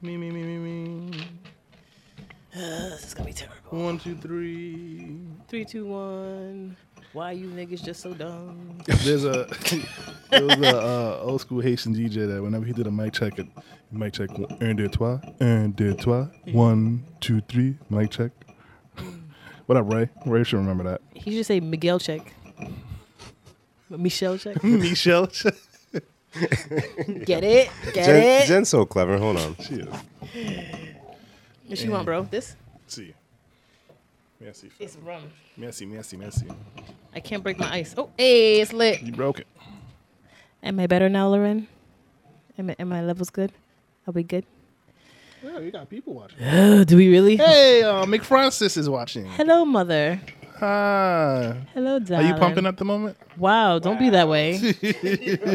Me, me, me, me, me. this is gonna be terrible. One, two, three. Three, two, one. Why you niggas just so dumb? There's a there was a uh, old school Haitian DJ that whenever he did a mic check, it mic check un deux trois, un deux trois, one two three, mic check. what up, Ray? Ray should remember that. He should say Miguel check. Michelle check. Mm, Michelle, she Get it? Get Jen, it? Jen's so clever. Hold on. Um, is. What you want, bro? This? See. Merci, It's rum. merci, merci, merci. I can't break my ice. Oh, hey, it's lit. You broke it. Am I better now, Lauren? Am I, am my levels good? Are we good? Well, you got people watching. do we really? Hey, uh, McFrancis is watching. Hello, mother. Hi. Hello, Are darling. you pumping at the moment? Wow, don't be that way.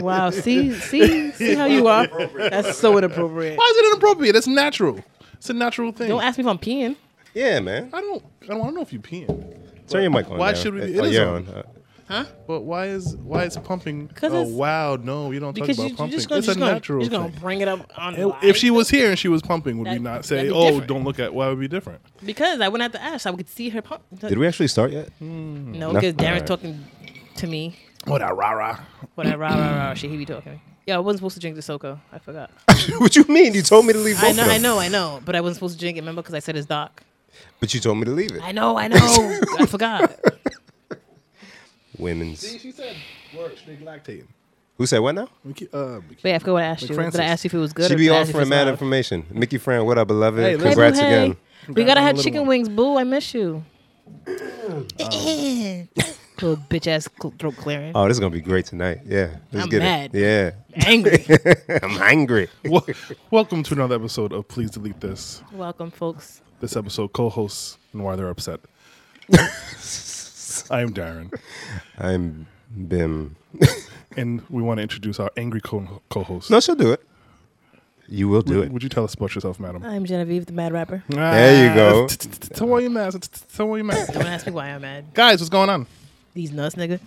wow, see, see, see how you are. That's so inappropriate. Why is it inappropriate? It's natural. It's a natural thing. Don't ask me if I'm peeing. Yeah, man. I don't. I don't, I don't know if you peeing. Turn your mic on. Why now. should we be- it Uh, oh, is you're on. on. Uh, Huh? But why is why is pumping? 'Cause Oh it's- wow, no, you don't talk Because about you, you pumping. just gonna, it's just a gonna, natural you're just gonna thing. bring it up on If- live. If she was here and she was pumping, would we That- not say, that'd be "Oh, different. don't look at"? Why would it be different? because I wouldn't have to ask, I could see her pump. Did we actually start yet? No, No. because Darren's Alright. talking to me. What a rah rah! What I rah rah rah. She he be talking. Yeah, I wasn't supposed to drink the Soko. I forgot. what you mean? You told me to leave. Both I know, of I them. know, I know. But I wasn't supposed to drink it. Remember, because I said it's dark. But you told me to leave it. I know, I know. I forgot. Women's. she said, "Work, she lactating." Who said what now? We keep, uh, we keep- Wait, I forgot what I asked Like you. Francis. Did I ask you if it was good? she or be did I ask you if offering it's mad loud? information. Mickey Fran, what up, beloved? Hey, listen. Congrats Hey, boo, again. hey. We gotta on have the little chicken one. wings, boo. I miss you. Little bitch ass throat clearing. Oh, this is gonna be great tonight. Yeah, let's I'm get mad. it. Angry. Yeah, I'm angry. Wel- welcome to another episode of Please Delete This. Welcome, folks. This episode co-hosts and why they're upset. I am Darren, I'm Bim. and we want to introduce our angry co- co-host. No, she'll do it. You will do would, it. would you tell us about yourself, madam? I'm Genevieve, the mad rapper. There you go. Tell all your mad. Tell all your mad. Don't ask me why I'm mad. Guys, what's going on? These nuts, nigga.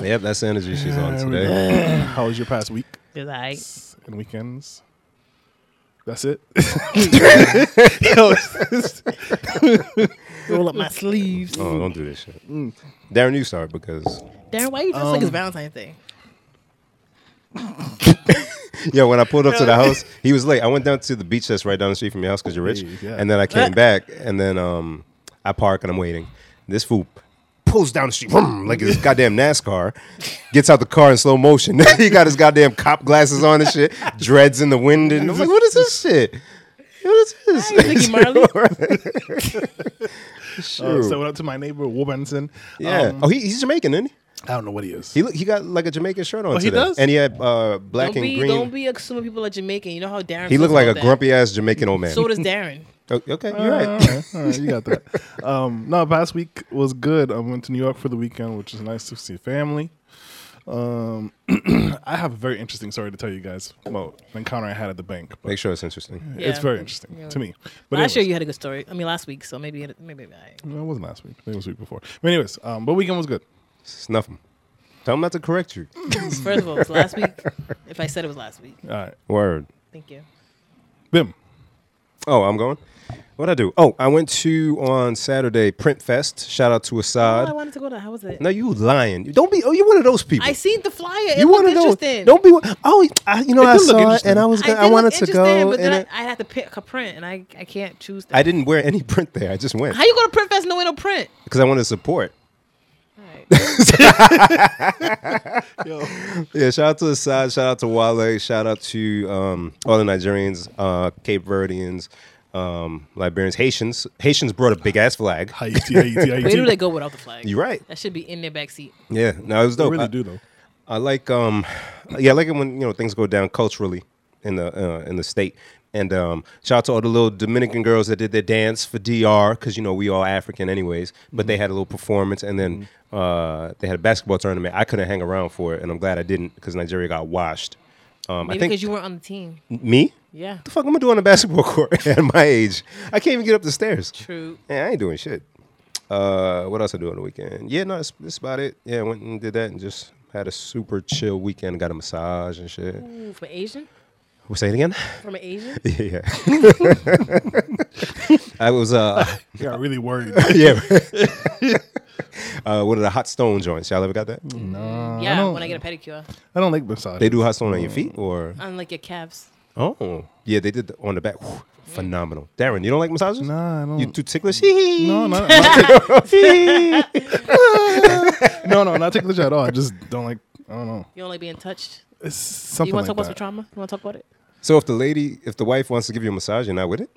Yep, that's the energy she's on There we today. go. How was your past week Cause I and weekends? That's it. Yo, it's- roll up my sleeves. Oh, don't do this shit. Darren, you start because Darren, why you dress Um, like it's Valentine's Day? yeah, when I pulled up to the house, he was late. I went down to the beach that's right down the street from your house because you're rich, Hey, yeah. and then I came back, and then um, I park and I'm waiting. This fool pulls down the street vroom, like his goddamn NASCAR, gets out the car in slow motion. he got his goddamn cop glasses on and shit, dreads in the wind, and I was like, "What is this shit? What is Hey, this?" Nicky Marley. uh, so went up to my neighbor Wobanson. yeah. Um, oh, he, he's Jamaican, isn't he? I don't know what he is. He look, he got like a Jamaican shirt on Oh, he today, does? and he had uh, black Don't and be, green. don't be assuming people are Jamaican. You know how Darren. he feels looked like a about that. grumpy ass Jamaican old man. So does Darren. O- okay, you're right. All right, Uh, all right, you got that. Um, no, past week was good. I went to New York for the weekend, which is nice to see family. Um, I have a very interesting story to tell you guys about an encounter I had at the bank. But Make sure it's interesting. It's Yeah. very interesting Yeah. to me. But Last anyways, year you had a good story. I mean, last week. So maybe it- maybe I. No, it wasn't last week. I think it was the week before. But anyways, um, but weekend was good. Snuff him. Tell him not to correct you. First of all, it was last week. If I said it was last week, All right, Word. thank you. Bim. Oh, I'm going. What'd I do? Oh, I went to on Saturday Print Fest. Shout out to Oh, I Assad. wanted to go to. How was it? Uh, No, you lying. You- Don't be. Oh, you one of those people. I seen the flyer. It you looked one of those. interesting. Don't be. one- Oh, I, you know, It I did look saw it interesting. and I was. I, Gonna, did I, look wanted to interesting, go. but then And I, I, I had to pick a print, and I I can't choose. That. I didn't wear any print there. I just went How you go to print fest and no no print? because I wanted to support. All right. Yeah, shout out to Assad, shout out to Wale, shout out to um, all the Nigerians, uh, Cape Verdeans, um, Liberians, Haitians. Haitians brought a big ass flag. Haiti, Haiti, Haiti. Where do they go without the flag? You're right. That should be in their backseat. Yeah, no, it was They dope. really I, do though. I like, um, yeah, I like it when you know things go down culturally in the uh, in the state. And um, shout out to all the little Dominican girls that did their dance for DR because you know we all African anyways. But Mm-hmm. they had a little performance, and then uh, they had a basketball tournament. I couldn't hang around for it, and I'm glad I didn't because Nigeria got washed. Um, I Maybe think because you weren't on the team. me. Yeah. the fuck I'm gonna do on a basketball court at my age? I can't even get up the stairs. True. Yeah, I ain't doing shit. Uh, what else I do on the weekend? Yeah, no, that's, that's about it. Yeah, I went and did that and just had a super chill weekend. Got a massage and shit. Ooh, for Asian. We'll say it again. From an Asian? Yeah. I was uh I got really worried. yeah. uh, one of the hot stone joints. Y'all ever got that? nah, I yeah, don't, when I get a pedicure. I don't like massages. They do hot stone on your feet or On like your calves. oh yeah, they did the, on the back. Whew, phenomenal. Darren, you don't like massages? Nah, I don't. You too ticklish? no, not, not- no, no, not ticklish at all. I just don't like. I don't know. You don't like being touched. It's something you want to like talk about some that. trauma? You want to talk about it? So if the lady, if the wife wants to give you a massage, you're not with it.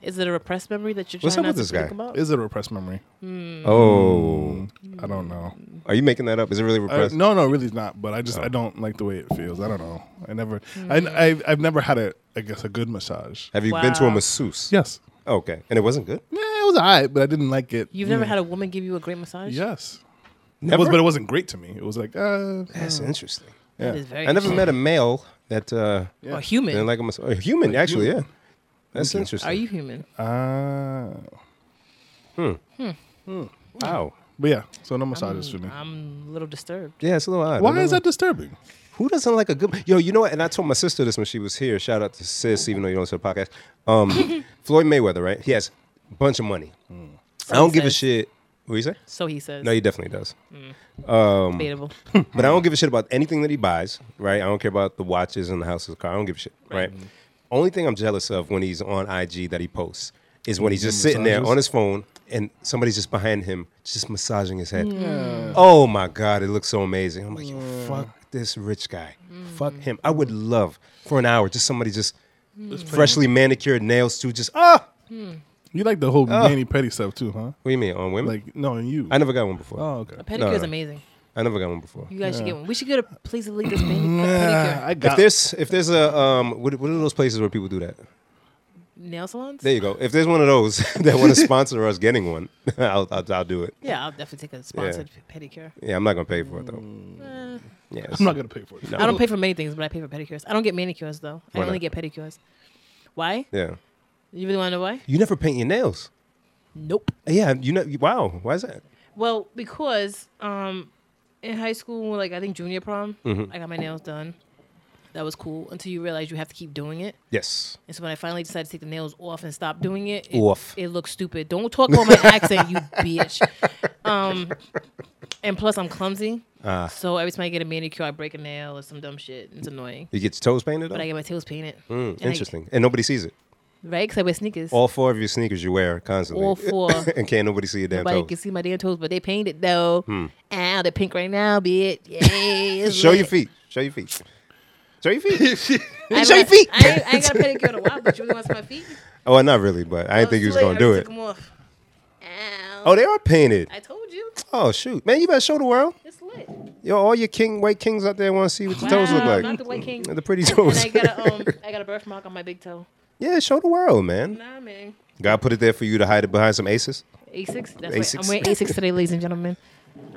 Is it a repressed memory that you're What's trying not up with to this guy? think about? Is it a repressed memory? Mm. Oh, I don't know. are you making that up? Is it really Uh, repressed? Oh. no, no, really not. But I just I don't like the way it feels. I don't know. I never. Mm. I, I I've never had a I guess a good massage. Have you been to a Wow. masseuse? Oh, Yes. Okay, and it wasn't good. Yeah, it was alright, but I didn't like it. Mm. You've never had a woman give you a great massage? Yes. It Never. was, but it wasn't great to me. It was like uh, That's interesting. yeah. That is very I never met a male that uh, Or didn't human. like a, mas- a human. actually, yeah. That's interesting. Are you human? Uh, Wow. but yeah, so no massages for me. I'm a little disturbed. Yeah, it's a little odd. I Why don't is know. that disturbing? Who doesn't like a good? Yo, you know what? And I told my sister this when she was here. Shout out to sis, even though you don't listen to the podcast. Um, Floyd Mayweather, right? He has a bunch of money. Mm. I don't give a says. shit. What do you say? So he says. No, he definitely does. debatable. But I don't give a shit about anything that he buys, right? I don't care about the watches and the house, the car. I don't give a shit, right? Only thing I'm jealous of when he's on IG that he posts is when he's just sitting there massages? on his phone and somebody's just behind him, just massaging his head. Oh my God, it looks so amazing. I'm like, yo, fuck this rich guy. Mm. Fuck him. I would love for an hour just somebody just Mm. freshly manicured nails too, just, ah! You like the whole mani petty stuff too, huh? What do you mean, on women? Like no, and you. Oh. I never got one before. oh, okay. A pedicure no. is amazing. I never got one before. You guys should get one. We should get a place to leave this pedicure. Yeah, pedicure. I If got there's if there's a um what, what are those places where people do that? Nail salons? There you go. If there's one of those that want to sponsor us getting one, I'll, I'll I'll do it. yeah, I'll definitely take a sponsored pedicure. Eh, Yeah, I'm not gonna pay for it though. Mm. Yeah, I'm not gonna pay for it. I don't pay for many things, but I pay for pedicures. I don't get manicures though. I Why only not? get pedicures. Why? Yeah, You really want to know why? you never paint your nails. Nope. Yeah, you know. Wow, why is that? Well, because um, in high school, like I think junior prom, I got my nails done. That was cool until you realize you have to keep doing it. Yes, And so when I finally decided to take the nails off and stop doing it, it, Off. it looks stupid. Don't talk about my accent, you bitch. Um, and plus, I'm clumsy. so every time I get a manicure, I break a nail or some dumb shit. It's annoying. you get your toes painted. But I Up? get my toes painted. Mm, And I- interesting, and nobody sees it. right? Because I wear sneakers. All four of your sneakers you wear constantly. All four. and can't nobody see your damn Nobody toes. can see my damn toes, but they painted though. Ow, they're pink right now, bitch. Yay. Hmm. Show your feet. Show your feet. Show your feet. I Show your ain't- feet. I ain't, I ain't got a pedicure in a while, but you really want to see my feet? Oh, well, not really, but I didn't think you was gonna do it. Ow. Oh, they are painted. I told you. Oh shoot, man, you better show the world. It's lit. Yo, all your king, white kings out there want to see what your toes look Wow, like. Not the white king. The pretty And toes. I got a um, I got a birthmark on my big toe. yeah, show the world, man. Nah, man. God put it there for you to hide it behind some aces. Asics. That's right. Asics. I'm wearing Asics today, ladies and gentlemen.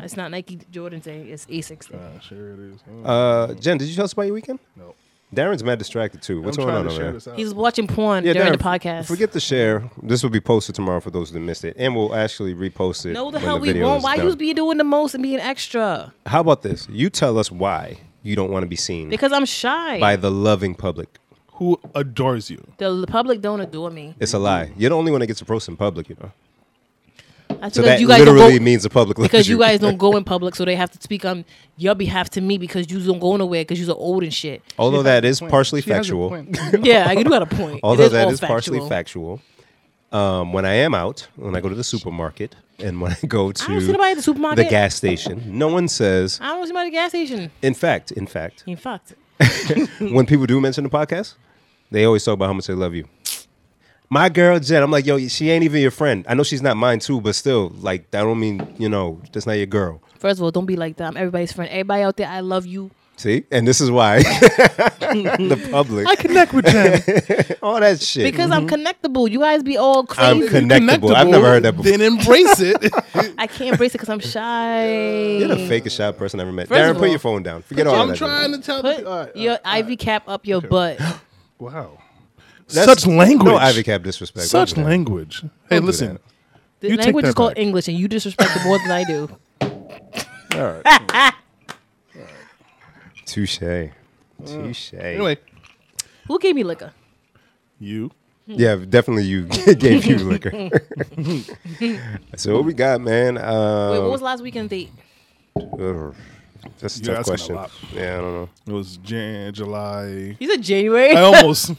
It's not Nike Jordan day. It's Asics. Day. Uh, sure it is. Mm, Uh, Jen, did you tell us about your weekend? no. Darren's mad distracted too. What's I'm going trying on to over share there? this out. He's watching porn during Darren, the podcast. Forget the share. This will be posted tomorrow for those that missed it, and we'll actually repost it. no, the when hell we video won't. is Why done. Mm. you be doing the most and being extra? How about this? You tell us why you don't want to be seen Because I'm shy. by the loving public. Who adores you? The public don't adore me. It's a lie. You're the only one that gets approached in public, you know. That's So because that you guys don't literally go, means the public. loves because you guys don't go in public, so they have to speak on your behalf to me because you don't go nowhere because you're old and shit. Although that is partially She has a factual. point. yeah, I do got a point. It Although that all is partially factual. factual. Um, when I am out, when I go to the supermarket, and when I go to I don't see nobody at the supermarket. the gas station, no one says. I don't see my gas station. In fact, in fact, In fact, when people do mention the podcast, they always talk about how much they love you. My girl Jen, I'm like, yo, she ain't even your friend. I know she's not mine too, but still, like, that don't mean you know that's not your girl. first of all, don't be like that. I'm everybody's friend. Everybody out there, I love you. See, and this is why the public, I connect with Jen. all that shit. Because I'm connectable. You guys be all Mm-hmm. I'm crazy. connectable. I've never heard that before. Then embrace it. I can't embrace it because I'm shy. You're the fakest shot person I ever met. First Darren, of put all- your phone down. Forget all I'm that. trying to tell. Put the- all right, all your right. Ivy cap up your butt. Wow. That's- Such language. No Ivy Cap disrespect. Such Don't do that. language. Hey, do listen. that. The You take language that is called back. English, and you disrespect it more than I do. Ah. Touche. Touche. Anyway, Who gave me liquor? You. Yeah, definitely you gave you liquor. so what we got, man? Uh, Wait, what was last weekend date? uh, that's a You're asking tough a question. lot. yeah, I don't know. It was Jan, July. You said January. I almost.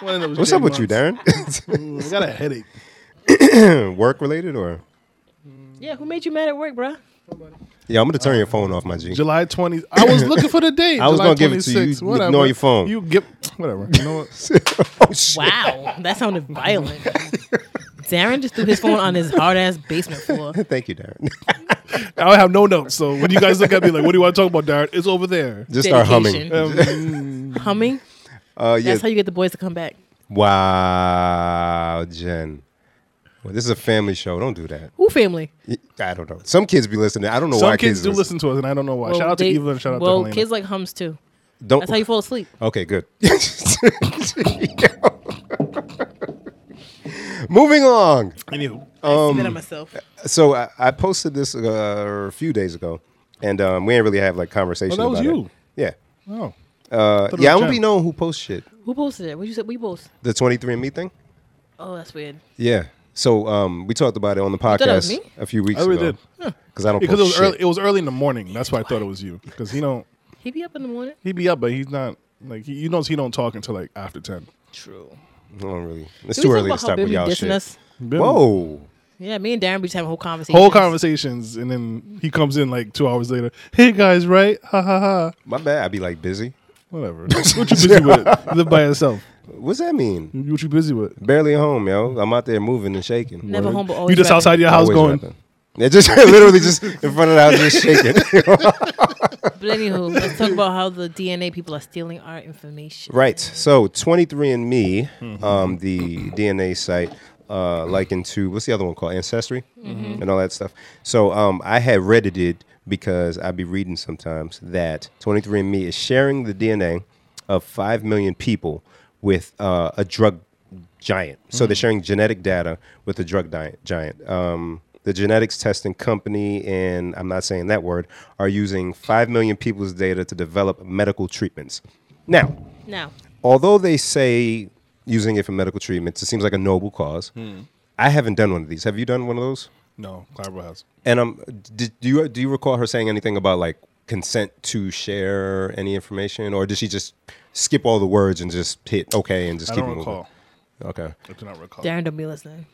one of those What's Jan up with you, months. Darren? Mm, I got a headache. Work related or? yeah, who made you mad at work, bruh? Yeah, I'm gonna turn your phone off, my G. July 20th. I was looking for the date. I was July gonna give it to you. 26th, You Whatever. ignore your phone. You get whatever. You know what? oh shit! Wow, that sounded violent. Darren just threw his phone on his hard ass basement floor. Thank you, Darren. I don't have no notes. So when you guys look at me like, "What do you want to talk about, Darren?" It's over there. Just start humming. Dedication. Um, Humming. Uh, yeah. That's how you get the boys to come back. wow, Jen. Well, this is a family show. Don't do that. Who family? I don't know. Some kids be listening. I don't know Some why kids, do listen. listen to us, and I don't know why. Uh, shout out they- to Evelyn. Shout out well, to Helena. kids like hums too. Don't. That's how you fall asleep. Okay, good. Moving on. Anywho, Oh. Um, I spit on myself. So I, I posted this uh, a few days ago, and um, we didn't really have like conversation. Oh, that was about it. you. Yeah. oh, Uh, Put it yeah, I on don't be chat. knowing who posts shit. Who posted it? What you said? We post. The twenty three andme thing. Oh, that's weird. Yeah. So um, we talked about it on the podcast it was me? a few weeks I really ago. did. Because I don't because it was post early. shit. It was early in the morning. That's why I thought it was you. Because he don't. He be up in the morning. He be up, but he's not. Like he, you know, he don't talk until like after ten. True. I don't really. It's Did too we talk early to about how stop with Bibby y'all dissing shit. us? Been Whoa. Yeah, me and Darren be just having whole conversation. Whole conversations, and then he comes in like two hours later. Hey guys, right? Ha ha ha. My bad. I'd be like busy. Whatever. what you busy with? You live by yourself. What's that mean? What you busy with? Barely home, yo. I'm out there moving and shaking. Never home, but always. you just rapping. outside your house Always going. rapping. Yeah, just literally just in front of the house, just shaking. But anywho, let's talk about how the DNA people are stealing our information. right. So 23andMe, um, the DNA site, uh, likened to what's the other one called? Ancestry and all that stuff. So um, I had reddited because I'd be reading sometimes that 23andMe is sharing the DNA of 5 million people with uh, a drug giant. So they're sharing genetic data with a drug diet giant. Um, the genetics testing company, and I'm not saying that word, are using 5 million people's data to develop medical treatments. Now, Now, although they say using it for medical treatments, it seems like a noble cause. Hmm. I haven't done one of these. Have you done one of those? No, Clyro House. And um, did, do you do you recall her saying anything about like consent to share any information, or did she just skip all the words and just hit okay and just I keep it don't moving? recall. Okay. I do not recall. Darren don't be listening.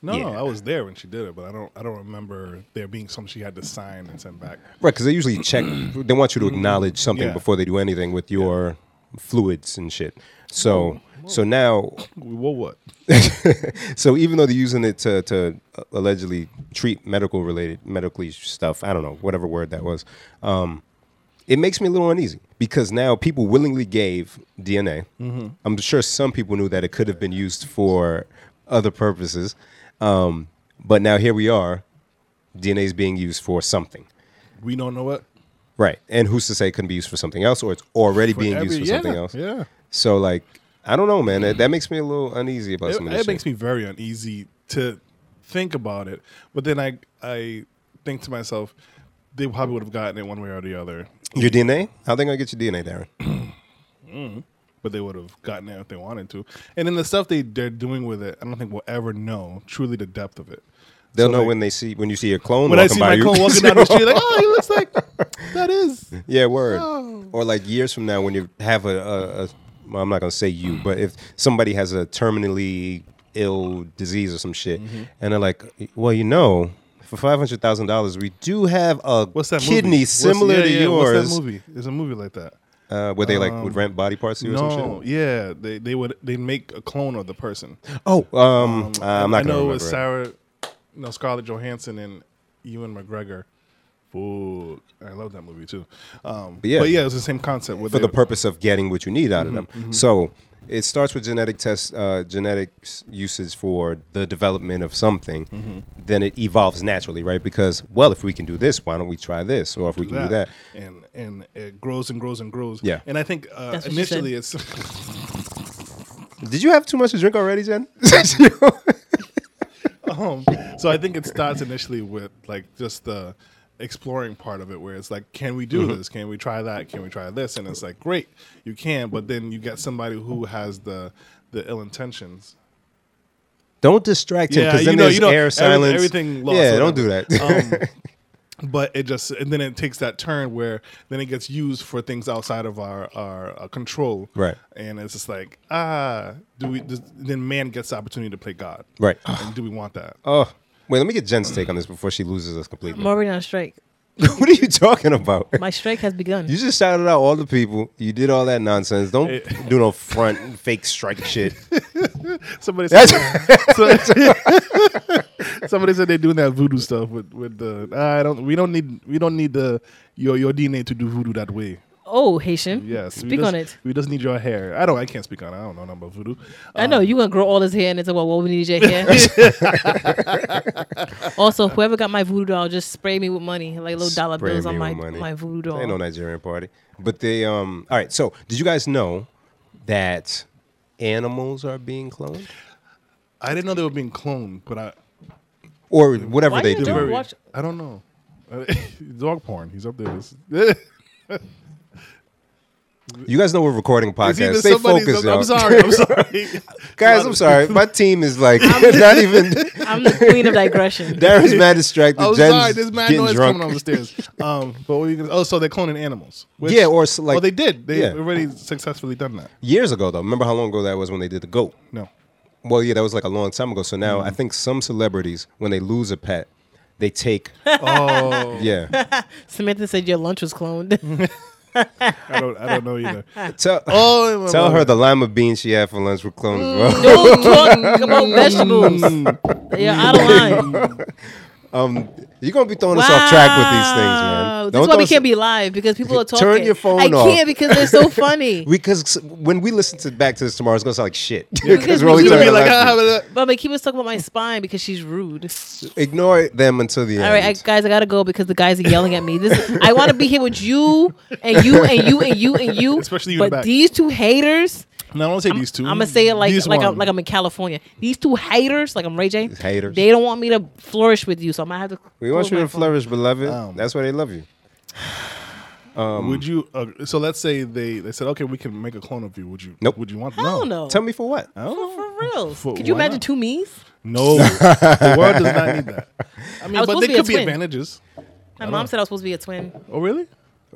No, no, Yeah. I was there when she did it, but I don't. I don't remember there being something she had to sign and send back. Right, because they usually check. They want you to acknowledge something Mm-hmm. Yeah. before they do anything with your fluids and shit. So, so now, Well, what? so even though they're using it to to uh, allegedly treat medical related medically stuff, I don't know whatever word that was. Um, it makes me a little uneasy because now people willingly gave DNA. Mm-hmm. I'm sure some people knew that it could have been used for other purposes, um, but now here we are. DNA is being used for something. We don't know what. Right. And who's to say it couldn't be used for something else or it's already being Every- used for yeah, something else? Yeah, So, like, I don't know, man. That, that makes me a little uneasy about it, some of this it makes shit. me very uneasy to think about it. But then I, I think to myself, they probably would have gotten it one way or the other. Your DNA? How they going to get your DNA, Darren? But they would have gotten it if they wanted to. And then the stuff they they're doing with it, I don't think we'll ever know truly the depth of it. They'll So, know like, when they see when you see a clone when I walking see by my you. clone walking down the street, like, oh, he looks like that is. yeah, word. Or like years from now when you have a, a, a well, I'm not going to say you, but if somebody has a terminally ill disease or some shit, Mm-hmm. and they're like, well, you know, for five hundred thousand dollars, we do have a What's that kidney movie? What's- similar yeah, to yeah, yours. What's that movie? There's a movie like that. Uh, where they like would rent body parts to you or some No, shit. yeah, they they would they make a clone of the person. Oh, um, uh, I'm not I know it gonna remember. was it. Sarah, no Scarlett Johansson and Ewan McGregor. Fuck, I love that movie too. Um, but yeah. yeah, it was the same concept. With for the purpose of getting what you need out Mm-hmm, of them. So it starts with genetic test, uh, genetics usage for the development of something. Mm-hmm. Then it evolves naturally, right? Because well, if we can do this, why don't we try this? Or if we can do that, and and it grows and grows and grows. Yeah. and I think uh, That's what she initially it's did you have too much to drink already, Jen? um, so I think it starts initially with like just the exploring part of it where it's like, can we Mm-hmm. do this? Can we try that? Can we try this? And it's like, great, you can, but then you get somebody who has the the ill intentions. Don't distract him Yeah, because you then know- there's you know, air everyth- silence. everything lost, yeah, don't do whatever. that. Um, but it just and then it takes that turn where then it gets used for things outside of our our uh, control. Right. And it's just like, ah, do we? Does, then man gets the opportunity to play God. Right. And do we want that? oh, wait. Let me get Jen's take on this before she loses us completely. I'm already on strike. what are you talking about? My strike has begun. You just shouted out all the people. You did all that nonsense. Don't do no front fake strike shit. Somebody said, That's somebody said they're doing that voodoo stuff with with the. "Ah, I don't. We don't need. We don't need the your your DNA to do voodoo that way. oh, Haitian. Yes. we Speak just- on it. We just need your hair. I don't. I can't speak on. it. I don't know nothing about voodoo. Uh, I know you gonna grow all his hair and it's about what we need your hair. also, whoever got my voodoo doll, just spray me with money, like little dollar Spray bills me on my with money. my voodoo doll. Ain't no Nigerian party. But they um all right, so did you guys know that animals are being cloned? I didn't know they were being cloned, but I. Or whatever Why they you do. don't Very- watch- I don't know. Uh, Dog porn. He's up there. It's- You guys know we're recording a It's podcast. either Stay somebody's- focused, I'm, y'all. I'm sorry. I'm sorry. guys, I'm sorry. My team is like not even I'm the queen of digression. Darren's mad distracted. I'm Jen's sorry. There's mad getting noise drunk. coming on the stairs. Um, but what were you gonna, oh, so they're cloning animals? Which- Yeah, or s- like- well, they did. They yeah. already successfully done that. Years ago though. Remember how long ago that was when they did the goat? No, Well, yeah, that was like a long time ago. So now Mm-hmm. I think some celebrities, when they lose a pet, they take. Oh. Yeah. Samantha said your lunch was cloned. I don't. I don't know either. Tell, Oh, tell her the lima beans she had for lunch were cloned as well. Dude, talking about vegetables. You're out of line. You're gonna be throwing us off track with these things, man. That's why throw we us- can't be live because people are Turn talking. your phone I off. can't because they're so funny. Because when we listen to back to this tomorrow, it's gonna sound like shit. because Because we're we always keep talking Be about like, last ah, week. but, uh, But they keep us talking about my spine because she's rude. Ignore them until the end. All right, I, guys, I gotta go because the guys are yelling at me. This I want to be here with you and you and you and you and you. Especially you in the but back. these two haters. no, I don't say these two. I'm gonna say it like These like I'm, one. like I'm in California. These two haters, like I'm Ray J. Haters. They don't want me to flourish with you, so I might have to. we want close you my to phone. flourish, beloved. Um, That's why they love you. Um, would you? Uh, so let's say they they said, okay, we can make a clone of you. Would you? Nope. Would you want? I don't know. Tell me for what? For, Oh, for reals. For- Could you why imagine not? two me's? No, the world does not need that. I mean, was but there supposed to be a could be twin. advantages. My mom said I was supposed to be a twin Oh, really?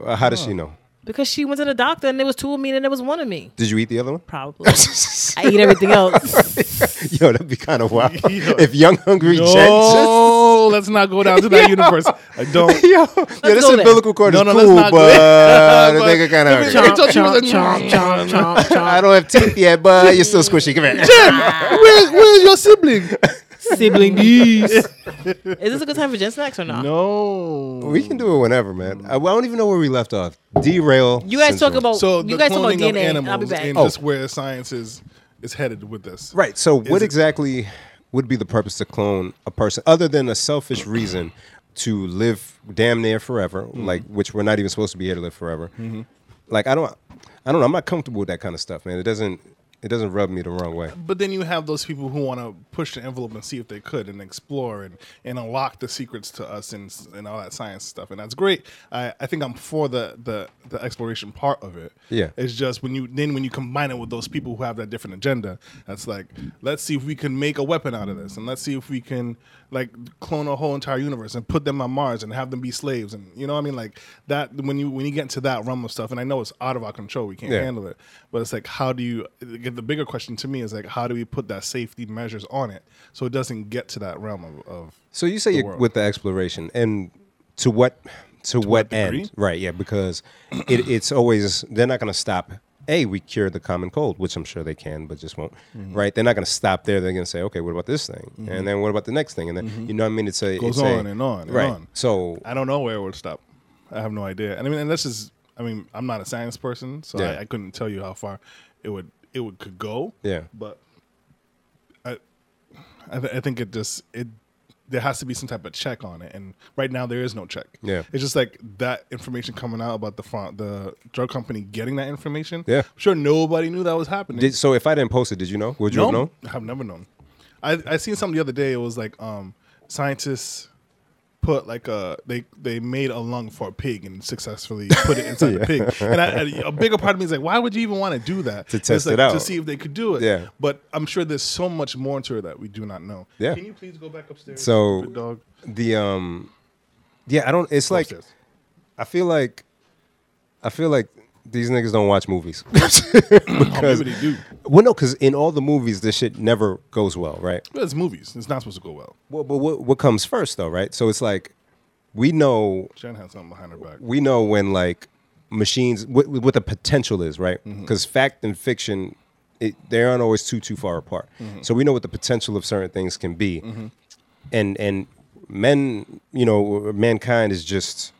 Uh, how does she know? because she went to the doctor and there was two of me and there was one of me. Did you eat the other one? Probably. I eat everything else. Yo, that'd be kind of wild. Yo. If young hungry Jen just No, let's not go down to that universe. I don't. Yo, yeah, this go there. umbilical cord No, is no, let's cool, not go but the But- nigga kind of. Chomp, chomp, chomp, chomp, chomp, I don't have teeth yet, but you're still squishy. Come here. Where's, where's your sibling? Sibling needs. Is this a good time for Gen Snacks or not? No. We can do it whenever, man. I, well, I don't even know where we left off. Derail. You guys talk syndrome. about So the you cloning guys talk about of DNA. and animals I'll be back. Oh. Oh. and just where science is is headed with this. right. So, it- what exactly would be the purpose to clone a person other than a selfish reason to live damn near forever, like which we're not even supposed to be here to live forever? Like I don't, I don't know. I'm not comfortable with that kind of stuff, man. It doesn't, it doesn't rub me the wrong way. But then you have those people who want to push the envelope and see if they could and explore and, and unlock the secrets to us and s- and all that science stuff. And that's great. I, I think I'm for the, the, the exploration part of it. Yeah. It's just when you then when you combine it with those people who have that different agenda, that's like, let's see if we can make a weapon out of this and let's see if we can like clone a whole entire universe and put them on Mars and have them be slaves and you know what I mean? Like that when you when you get into that realm of stuff and I know it's out of our control, we can't Yeah. handle it. But it's like, how do you? The bigger question to me is like, how do we put that safety measures on it so it doesn't get to that realm of, of So you say you're world. with the exploration, and to what to, what, end? degree? Right? Yeah, because it, it's always they're not going to stop. A, we cure the common cold, which I'm sure they can, but just won't. Mm-hmm. Right? They're not going to stop there. They're going to say, okay, what about this thing? And then what about the next thing? And then you know what I mean? It's a Mm-hmm. goes it's a- on and on and right? on. So I don't know where it would stop. I have no idea. And I mean, and this is, I mean, I'm not a science person, so Yeah. I, I couldn't tell you how far it would it would could go. Yeah. But I, I, th- I think it just it there has to be some type of check on it, and right now there is no check. Yeah. It's just like that information coming out about the front, the drug company getting that information. Yeah. I'm sure nobody knew that was happening. did, so if I didn't post it, did you know? Would you have known? I've never known. I I seen something the other day. It was like um scientists put like a they they made a lung for a pig and successfully put it inside the pig. And I, and a bigger part of me is like, why would you even want to do that To It's test like, it out. to see if they could do it? Yeah. But I'm sure there's so much more to it that we do not know. Yeah. Can you please go back upstairs? So- stupid dog the um yeah i don't it's like upstairs. i feel like i feel like these niggas don't watch movies Oh, because maybe they do. well no because in all the movies this shit never goes well right But it's movies. It's not supposed to go well. well but what, what comes first though right so it's like we know Sharon has something behind her back. we know when like machines what, what the potential is right Mm-hmm. because fact and fiction it, they aren't always too too far apart Mm-hmm. so we know what the potential of certain things can be and and men you know mankind is just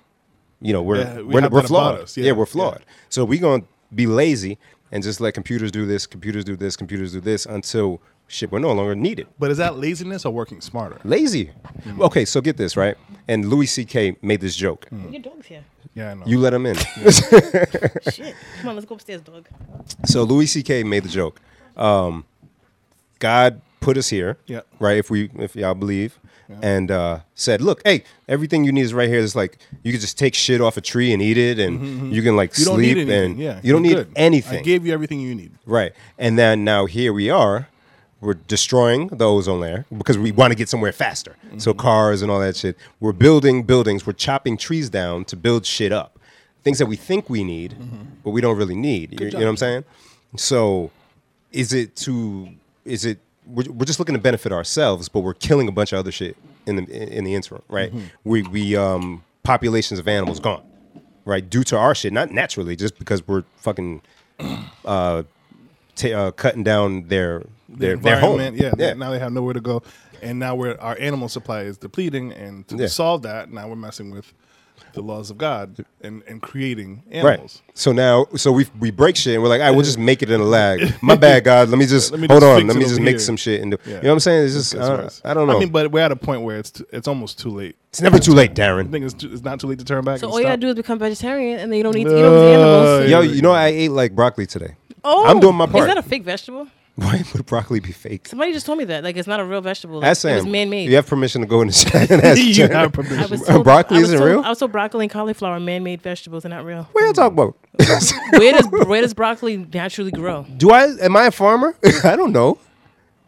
you know we're Yeah, we we're, have we're that about flawed us. yeah, Yeah, we're yeah. flawed so we're gonna be lazy and just let computers do this computers do this computers do this until shit we're no longer needed But is that laziness or working smarter? lazy Mm-hmm. okay so get this right and louis ck made this joke Mm-hmm. Your dog's here. Yeah, I know. you let him in Shit. Come on, let's go upstairs, dog. So Louis C.K. made the joke. Um, God put us here, Yeah. right? If we, if y'all believe, and uh, said, "Look, hey, everything you need is right here. It's like you can just take shit off a tree and eat it, and you can like Mm-hmm, You don't sleep, need anything. and yeah, you don't you're need good. anything, I gave you everything you need. right?" And then now here we are. We're destroying the ozone layer because we want to get somewhere faster. So cars and all that shit. We're building buildings. We're chopping trees down to build shit up. Things that we think we need, but we don't really need. You, you know what I'm saying? So is it to is it we're, we're just looking to benefit ourselves but we're killing a bunch of other shit in the in the interim right we we um populations of animals gone right due to our shit not naturally just because we're fucking uh, ta uh cutting down their their their home environment, Yeah, Now they have nowhere to go, and now we're our animal supply is depleting, and to Yeah. solve that, now we're messing with the laws of God and, and creating Right. animals. So now, so we we break shit and we're like, all right, we'll just make it in a lag. My bad, God. Let me just Let me hold just on. fix Let it me over just make here. some shit and do. Yeah. You know what I'm saying? It's just I don't, That's Uh, I don't know. I mean, but we're at a point where it's t- it's almost too late. it's never too late, I Darren. think it's, too, it's not too late to turn back. So and all you gotta stop. do is become vegetarian, and then you don't need to eat all these No. animals. Yo, Yeah. you know I ate like broccoli today. Oh, I'm doing my part. Is that a fake vegetable? Why would broccoli be fake? Somebody just told me that. Like, it's not a real vegetable. Like, Ask Sam. It was man-made. You have permission to go in the chat and ask You Sam. have permission. I was Uh, told, broccoli I was isn't told- real? I was told broccoli and cauliflower are man-made vegetables. They're not real. What y'all talk about? Where does where does broccoli naturally grow? Do I? Am I a farmer? I don't know.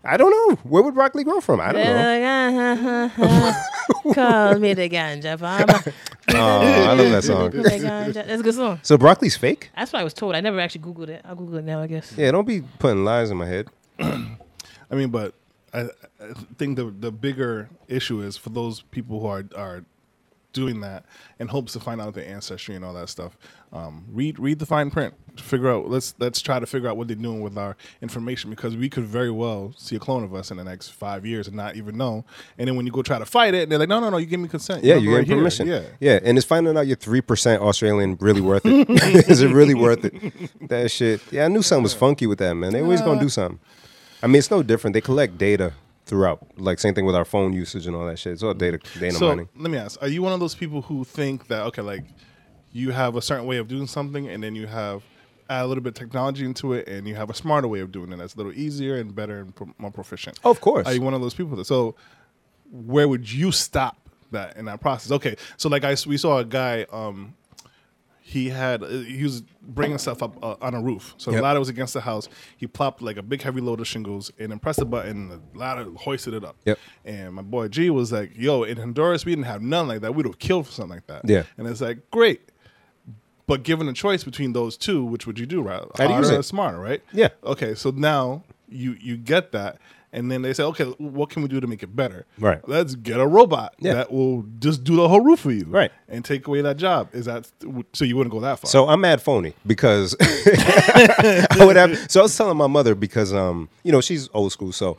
I don't know. Where would broccoli grow from? I don't know. "Uh-huh, Call me the ganja farmer. Oh, I love that song. The ganja- That's a good song. So broccoli's fake? That's what I was told. I never actually Googled it. I'll Google it now, I guess. Yeah, don't be putting lies in my head. I mean, but I, I think the the bigger issue is for those people who are are doing that in hopes to find out their ancestry and all that stuff. Um, read read the fine print. Figure out. Let's let's try to figure out what they're doing with our information because we could very well see a clone of us in the next five years and not even know. And then when you go try to fight it, they're like, no, no, no, you give me consent. Yeah, Look you right get here. permission. Yeah. yeah, and it's finding out your three percent Australian really worth it. Is it really worth it? That shit. Yeah, I knew something was funky with that man. They always gonna do something. I mean, it's no different. They collect data throughout. Like same thing with our phone usage and all that shit. It's all data data So mining. let me ask: Are you one of those people who think that okay, like you have a certain way of doing something, and then you have add a little bit of technology into it, and you have a smarter way of doing it that's a little easier and better and pro- more proficient? Of course. Are you one of those people? That, so where would you stop that in that process? Okay, so like I s- we saw a guy. Um, he had uh, he was bringing stuff up uh, on a roof, so Yep. the ladder was against the house. He plopped like a big heavy load of shingles and then pressed the button. and The ladder hoisted it up. Yep. And my boy G was like, "Yo, in Honduras, we didn't have none like that. We'd have killed for something like that." Yeah. And it's like, great, but given a choice between those two, which would you do, right? I'd use Harder it. or smarter, right? Yeah. Okay, so now you you get that, and then they say, okay, what can we do to make it better? Right. Let's get a robot Yeah. that will just do the whole roof for you, Right. And take away that job. Is that so? You wouldn't go that far. So I'm mad phony because I would have. So I was telling my mother because um you know she's old school, so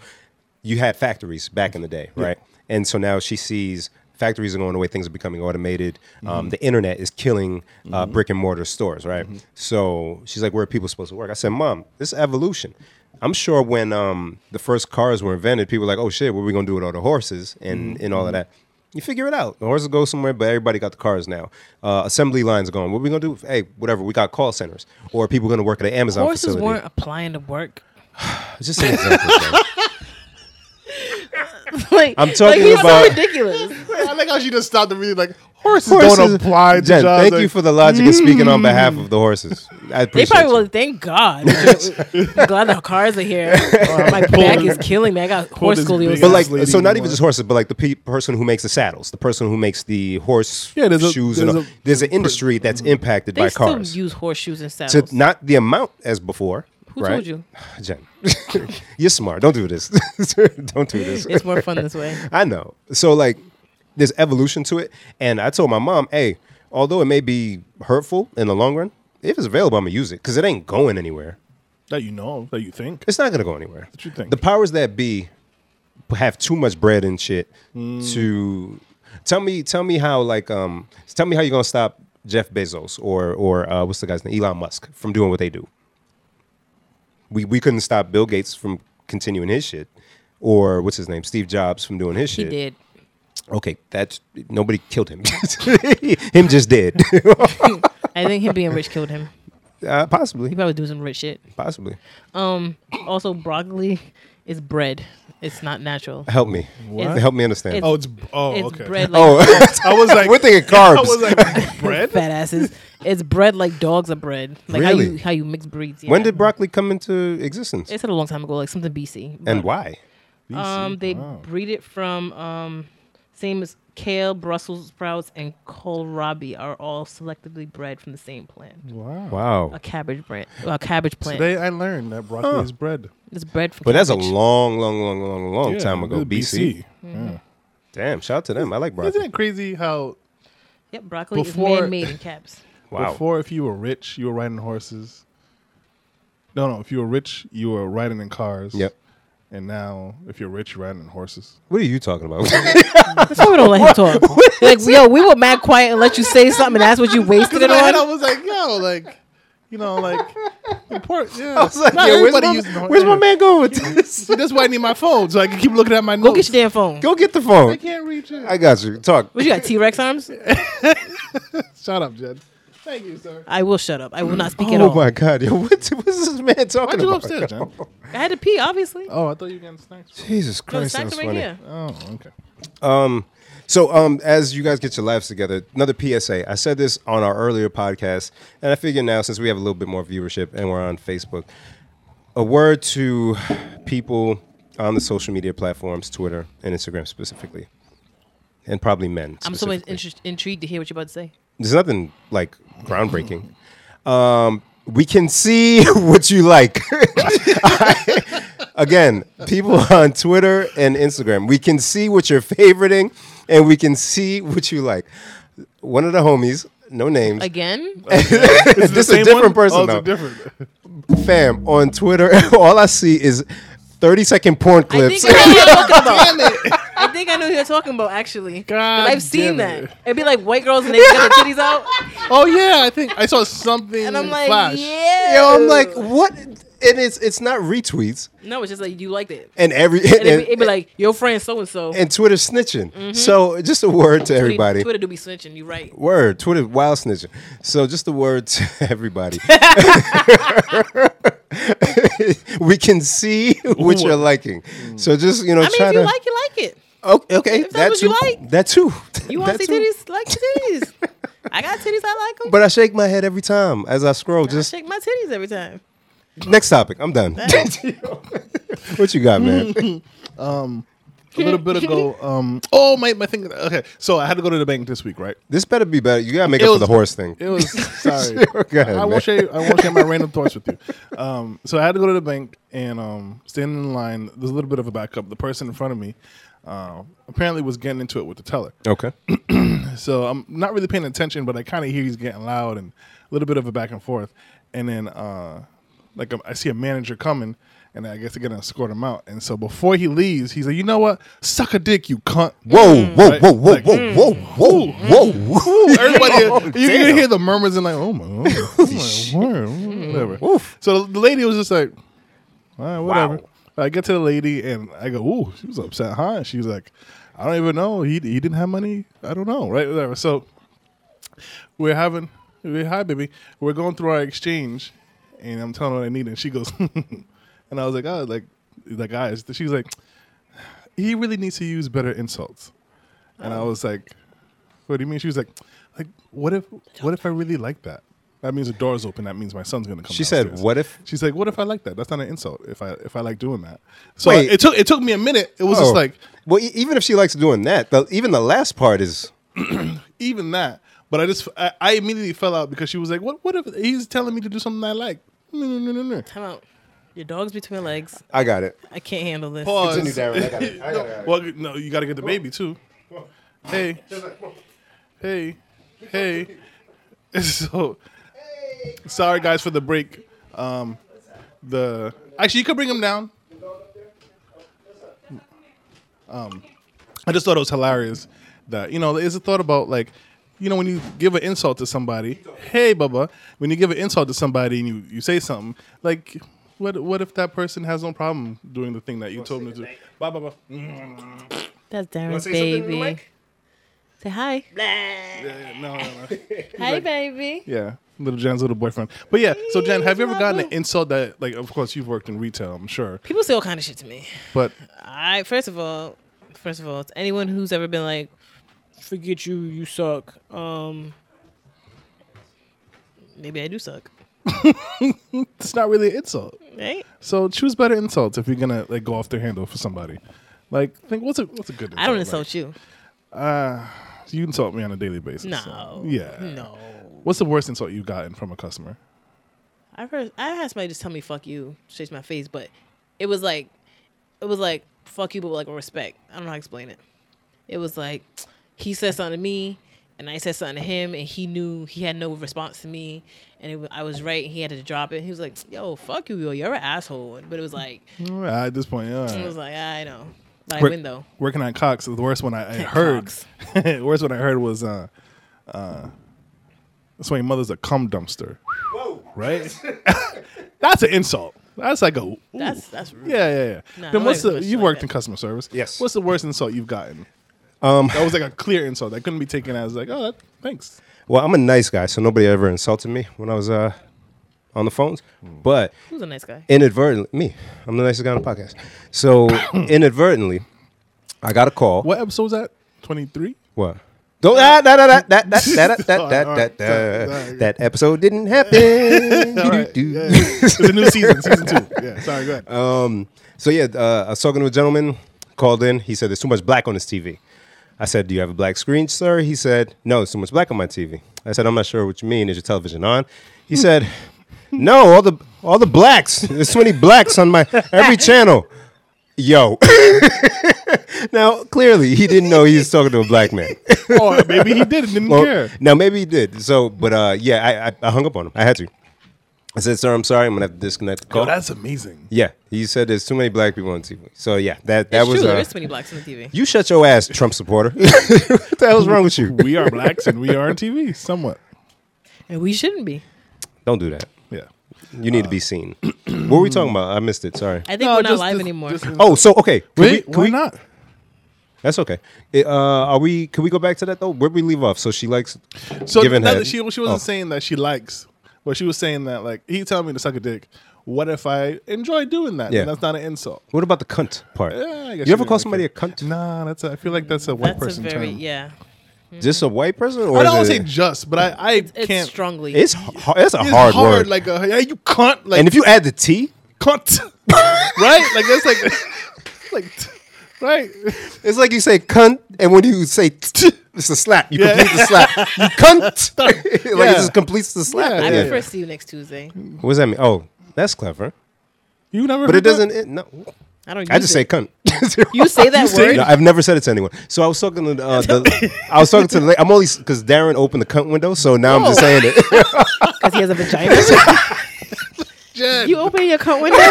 you had factories back in the day, right? And so now she sees factories are going away, things are becoming automated. Um, the internet is killing uh, brick and mortar stores, right? So she's like, where are people supposed to work? I said, Mom, this is evolution. I'm sure when um, the first cars were invented, people were like, oh shit, what are we gonna do with all the horses and and all of that? You figure it out. The horses go somewhere, but everybody got the cars now. Uh, assembly lines are going. What are we gonna do? Hey, whatever. We got call centers, or are people gonna work at an Amazon Horses facility? weren't applying to work. Just an example. bro. like, I'm like, talking he's about- so ridiculous. like how she just stopped and really like horses, don't Horses- apply to Jen, jobs. Thank like, you for the logic of speaking on behalf of the horses. I They appreciate probably you. will. Thank God. I'm glad the cars are here. My back is killing me. I got horse this scoliosis. big But like, Lady so not Gaga. even just horses, but like the pe- person who makes the saddles, the person who makes the horse Yeah, there's a- shoes. and there's all- a- there's an industry that's impacted they by still cars. use horseshoes and saddles. to not the amount as before. Who right? told you? Jen? You're smart. Don't do this. Don't do this. It's more fun this way. I know. So like, there's evolution to it, and I told my mom, hey, although it may be hurtful in the long run, if it's available, I'm gonna use it because it ain't going anywhere. That you know, that you think. It's not gonna go anywhere. What you think? The powers that be have too much bread and shit Mm. to tell me. Tell me how like um. Tell me how you're gonna stop Jeff Bezos or or uh, what's the guy's name Elon Musk from doing what they do. We we couldn't stop Bill Gates from continuing his shit, or what's his name Steve Jobs from doing his He shit. did. Okay, that's nobody killed him. him just did. I think him being rich killed him. uh, possibly, He probably do some rich shit. possibly. Also, broccoli is bread. It's not natural. Help me. What? Help me understand. It's- Oh, it's oh, it's okay. bread like oh, I was like, we're thinking carbs. I was like, bread. fat asses. It's bread like dogs are bread. Like how Really? you how you mix breeds. yeah. When did broccoli come into existence? They said a long time ago, like something BC. and why? Um, they breed it from um, same as kale, Brussels sprouts, and kohlrabi are all selectively bred from the same plant. Wow. Wow. A cabbage plant, a cabbage plant. Today I learned that broccoli Huh. is bread. it's bred from. But that's a cabbage. long, long, long, long, long Yeah, time ago. it was BC. Damn, shout out to them. I like Isn't broccoli. it crazy how Yep, broccoli Before- is man-made in caps. Wow. before if you were rich, you were riding horses. No, no. If you were rich, you were riding in cars. Yep. And now, if you're rich, you're riding in horses. What are you talking about? That's why we don't let him talk. Like, yo, we were mad quiet and let you say something, and that's what you wasted it In my head, I on. was like, yo, like, you know, like, important. Yeah. I was like, Not yo, where's, everybody my, uses the- where's my yeah. man going with this? See, that's why I need my phone so I can keep looking at my Go notes. get your damn phone. Go get the phone. I can't reach it. I got you. Talk. What you got? T Rex arms? Shut up, Jed. Thank you, sir. I will shut up. I will not speak at Oh all. my God, yo, what, what's this man talking Why'd about? you go upstairs, Jen? I had to pee, obviously. Oh, I thought you were getting snacks. Jesus No, Christ, it's that's actually right here. funny. Oh, okay. So, um, as you guys get your lives together, another PSA. I said this on our earlier podcast, and I figure now since we have a little bit more viewership and we're on Facebook, a word to people on the social media platforms, Twitter and Instagram specifically, and probably men. I'm so specifically. interest- intrigued to hear what you're about to say. There's nothing like groundbreaking. Um, we can see what you like. Again, people on Twitter and Instagram, we can see what you're favoriting and we can see what you like. One of the homies, no names, Again? is this a different person Oh, it's though? a different. Fam, on Twitter, all I see is 30 second porn I think clips. I know what you're talking about. I think I know who you're talking about, actually. God I've damn seen that. it. It. would be like white girls and they got their titties out. Oh yeah, I think I saw something. And I'm like, flash. yeah. Yo, I'm like, what? And it's it's not retweets No, it's just like, you liked it. and every And it'd, be, it'd be Mm-hmm. like, your friend so and so. and Twitter snitching. So just a word to everybody. Twitter do be snitching, you right. Word, Twitter wild snitching. So just a word to everybody. we can see what you're liking. So just you know, I mean, try if to you like, you like it. okay, Mm. okay if that's that what you too. like, That too. You want That to see too. titties? Like your titties. I got titties, I like them. But I shake my head every time as I scroll. Just shake my titties every time. next topic. I'm done. what you got, man? Mm. a little bit ago. Um, oh my, my thing. Okay, so I had to go to the bank this week, right? this better be better. You gotta make It up for was- the horse thing. It was sorry. Go ahead, I man. won't share. I won't share my random thoughts with you. Um, so I had to go to the bank and um, standing in line. There's a little bit of a backup. The person in front of me uh, apparently was getting into it with the teller. Okay. Mm. So I'm not really paying attention, but I kind of hear he's getting loud and a little bit of a back and forth. And then, uh, like, I see a manager coming, and I guess they're gonna escort him out. And so before he leaves, he's like, "You know what? Suck a dick, you cunt." Whoa, whoa, Right. whoa, whoa, Like, mm. whoa, whoa, whoa, whoa, whoa. Everybody, Oh, you can damn. hear the murmurs and like, "Oh my, oh my, word, whatever." Oof. So the lady was just like, "All right, whatever." Wow. I get to the lady and I go, "Ooh, she was upset, huh?" And she was like, "I don't even know. He he didn't have money. I don't know, right? Whatever." So we're having, we're, hi baby, we're going through our exchange, and I'm telling her what I need, and she goes, and I was like, "Oh, like, like eyes." She was like, "He really needs to use better insults." And I was like, "What do you mean?" She was like, "Like, what if, what if I really like that? That means the door's open. That means my son's gonna come." She said, downstairs." "What if- She's like, "What if I like that? That's not an insult. If I if I like doing that." So Wait. it took it took me a minute. It was Oh. just like well, e- even if she likes doing that, the, even the last part is even that. But I just I, I immediately fell out because she was like, "What what if he's telling me to do something I like?" No no no no no. Time out. Your dog's between my legs. I got it. I can't handle this. Pause. Darren. I got it. I got it. Well, no, you got to get the baby too. Hey, hey, hey. So, sorry guys for the break. Um, the actually, you could bring him down. Um, I just thought it was hilarious that you know it's a thought about like. You know, when you give an insult to somebody, hey, Bubba, when you give an insult to somebody and you, you say something, like, what what if that person has no problem doing the thing that you told them to do? Blah, blah, blah. That's Darren's say something in the baby. mic? Say hi. Yeah, no, no, no. Hi, baby. Yeah, little Jen's little boyfriend. But yeah, so Jen, have you ever gotten an insult that, like, of course you've worked in retail, I'm sure, People say all kind of shit to me. but I first of all, first of all, to anyone who's ever been like, "Forget you, you suck." Um, maybe I do suck, it's not really an insult. right? So choose better insults if you're gonna like go off the handle for somebody. Like, think what's a what's a good? Insult? I don't insult you. Like, you insult me on a daily basis. so- No. Yeah. No. What's the worst insult you've gotten from a customer? I've heard I had somebody just tell me "fuck you" straight to my face, but it was like, it was like "fuck you," but with like respect. I don't know how to explain it. It was like he said something to me, and I said something to him, and he knew he had no response to me, and it, wa- I was right. And he had to drop it. He was like, "Yo, fuck you, yo, you're an asshole." But it was like, All right, At this point, yeah. all it right. was like I know, by Work- window. Working at Cox, the worst one I, I heard. Cox. worst one I heard was, uh, uh, that's why your mother's a cum dumpster. Right? That's an insult. That's like a. ooh. That's that's rude. yeah, yeah, yeah. Nah, then I what's like the? shit You like worked that. in customer service. Yes. What's the worst insult you've gotten? Um, That was like a clear insult that couldn't be taken as like, oh, that, thanks. Well, I'm a nice guy, so nobody ever insulted me when I was uh, on the phones. But Who's a nice guy? inadvertently, me, I'm the nicest guy on the podcast. So inadvertently, I got a call. What episode was that? Twenty three. What? Don't ah, da, da, da, da, da, da, da, da, Alright, da, da, alright, sorry, da. sorry. That episode didn't happen. Do, do, do. It's a new season, season two. Yeah. Sorry. Go ahead. Um, so yeah, uh, I was talking to a gentleman, called in. He said, "There's too much black on this TV." I said, "Do you have a black screen, sir?" He said, "No, there's too much black on my TV." I said, "I'm not sure what you mean. Is your television on?" He said, "No, all the all the blacks. There's too many blacks on my every channel." Yo. now, clearly, he didn't know he was talking to a black man. or Oh, maybe he did and didn't Well, care. Now maybe he did. So, but uh, yeah, I, I I hung up on him. I had to. I said, "Sir, I'm sorry. I'm gonna have to disconnect the Oh, call." that's amazing. Yeah, he said there's too many black people on TV. So yeah, that that It's was. true. uh, There's too many blacks on the TV. you shut your ass, Trump supporter. what the hell's wrong with you? We are blacks and we are on TV somewhat. And we shouldn't be. Don't do that. Yeah. You need to be seen. what were we talking about? I missed it. Sorry. Uh. I think No, we're not just- live just- anymore. just- Oh, so okay. Can we- Wait, can why we- not? That's okay. It, uh, are we? Can we go back to that though? Where we leave off? So she likes. So giving not head. that she she wasn't Oh. saying that she likes, but she was saying that like he telling me to suck a dick. What if I enjoy doing that? Yeah. Yeah. that's not an insult. What about the cunt part? Yeah, I guess she you ever didn't call like somebody it. a cunt? Nah, that's a, I feel like that's a white That's a person very term. yeah. Just a white person, or I don't is say it, just, but I I It's can't. strongly. it's hard. It's a It's hard, word. Like a hey, you cunt. Like and if you add the T, cunt, right? Like that's like like t- right. It's like you say cunt, and when you say t- it's a slap. You complete the slap. You cunt. like Yeah. it just completes the slap. Yeah. at I the end. prefer to see you next Tuesday. What does that mean? Oh, that's clever. You never. But it heard that? doesn't. It, no, Oh, I don't. Use I just it. say cunt. You say that say word. No, I've never said it to anyone. So I was talking to uh, the. I was talking to the. la- I'm only because Darren opened the cunt window, so now I'm just saying it. Because he has a vagina. Jen, you open your cunt window.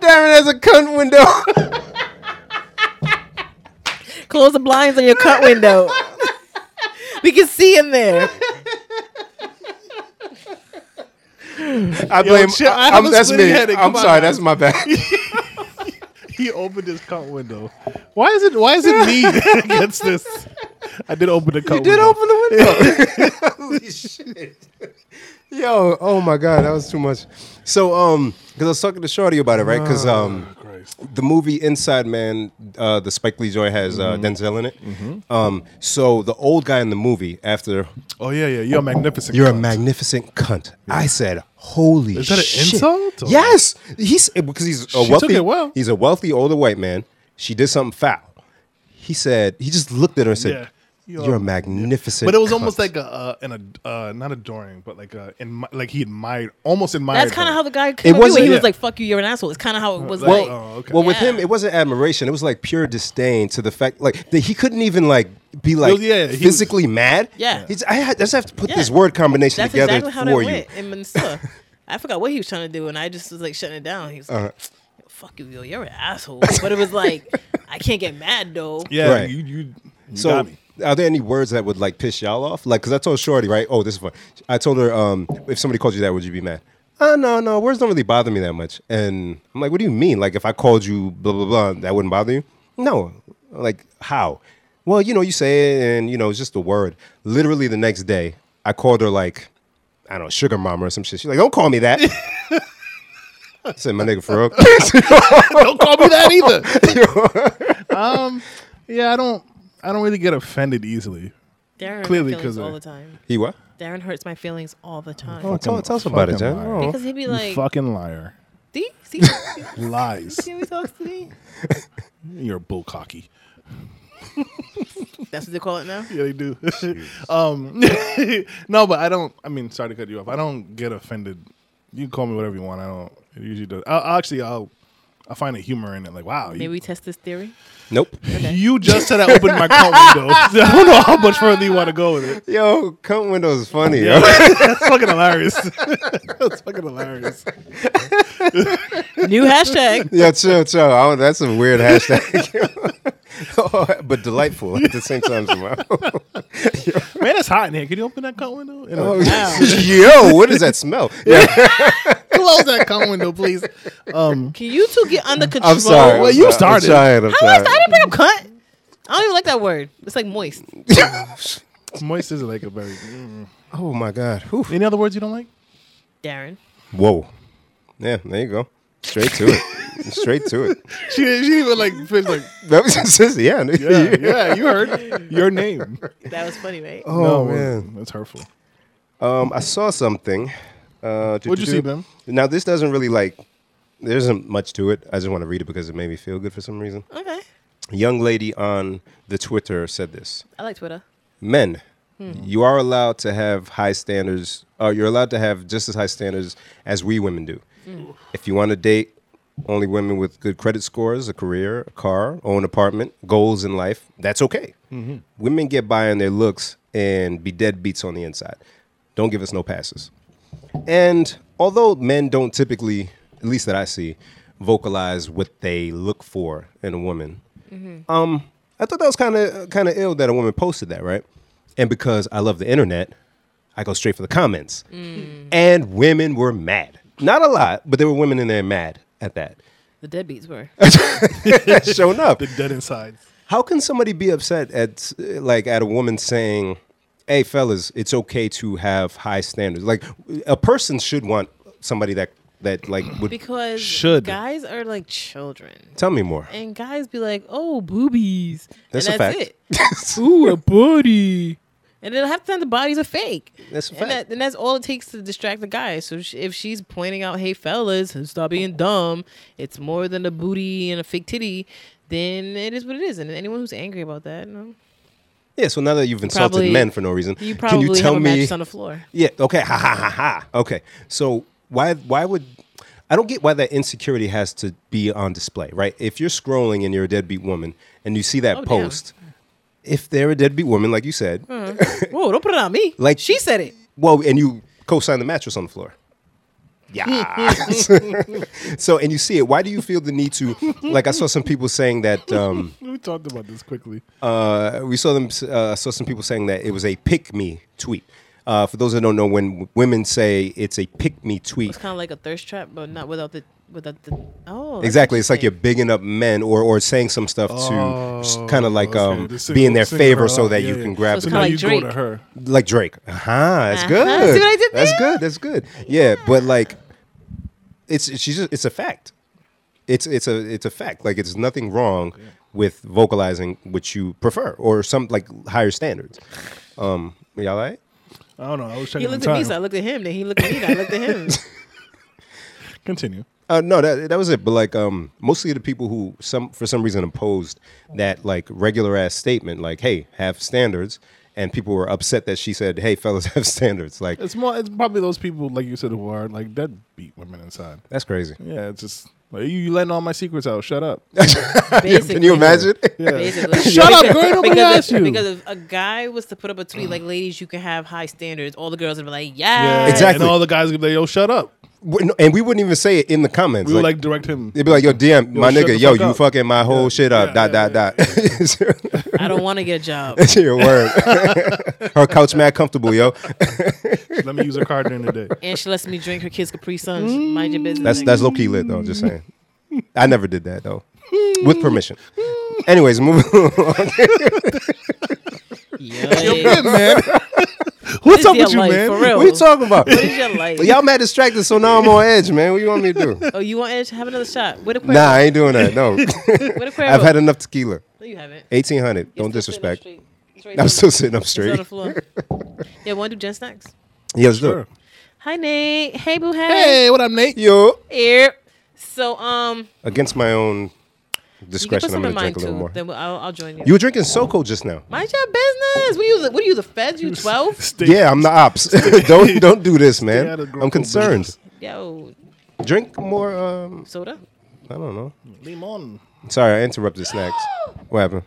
Darren has a cunt window. Close the blinds on your cunt window. we can see in there. I blame. chill, I have I'm, a that's me. splitting headache. I'm Come on, sorry. man. That's my bad. he opened his cunt window. Why is it? Why is it me against this? I did open the cunt. You did window. open the window. Holy shit. Yo, oh my god, that was too much. So, um, because I was talking to Shorty about it, right? Because um, Ah, Christ. the movie Inside Man, uh, the Spike Lee joint has Mm-hmm. uh, Denzel in it. Um, so the old guy in the movie after Oh yeah, yeah. You're a magnificent. you're a cunt. magnificent cunt. I said, "Holy Is that an shit. insult, or- Yes, he's because he's a took wealthy. it well. He's a wealthy older white man. She did something foul. He said he just looked at her and said, Yeah. "You're, You're- a magnificent." But it was cunt." almost like a uh, an uh, not adoring, but like a in like he admired, almost admired. That's kind of her. how the guy came wasn't- when he yeah. was like, "Fuck you, you're an asshole." It's kind of how it was Well- like. Oh, okay. Well, with Yeah. him, it wasn't admiration. It was like pure disdain to the fact, like that he couldn't even like be like Well, yeah, he was- physically mad. Yeah. He's, I, had, I just have to put Yeah. this word combination That's together exactly how that for you. went in Minnesota. I forgot what he was trying to do, and I just was like shutting it down. He was like, "Fuck you, yo, you're an asshole." But it was like, I can't get mad though. yeah. Right. You you, you So, got me. are there any words that would like piss y'all off? Like, cause I told Shorty, right? Oh, this is fun. I told her, um, if somebody called you that, would you be mad? Oh, no, no, words don't really bother me that much. And I'm like, what do you mean? Like, if I called you blah blah blah, that wouldn't bother you? No. Like, how? Well, you know, you say it, and you know, it's just a word. Literally, the next day, I called her like, I don't know, sugar mama or some shit. She's like, don't call me that. I said, my nigga, for real. Don't call me that either. um, yeah, I don't. I don't really get offended easily. Clearly, Darren Clearly, my 'cause feelings all I- the time. he what? Darren hurts my feelings all the time Oh, tell, Fucking- tell us about it, fucking Jen. liar. Oh. because he'd be you like, fucking liar. "See, see, see Lies. how he talks to me." You're bull cocky. That's what they call it now. Yeah, they do. um, no, but I don't. I mean, sorry to cut you off. I don't get offended. You can call me whatever you want. I don't. It usually does. I, I actually, I'll. I find a humor in it. Like, wow, Maybe you, we test this theory. Nope. you just said I opened my car window. I don't know how much further you want to go with it. Yo, cunt windows is funny. Yeah, Yo. that's fucking hilarious. that's fucking hilarious. New hashtag. Yeah, chill, chill. I, don't- that's a weird hashtag. Oh, but delightful at the same time. somehow. Man, it's hot in here. Can you open that car window? And Oh, I'll Yo, what is that smell? Yeah, Close that car window, please. Um, Can you two get under control? I'm sorry. well, I'm you sorry. started. I'm trying, I'm I, was, I sorry. didn't bring up cunt. I don't even like that word. It's like moist. moist is like a very. mm. Oh my god. Whew. Any other words you don't like? Darren. Whoa. Yeah, there you go. Straight to it. Straight to it. She, she even like, fish like, That was just, yeah. yeah, yeah, you heard your name. That was funny, right? Oh no, man. that's hurtful. Um, I saw something. Uh, What'd you see, Ben? Now this doesn't really like. There isn't much to it. I just want to read it because it made me feel good for some reason. Okay. A young lady on the Twitter said this. I like Twitter. men you are allowed to have high standards uh, you're allowed to have just as high standards as we women do if you want to date only women with good credit scores a career a car own apartment goals in life that's okay women get by on their looks and be deadbeats on the inside don't give us no passes and although men don't typically at least that i see vocalize what they look for in a woman I thought that was kind of kind of ill that a woman posted that, right? And because I love the internet, I go straight for the comments. Mm. And women were mad. Not a lot, but there were women in there mad at that. The deadbeats were. Showing up. Dead inside. How can somebody be upset at uh, like at a woman saying, "Hey fellas, it's okay to have high standards." Like a person should want somebody that that like would Because Should. guys are like children. tell me more. And guys be like, oh, boobies. That's a and that's it. fact. Ooh, a body. And then half the time the bodies are fake. That's a And, fact. that, and that's all it takes to distract the guy. So sh- if she's pointing out, hey, fellas, and stop being dumb, it's more than a booty and a fake titty, then it is what it is. And anyone who's angry about that, no, Yeah, so now that you've insulted Probably- men for no reason, you can probably you tell have a me mattress on the floor. Yeah. Okay. Ha ha ha ha. Okay. So why why would I don't get why that insecurity has to be on display, right? If you're scrolling and you're a deadbeat woman and you see that Oh, damn. post, if they're a deadbeat woman, like you said, Mm. Whoa, don't put it on me. Like- Like she said it. well, and you co-sign the mattress on the floor. Yeah. so and you see it. Why do you feel the need to? Like I saw some people saying that. Um, We talked about this quickly. uh, we saw them uh, saw some people saying that it was a pick me tweet. Uh, for those that don't know, when w- women say it's a pick me tweet, It's kind of like a thirst trap, but not without the without the. Oh, that's Exactly. It's like you're interesting. bigging up men or, or saying some stuff to Oh, kind of like okay. um, To sing- be in their sing her favor so up. that Yeah, you uh, yeah. can So grab it's them. kinda now like you Drake. go to her. like Drake. Uh-huh. That's Uh-huh. good. See what I did That's there? good. That's good. Yeah, but like it's she's just, it's a fact. it's it's a it's a fact. Like it's nothing wrong with vocalizing what you prefer or some like higher standards. Um, y'all all right? I don't know. I was He checking the looked at me, time. so I looked at him. Then he looked at me, then I looked at him. Continue. Uh, no, that that was it. But like, um, mostly the people who some for some reason opposed that like regular ass statement, like, "Hey, have standards," and people were upset that she said, "Hey, fellas, have standards." Like, It's more. It's probably those people like you said who are like that beat women inside. that's crazy. Yeah, it's just like you, you letting all my secrets out. Shut up. Basically. Can you imagine? Basically. Shut up, girl, Because- nobody because asked if, you. Because if a guy was to put up a tweet like, "Ladies, you can have high standards," all the girls would be like, "Yeah." Exactly. And all the guys gonna be like, "Yo, shut up." We- no, And we wouldn't even say it in the comments. We would like direct him. they'd be like, "Yo, DM my shut nigga, the yo, fuck you up." fucking my whole shit up." yeah, dot dot dot. I don't want to get a job. That's your word. Her couch mad comfortable, yo. Let me use a card during the day. And she lets me drink her kids Capri Suns. Mind your business. That's nigga. that's low key lit though. Just saying. I never did that though, with permission. Anyways, moving on. Yikes. What's This up your with you, life, man? For real. What are you talking about? What is your life? Y'all mad distracted, so now I'm on edge, man. What you want me to do? Oh, you want Edge? Have another shot. With a Cuervo. Nah, I ain't doing that. No, With a Cuervo. I've had enough tequila. no, you haven't. Eighteen hundred. You're Don't still sitting up disrespect. straight. It's right I'm on- still sitting up it's on straight. the floor. yeah, want to do Jen Snacks? Yeah, let's do Sure. it. Hi, Nate. Hey, Boo Hey. Hey, what up, Nate? Yo, Here. So, um, against my own you can put discretion, I'm some gonna in mine drink a too. little more. Then we'll- I'll, I'll join you. You were drinking SoCo just now. Mind your business. What are you? the- What are you? The feds? You twelve? Stay- Yeah, I'm the ops. don't don't do this, man. out of I'm Grupo concerned. business. Yo, Drink more. Um, soda. I don't know. Limon. Sorry, I interrupted snacks. What happened?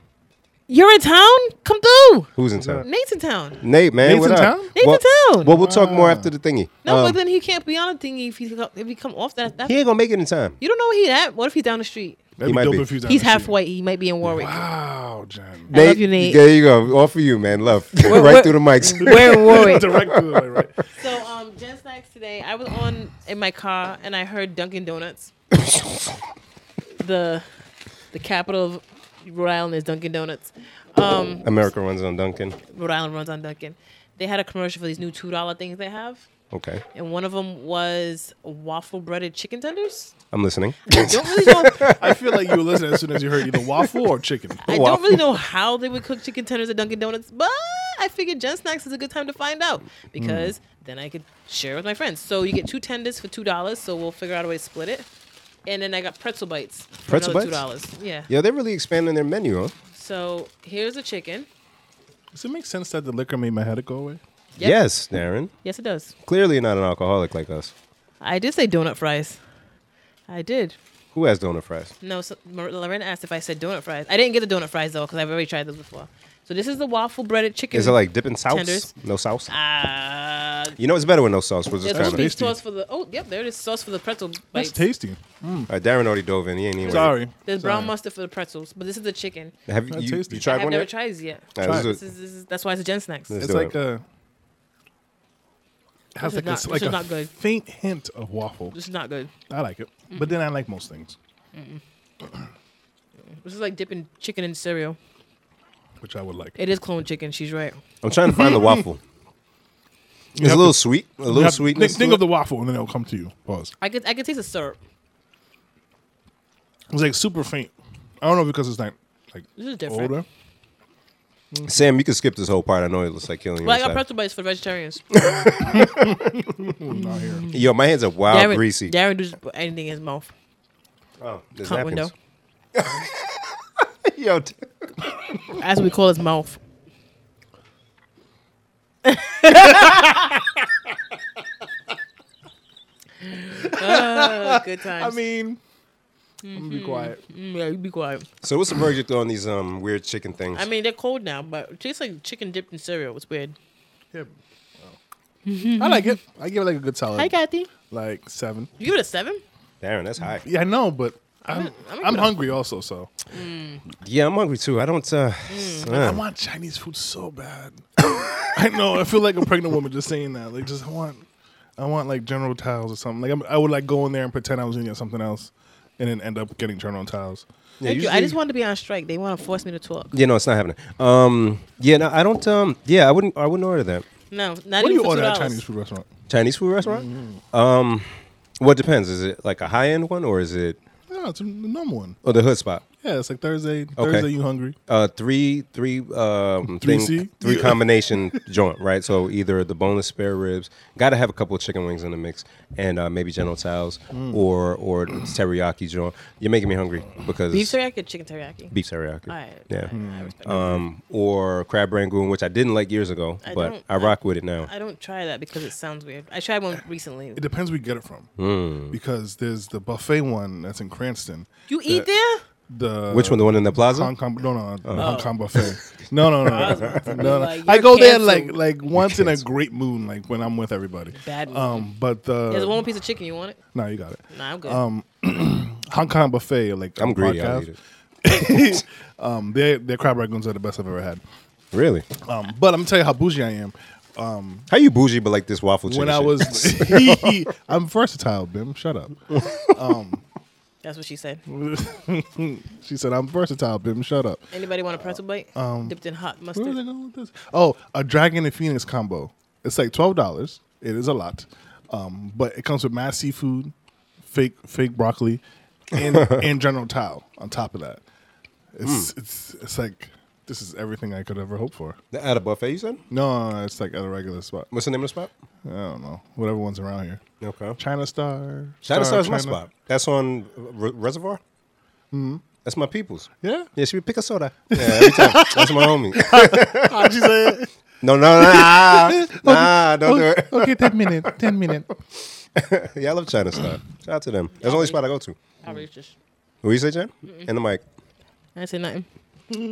You're in town. Come through. Who's in town? Nate's in town. Nate, man. Nate's in what up? town? Nate's well, in town. Well, we'll talk more after the thingy. No, Um, but then he can't be on a thingy if he if he come off that. that he ain't gonna make it in time. you don't know where he at. What if he's down the street? That'd might be dope be. if he was out He's in the half street. white. He might be in Warwick. Wow, John. I love you, Nate. There you go. All for you, man. Love. right we're- through the mics. Where in Warwick? Direct to it, right? So, um, Jen Snacks today. I was on in my car and I heard Dunkin' Donuts. the the capital of Rhode Island is Dunkin' Donuts. Um, America runs on Duncan. Rhode Island runs on Dunkin'. They had a commercial for these new two dollar things they have, Okay, and one of them was waffle breaded chicken tenders. I'm listening. I don't really know. I feel like you were listening as soon as you heard either waffle or chicken. I don't Waffle. really know how they would cook chicken tenders at Dunkin' Donuts, but I figured Jen Snacks is a good time to find out Mm. because then I could share with my friends. So you get two tenders for two dollars. So we'll figure out a way to split it. And then I got pretzel bites. For Pretzel another two bites? dollars. Yeah. Yo, they're really expanding their menu, huh? So here's a chicken. Does it make sense that the liquor made my headache go away? Yep. Yes, Darren. Yes, it does. Clearly not an alcoholic like us. I did say donut fries. I did. Who has donut fries? No, so Mar- Lorena asked if I said donut fries. I didn't get the donut fries though because I've already tried those before. So this is the waffle breaded chicken. Is it like dipping sauce? Tenders. No sauce. Ah, You know it's better with no sauce. We're just there's kind supposed of. to be tasty. sauce for the. Oh, yep, there it is sauce for the pretzel That's bites. tasty. Darren already dove in. He ain't even. Sorry. There's Sorry. brown mustard for the pretzels, but this is the chicken. Have you, Not you, tasty. you I tried have one never yet? Uh, tried these yet. Nah, Try this it. is This is, this is, that's why it's a Gen Snacks. This- It's do like a has This is like a, not- s- this like is a not good. faint hint of waffle. This is not good. I like it, but then I like most things, This is like dipping chicken in cereal. which I would like. It is clone chicken. She's right. a- I'm trying to find the waffle. It's a have little to- sweet. A You little have to sweetness. Think, think to of it. the waffle, and then it'll come to you. Pause. I could I could taste the syrup. It's like super faint. I don't know because it's like like This is different. older. Sam, you can skip this whole part. I know it looks like killing you. Well, I got inside. pretzel bites for the vegetarians. Not here. Yo, my hands are wild Darren, Oh, greasy. Darren does put anything in his mouth. Oh, there's Cunt window. napkins. Yo, t- As we call his mouth. oh, good times. I mean, I'm gonna be quiet. Mm, yeah, you be quiet. so what's the verdict on these um weird chicken things? I mean, they're cold now, but it tastes like chicken dipped in cereal. It's weird. Yeah. I like it. I give it like a good solid, Hi, Kathy. like seven. You give it a seven? Darren, that's high. Yeah, I know, but I'm I'm I'm, gonna- hungry also, so Yeah, I'm hungry too. I don't. Uh, Hmm. I want Chinese food so bad. I know. I feel like a pregnant woman just saying that. Like, just I want, I want like General Tiles or something. Like, I'm, I would like go in there and pretend I was eating something else, and then end up getting General Tiles. yeah, Thank you. I usually- just wanted to be on strike. They want to force me to talk. Yeah, no, it's not happening. Um, yeah, no, I don't. Um, yeah, I wouldn't. I wouldn't order that No, not What do even you for order at $2. a Chinese food restaurant? Mm-hmm. Chinese food restaurant. Um, what depends? Is it like a high end one or is it No, it's a normal one. Oh, the hood spot. Yeah, it's like Thursday. Thursday, you hungry? Uh, three, three, um, Three thing- C? three Yeah. combination joint, right? So either the boneless spare ribs, got to have a couple of chicken wings in the mix, and uh, maybe genitals Mm. or or teriyaki joint. You're making me hungry because Beef teriyaki or chicken teriyaki? beef teriyaki. All right. Yeah. I, respect Oh. that. Um, or crab rangoon, which I didn't like years ago, I but don't- I rock with it now. I don't try that because it sounds weird. I tried one recently. It depends where you get it from. Hmm. Because there's the buffet one that's in Cranston. You eat there? The Which one? The one in the plaza? Hong Kong, no, no, the Hong Kong buffet. No, no, no, was no. about to be no. Oh. like, I you're go there canceled. like like once in a great mood, like when I'm with everybody. Bad mood. Um, but the There's one more piece of chicken. You want it? no, you got it. Nah, I'm good. um, Hong Kong buffet, like I'm on greedy. I'll podcast. eat it. um, their their crab rangoons are the best I've ever had. Really? Um, but I'm gonna tell you how bougie I am. How you bougie, but like this waffle chicken? When I shit? was, I'm versatile, Bim. Shut up. That's what she said. She said I'm versatile, Bim. Shut up. Anybody want a pretzel bite? Um, Dipped in hot mustard. Where are they going with this? Oh, a dragon and phoenix combo. It's like twelve dollars. It is a lot, um, but it comes with mass seafood, fake fake broccoli, and and general towel on top of that. It's Hmm. it's it's like this is everything I could ever hope for. at a buffet, you said? No, no, it's like at a regular spot. What's the name of the spot? I don't know. Whatever one's around here. Okay. China Star. Shadow Star's my China- spot. That's on Re- Reservoir. Mm-hmm. That's my people's. Yeah. Yeah, she would pick a soda. Yeah, every time. That's my homie. How'd you say it? No, no, nah, nah, don't do it. okay, ten minute. Ten minute. Yeah, I love China Star. Shout out to them. That's the only spot I go to. Outrageous. What you say, Jen? And I'm like, I didn't say nothing.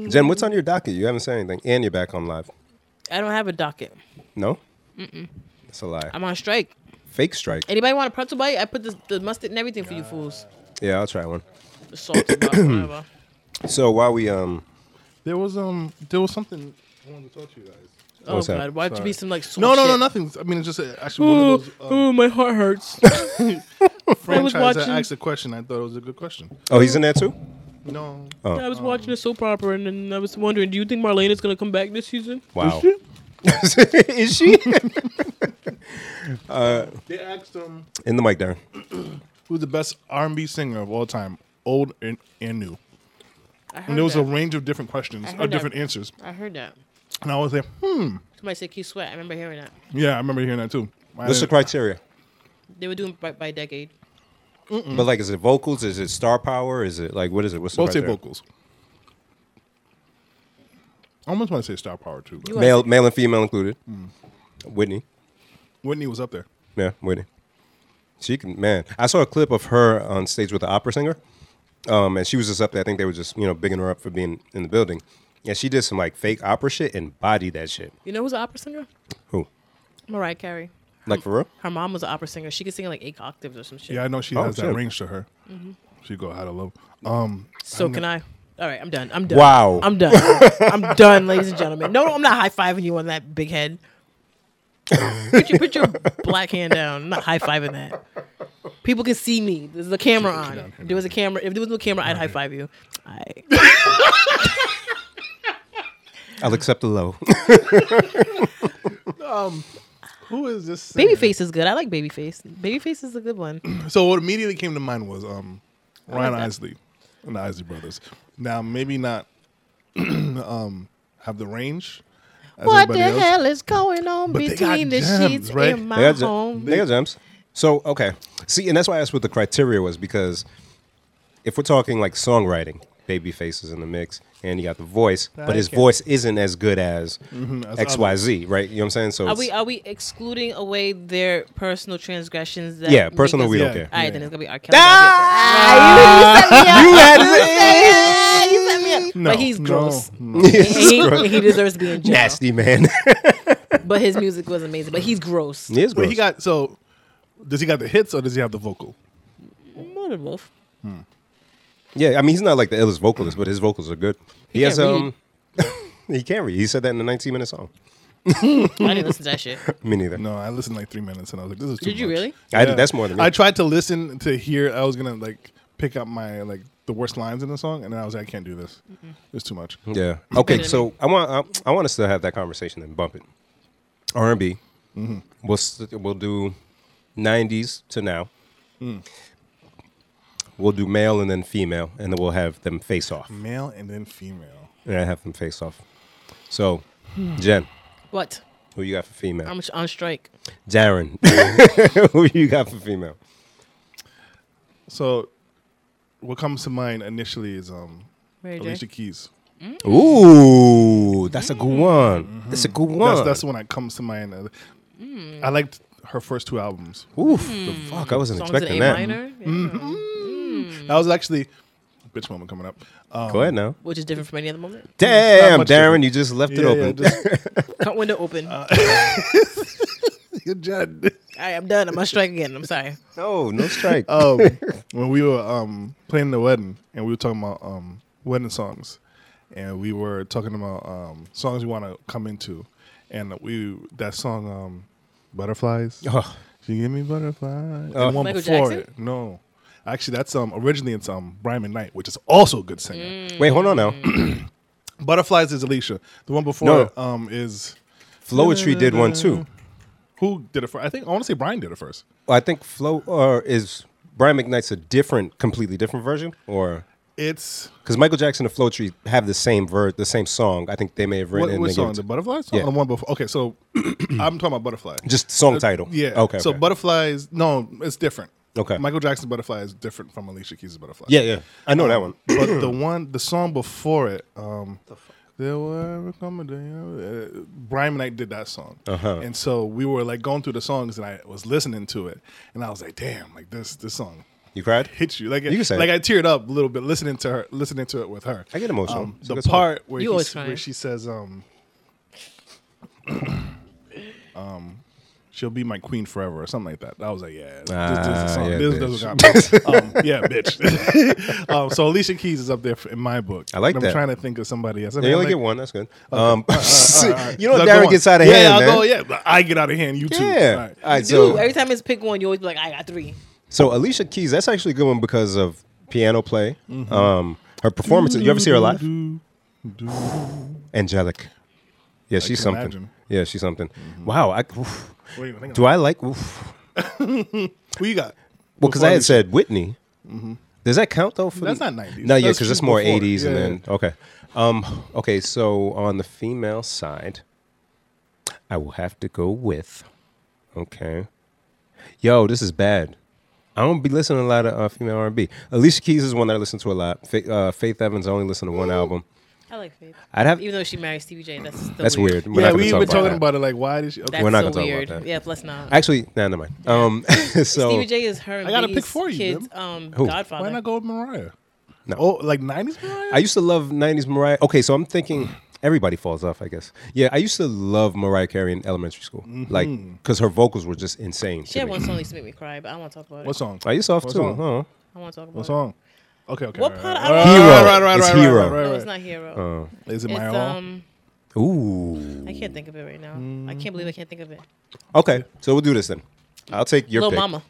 Jen, what's on your docket? You haven't said anything, and you're back on live. I don't have a docket. No, Mm-mm. that's a lie. I'm on strike. Fake strike. Anybody want a pretzel bite? I put this, the mustard and everything for you fools. Yeah, I'll try one. The salt, and whatever. So while we um, There was um there was something I wanted to talk to you guys. Oh What's that? God! Why'd you be some like Oh, sweet No, no, no, shit? nothing. I mean, it's just uh, actually one of those um, Oh, my heart hurts. was franchise that watching- asked a question. I thought it was a good question. oh, he's in there too. No, I was watching a soap opera and then I was wondering, do you think Marlene is gonna come back this season? Wow. Is she they asked him in the mic, Darren? who's the best R&B singer of all time, old and, and new. I heard And there was that. a range of different questions or heard different that. answers. I heard that. And I was like, hmm, Somebody said Key Sweat. I remember hearing that. yeah, I remember hearing that too. I What's the didn't- criteria? They were doing by, by decade. But like, is it vocals? Is it star power? Is it like what is it? What's the Both say criteria? vocals. I almost want to say star power too, but You- Male, male and female included. Whitney, Whitney was up there. yeah, Whitney. She can, man. I saw a clip of her on stage with the opera singer, um, and she was just up there. I think they were just you know bigging her up for being in the building. Yeah, she did some like fake opera shit and bodied that shit. You know who's an opera singer? Who? Mariah Carey. Like for real? Her mom was an opera singer. She could sing in like eight octaves or some shit. Yeah, I know she Oh, has that shit. range to her. She go how to love. Um, So can I? All right, I'm done. I'm done. Wow. I'm done. I'm done, ladies and gentlemen. No, no, I'm not high fiving you on that big head. put, your, put your black hand down. I'm not high fiving that. People can see me. There's a camera on. If there was a camera. If there was no camera, I'd high five you. I, I'll accept the low. who is this? singer? Babyface is good. I like Babyface. Babyface is a good one. So what immediately came to mind was um, Ryan that. Isley and the Isley Brothers. Now maybe not um, have the range. As What the everybody else. hell is going on But they got between the gems, sheets right? in my they, got, home? ge- they got gems. So okay, see, and that's why I asked what the criteria was because if we're talking like songwriting, Babyface is in the mix, and you got the voice, but his voice isn't as good as as X Y Z, right? You know what I'm saying? So Mm-hmm, Are it's- we are we excluding away their personal transgressions? That yeah, make personally, us- we don't Yeah. care. All right, then it's gonna be R. Kelly. Ah! You had it. No, but he's no, gross. no. And he, and he deserves to be in jail. Nasty man. But his music was amazing. But he's gross. he is But gross. he got so. Does he got the hits or does he have the vocal? More than both. yeah, I mean, he's not like the illest vocalist, but his vocals are good. He, He has can't um, he can't read. He said that in a 19 minute song. I didn't listen to that shit. Me neither. No, I listened like three minutes and I was like, "This is too Did you much. really? I, that's more than me. I tried to listen to hear. I was gonna like pick up my like the worst lines in the song, and then I was like, I can't do this. It's too much. Yeah. Okay. than So I want I, I want us to have that conversation and bump it. R and B. Mm-hmm. Mm. We'll s- we'll do '90s to now. We'll do male and then female, and then we'll have them face off. Male and then female. Yeah, have them face off. So, Jen, What? who you got for female? I'm sh- on strike. Darren, who you got for female? So, what comes to mind initially is um, Mary J. Alicia Keys. Ooh, that's a good one. That's a good one. Mm-hmm. That's that's the one that comes to mind. Uh, Mm. I liked her first two albums. Oof, the fuck, I wasn't Songs expecting in A that. Mm-hmm. minor, yeah. Mm. That was actually bitch moment coming up. Um, Go ahead now. which is different from any other moment. Damn, much Darren, you just left it yeah, open. yeah, just, Cut window open. Uh, You're dead. All right, I'm done. I'm on strike again. I'm sorry. no, no strike. um, when we were um, playing the wedding and we were talking about um, wedding songs and we were talking about um, songs we want to come into and we that song um, butterflies Oh. she give me butterflies Oh. and one Michael before Jackson? it no actually that's um originally it's um Brian McKnight which is also a good Mm. singer Wait, hold on now. mm. butterflies is Alicia the one before No. it, um is Floetry did one too. who did it first I think I want to say Brian did it first I think Flo or is Brian McKnight's a different, completely different version, or it's because Michael Jackson and Floetry have the same ver, the same song. I think they may have written what, and what they gave song it the to- butterflies song? Yeah. the one before okay so I'm talking about butterfly just song Uh, title. Yeah. Okay. So okay. butterflies. No, it's different. Okay. Michael Jackson's butterfly is different from Alicia Keys' butterfly. yeah, yeah, I know that one. but the one, the song before it, um, there were coming uh, Brian Knight did that song, Uh-huh. and so we were like going through the songs, and I was listening to it, and I was like, damn, like this this song You cried. hits you, like You can say like it. I teared up a little bit listening to her, listening to it with her. I get emotional. Um, It's a the good song. part where, You he- always crying. where she says, um, um, um, she'll be my queen forever or something like that. I was like, yeah, this, this is the Ah, song. yeah, this, this is what got me. um, yeah, bitch. um, so Alicia Keys is up there f- in my book. I like And that. I'm trying to think of somebody else. I Yeah, you mean, only like- get one. That's good. Um, you Like, know, go Darren on. gets out of yeah, hand, I'll man. Go, yeah, but I get out of hand. You too. Yeah. All right. All right, Dude, so every time it's pick one, you always be like, I got three. so Alicia Keys. That's actually a good one because of piano play. Mm-hmm. Um, her performance. You ever see her live? Angelic. Yeah, she's can something. imagine. Mm-hmm. Yeah, she's something. Wow. I, oof. Wait, hang on. Do I like? Oof. Who you got? Well, because Before I had Alicia- said Whitney. Does that count though? For Mm-hmm. That's the- not 90s. No, yeah, That's because that's just more before. eighties, and Yeah, then okay, um, okay. So on the female side, I will have to go with, okay, yo, this is bad. I don't be listening to a lot of uh, female R and B. Alicia Keys is one that I listen to a lot. Fa- uh, Faith Evans, I only listen to one album. I like Faith. I'd have. Even though she married Stevie J, that's still That's weird. We're yeah, not gonna we've talk been talking that. about it. Like, why did she? Okay. That's We're not so gonna talk about weird. that. Yeah, let's not. Actually, nah, never mind. Um, so Stevie J is her. And I gotta Biggie's pick for you, Kids, Jim. um, Who? Godfather. Why not go with Mariah? No. Oh, like 90s Mariah? I used to love '90s Mariah. Okay, so I'm thinking everybody falls off, I guess. Yeah, I used to love Mariah Carey in elementary school, like because her vocals were just insane. She to had me. one song that used to make me cry, but I don't want to talk about What it. song? Are you Oh, soft What too? song? Huh? I want to talk about What it. song? Okay, okay. What all part? right, I don't Hero. All right, right, It's right, right, hero. right, right, No, right. it's not Hero. Oh. Is it it's my all? um, Ooh. I can't think of it right now. I can't believe I can't think of it. Okay, so we'll do this then. I'll take your Lil pick. Mama.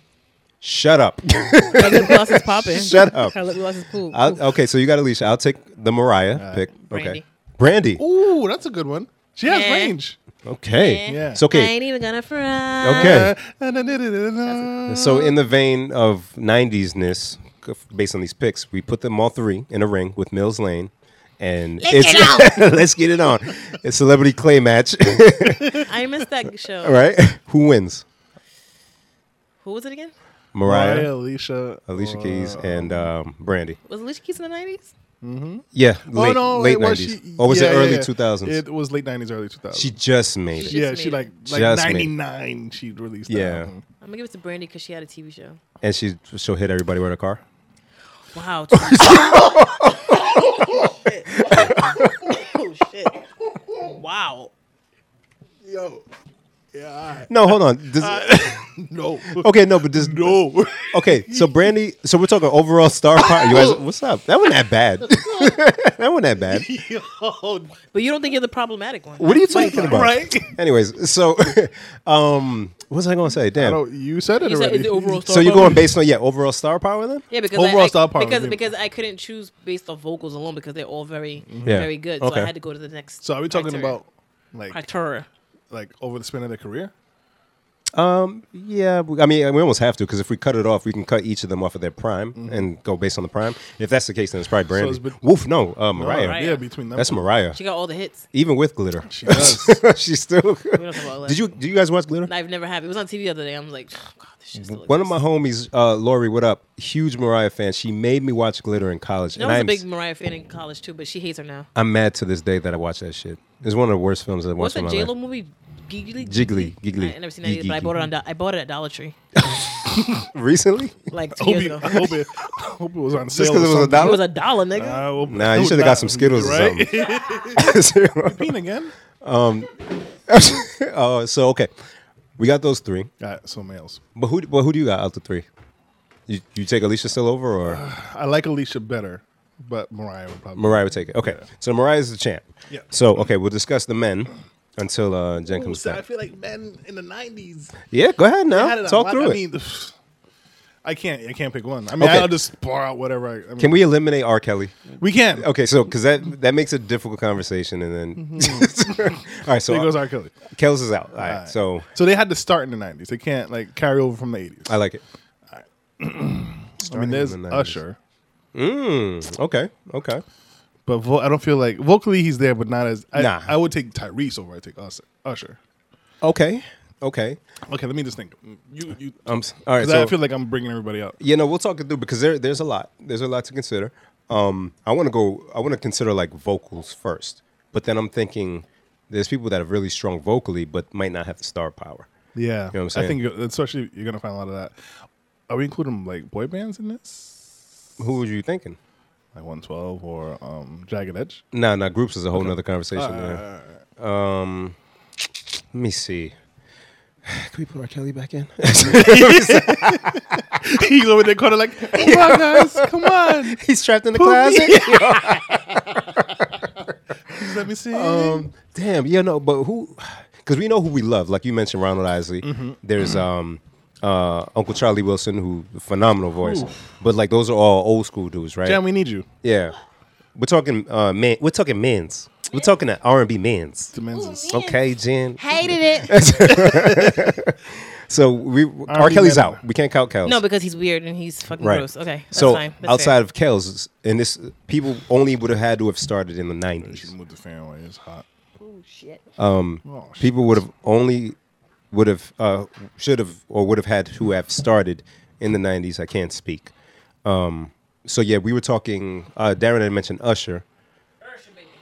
Shut up. Her lip gloss is popping. Shut up. Her lip gloss is cool. I'll, okay, so you got Alicia. I'll take the Mariah pick. Brandy. Okay. Brandy. Ooh, that's a good one. She has Yeah. range. Okay. Yeah. It's okay. I ain't even gonna fry. Okay. Uh, So, in the vein of 90s ness, based on these picks, we put them all three in a ring with Mills Lane. And Let's get it's, let's get it on. A celebrity clay match. I missed that show. all right. Who wins? Who was it again? Mariah, Mariah, Alicia, Oh. Alicia or- Keys, and um, Brandy. Was Alicia Keys in the 90s? Yeah. Oh, Late, no, late it was 90s. she- or was yeah, it yeah, early yeah. 2000s? It was late 90s, early 2000s. she just made it. yeah, just she made like, it. like Just made it. 99, she released that. Yeah. album. I'm gonna give it to Brandy because she had a TV show. And she, she'll hit everybody with a car. Wow. oh, shit. oh shit. Wow. Yo. Yeah. No, hold on. Does- No. okay, no, but this. Uh, No. Okay, so Brandy, so we're talking overall star power. You Oh. guys, what's up? That wasn't that bad. that wasn't that bad. Yo. But you don't think you're the problematic one. What are you talking about? Right? Anyways, so um, what was I going to say? I Damn. don't- You said it You said already. is it overall So star you're power? going based on yeah overall star power then? Yeah, because Overall I, I, star power, because maybe. because I couldn't choose based on vocals alone because they're all very Yeah. very good. So Mm-hmm. Okay. I had to go to the next. So are we talking criteria. about like criteria? like over the span of their career? Um, yeah, we- I mean, we almost have to because if we cut it off, we can cut each of them off of their prime and go based on the prime. If that's the case, then it's probably Brandy. Mm-hmm. it's been- Woof, no, uh, Mariah. Mariah. Yeah, between them. That's Mariah. She got all the hits. Even with glitter, She does. she's still. We don't talk about all Did that. you? Do you guys watch glitter? I've never had. It was on TV the other day. I'm like, oh, God, this shit still One of exists. my homies, uh, Lori, what up? Huge Mariah fan. She made me watch Glitter in college, And I and was I'm, a big Mariah fan in college too, but she hates her now. I'm mad to this day that I watched that shit. It's one of the worst films I What's watched in that my J Lo life. movie? Giggly, Jiggly, giggly, I never seen that either, but I giggly. bought it on. Do- I bought it at Dollar Tree Recently? like I two hope, it, years ago. I, hope it, I hope it was on sale. Just because or it was a something. It was dollar? a dollar, nigga. I hope- Nah, it you was should have not- got some Skittles or right? something. Bean again? uh, so okay, we got those three. Got something else. But who? But who do you got out the three? You, you take Alicia still over, or I like Alicia better, but Mariah would probably. Mariah would take it? Okay, so Mariah's the champ. Yeah. So okay, we'll discuss the men until uh, Jen Ooh, comes so I back. feel like men in the nineties. Yeah, go ahead I had now. it a Talk lot- through I it. mean, I can't. I can't pick one. I mean, Okay. I'll just pour out whatever. I, I mean, Can we eliminate R. Kelly? We can. Okay. Okay, so because that that makes a difficult conversation, and then all right, Mm-hmm. so There goes R. Kelly. Kells is out. All right, All right. so so they had to start in the nineties. They can't like carry over from the eighties. I like it. I mean, there's in the 90s. Usher, Mm, okay, okay. but vo- I don't feel like vocally he's there, but not as. I, Nah. I would take Tyrese over. I take Us- Usher. Okay. Okay. Okay, let me just think. You, you. Um, s- all right. 'cause So, I feel like I'm bringing everybody up. yeah, no, we'll talk it through because there, there's a lot. There's a lot to consider. Um, I want to go. I want to consider like vocals first, but then I'm thinking there's people that are really strong vocally, but might not have the star power. Yeah, know what I'm saying? think you're- especially you're gonna find a lot of that. Are we including like boy bands in this? Who were you thinking? Like 112 or um, Jagged Edge? No, no, groups is a whole nother conversation. yeah. Um, let me see. Can we put R. Kelly back in? He's over there calling like, "Come on, guys, come on, He's trapped in the Just let me see." Um, damn, yeah, no, but who? Because we know who we love, like you mentioned, Ronald Isley. There's um, uh, Uncle Charlie Wilson, who phenomenal voice. But like those are all old school dudes, right? Jam, we need you. yeah, we're talking uh, man. We're talking men's. We're talking R and B men's. The men's is- Okay, Jen. Hated it. So we R. R&B Kelly's men. out. We can't count Kells. no, because he's weird and he's fucking right. gross. Okay, that's so fine. That's outside fair. of Kells, and this people only would have had to have started in the nineties. Move the fan away. It's hot. Oh, shit. people would have only would have uh, should have or would have had who have started in the 90s i can't speak um, so yeah we were talking uh, darren had mentioned usher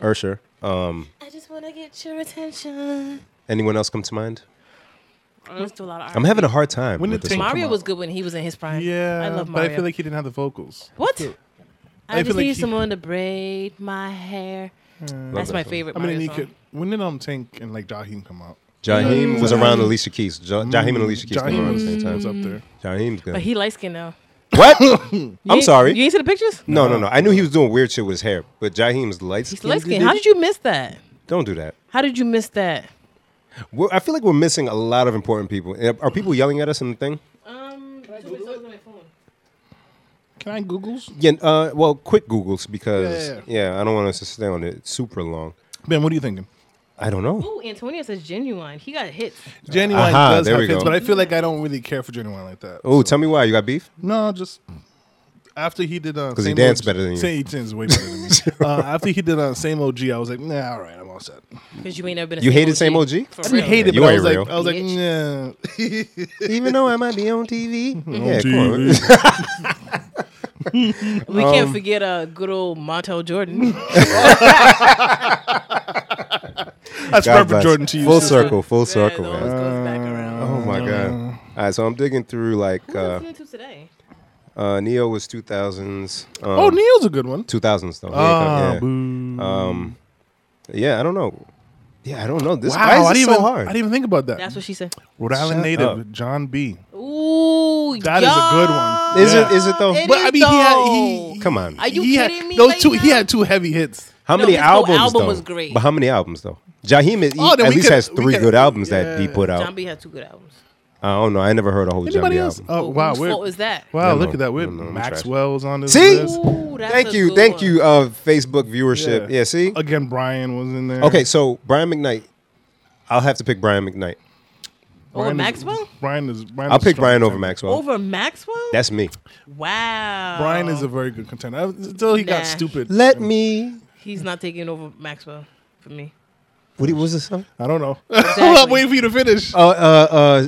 usher um, I just want to get your attention. anyone else come to mind I listen to a lot of i'm having a hard time When with did this Tank- one. Mario Come was on. good when he was in his prime. Yeah, I love but Mario. I feel like he didn't have the vocals. what? I I, feel just like need he- someone to braid my hair. That's that my song. favorite. I mean, and he Mario song. could. When did um Tank and like Jaheim come out? Jaheim was around Alicia Keys. Ja- Jaheim and Alicia Keys came Jaheim around at was, the same was time. Mm. up there. Jaheim's good. But he light skinned now. what? I'm You- You sorry. ain't see the pictures? No, no, no. I knew he was doing weird shit with his hair, but Jaheim's light He's light skinned. How did you miss that? Don't do that. How did you miss that? We're, I feel like we're missing a lot of important people. Uh, Are people yelling at us in the thing? Um, Can I Google's? Yeah. Uh, well, quick Googles because yeah, Yeah, I don't want us to stay on it super long. Ben, what are you thinking? I don't know. Ooh, Antonio says genuine. He got hits. Genuine Aha, does there have we hits, go. but I feel like I don't really care for Genuine like that. Oh, so- tell me why you got beef. No, just after he did uh, 'Cause he Same danced OG better than you. Same, he danced way better than me. Uh, after he did uh, same OG, I was like, nah, all right, I'm all set. Because you ain't never been a You hated same OG? For I real. didn't hate it, You but I was ain't like, real. I was like, nah. Even though I might be on TV. yeah, come on. TV. We can't forget uh, good old Montel Jordan. That's God perfect, bless. Jordan to you. Full sis. circle, full Yeah, it circle, always man. goes back around. Oh my god. All right, so I'm digging through like Who uh, listening to today? uh, Neo was 2000s. Um, Oh, Neil's a good one. 2000s though. He ain't Ah, come- boo. yeah. Um, yeah, I don't know. Yeah, I don't know. This wow, why I is didn't, this even, so hard? I didn't even think about that. That's what she said. Rhode Island Shut native up. John B. Ooh, That is a good one. Is Yeah. it? Is it though? It But is I mean, he had though. he, he- Come on. Are you he had- kidding me? Those right two, now? he had two heavy hits. How No, many his whole albums? album though? was great. But how many albums though? Jaheim is, Oh, then at we least could- has we three could- good albums that he yeah. put out. John B had two good albums. I don't know. I never heard a whole Anybody Jambi else? album. Oh, wow. Whose we're- fault was that? Wow, No, look at that. We're no, no, I'm trash. Maxwell's on this See? list. Ooh, that's Thank a you, good thank one. you, uh, Facebook viewership. Yeah. Yeah. see. Again, Brian was in there. Okay, so Brian McKnight. I'll have to pick Brian McKnight. Brian is- Over Oh, Maxwell? Brian is. Brian I'll is a pick strong Brian over contender. Maxwell. Over Maxwell? That's me. wow. Brian is a very good contender I- until he Nah. got stupid. Let me. He's not taking over Maxwell for me. What was the song? I don't know. I'm Exactly. waiting for you to finish. Uh, uh,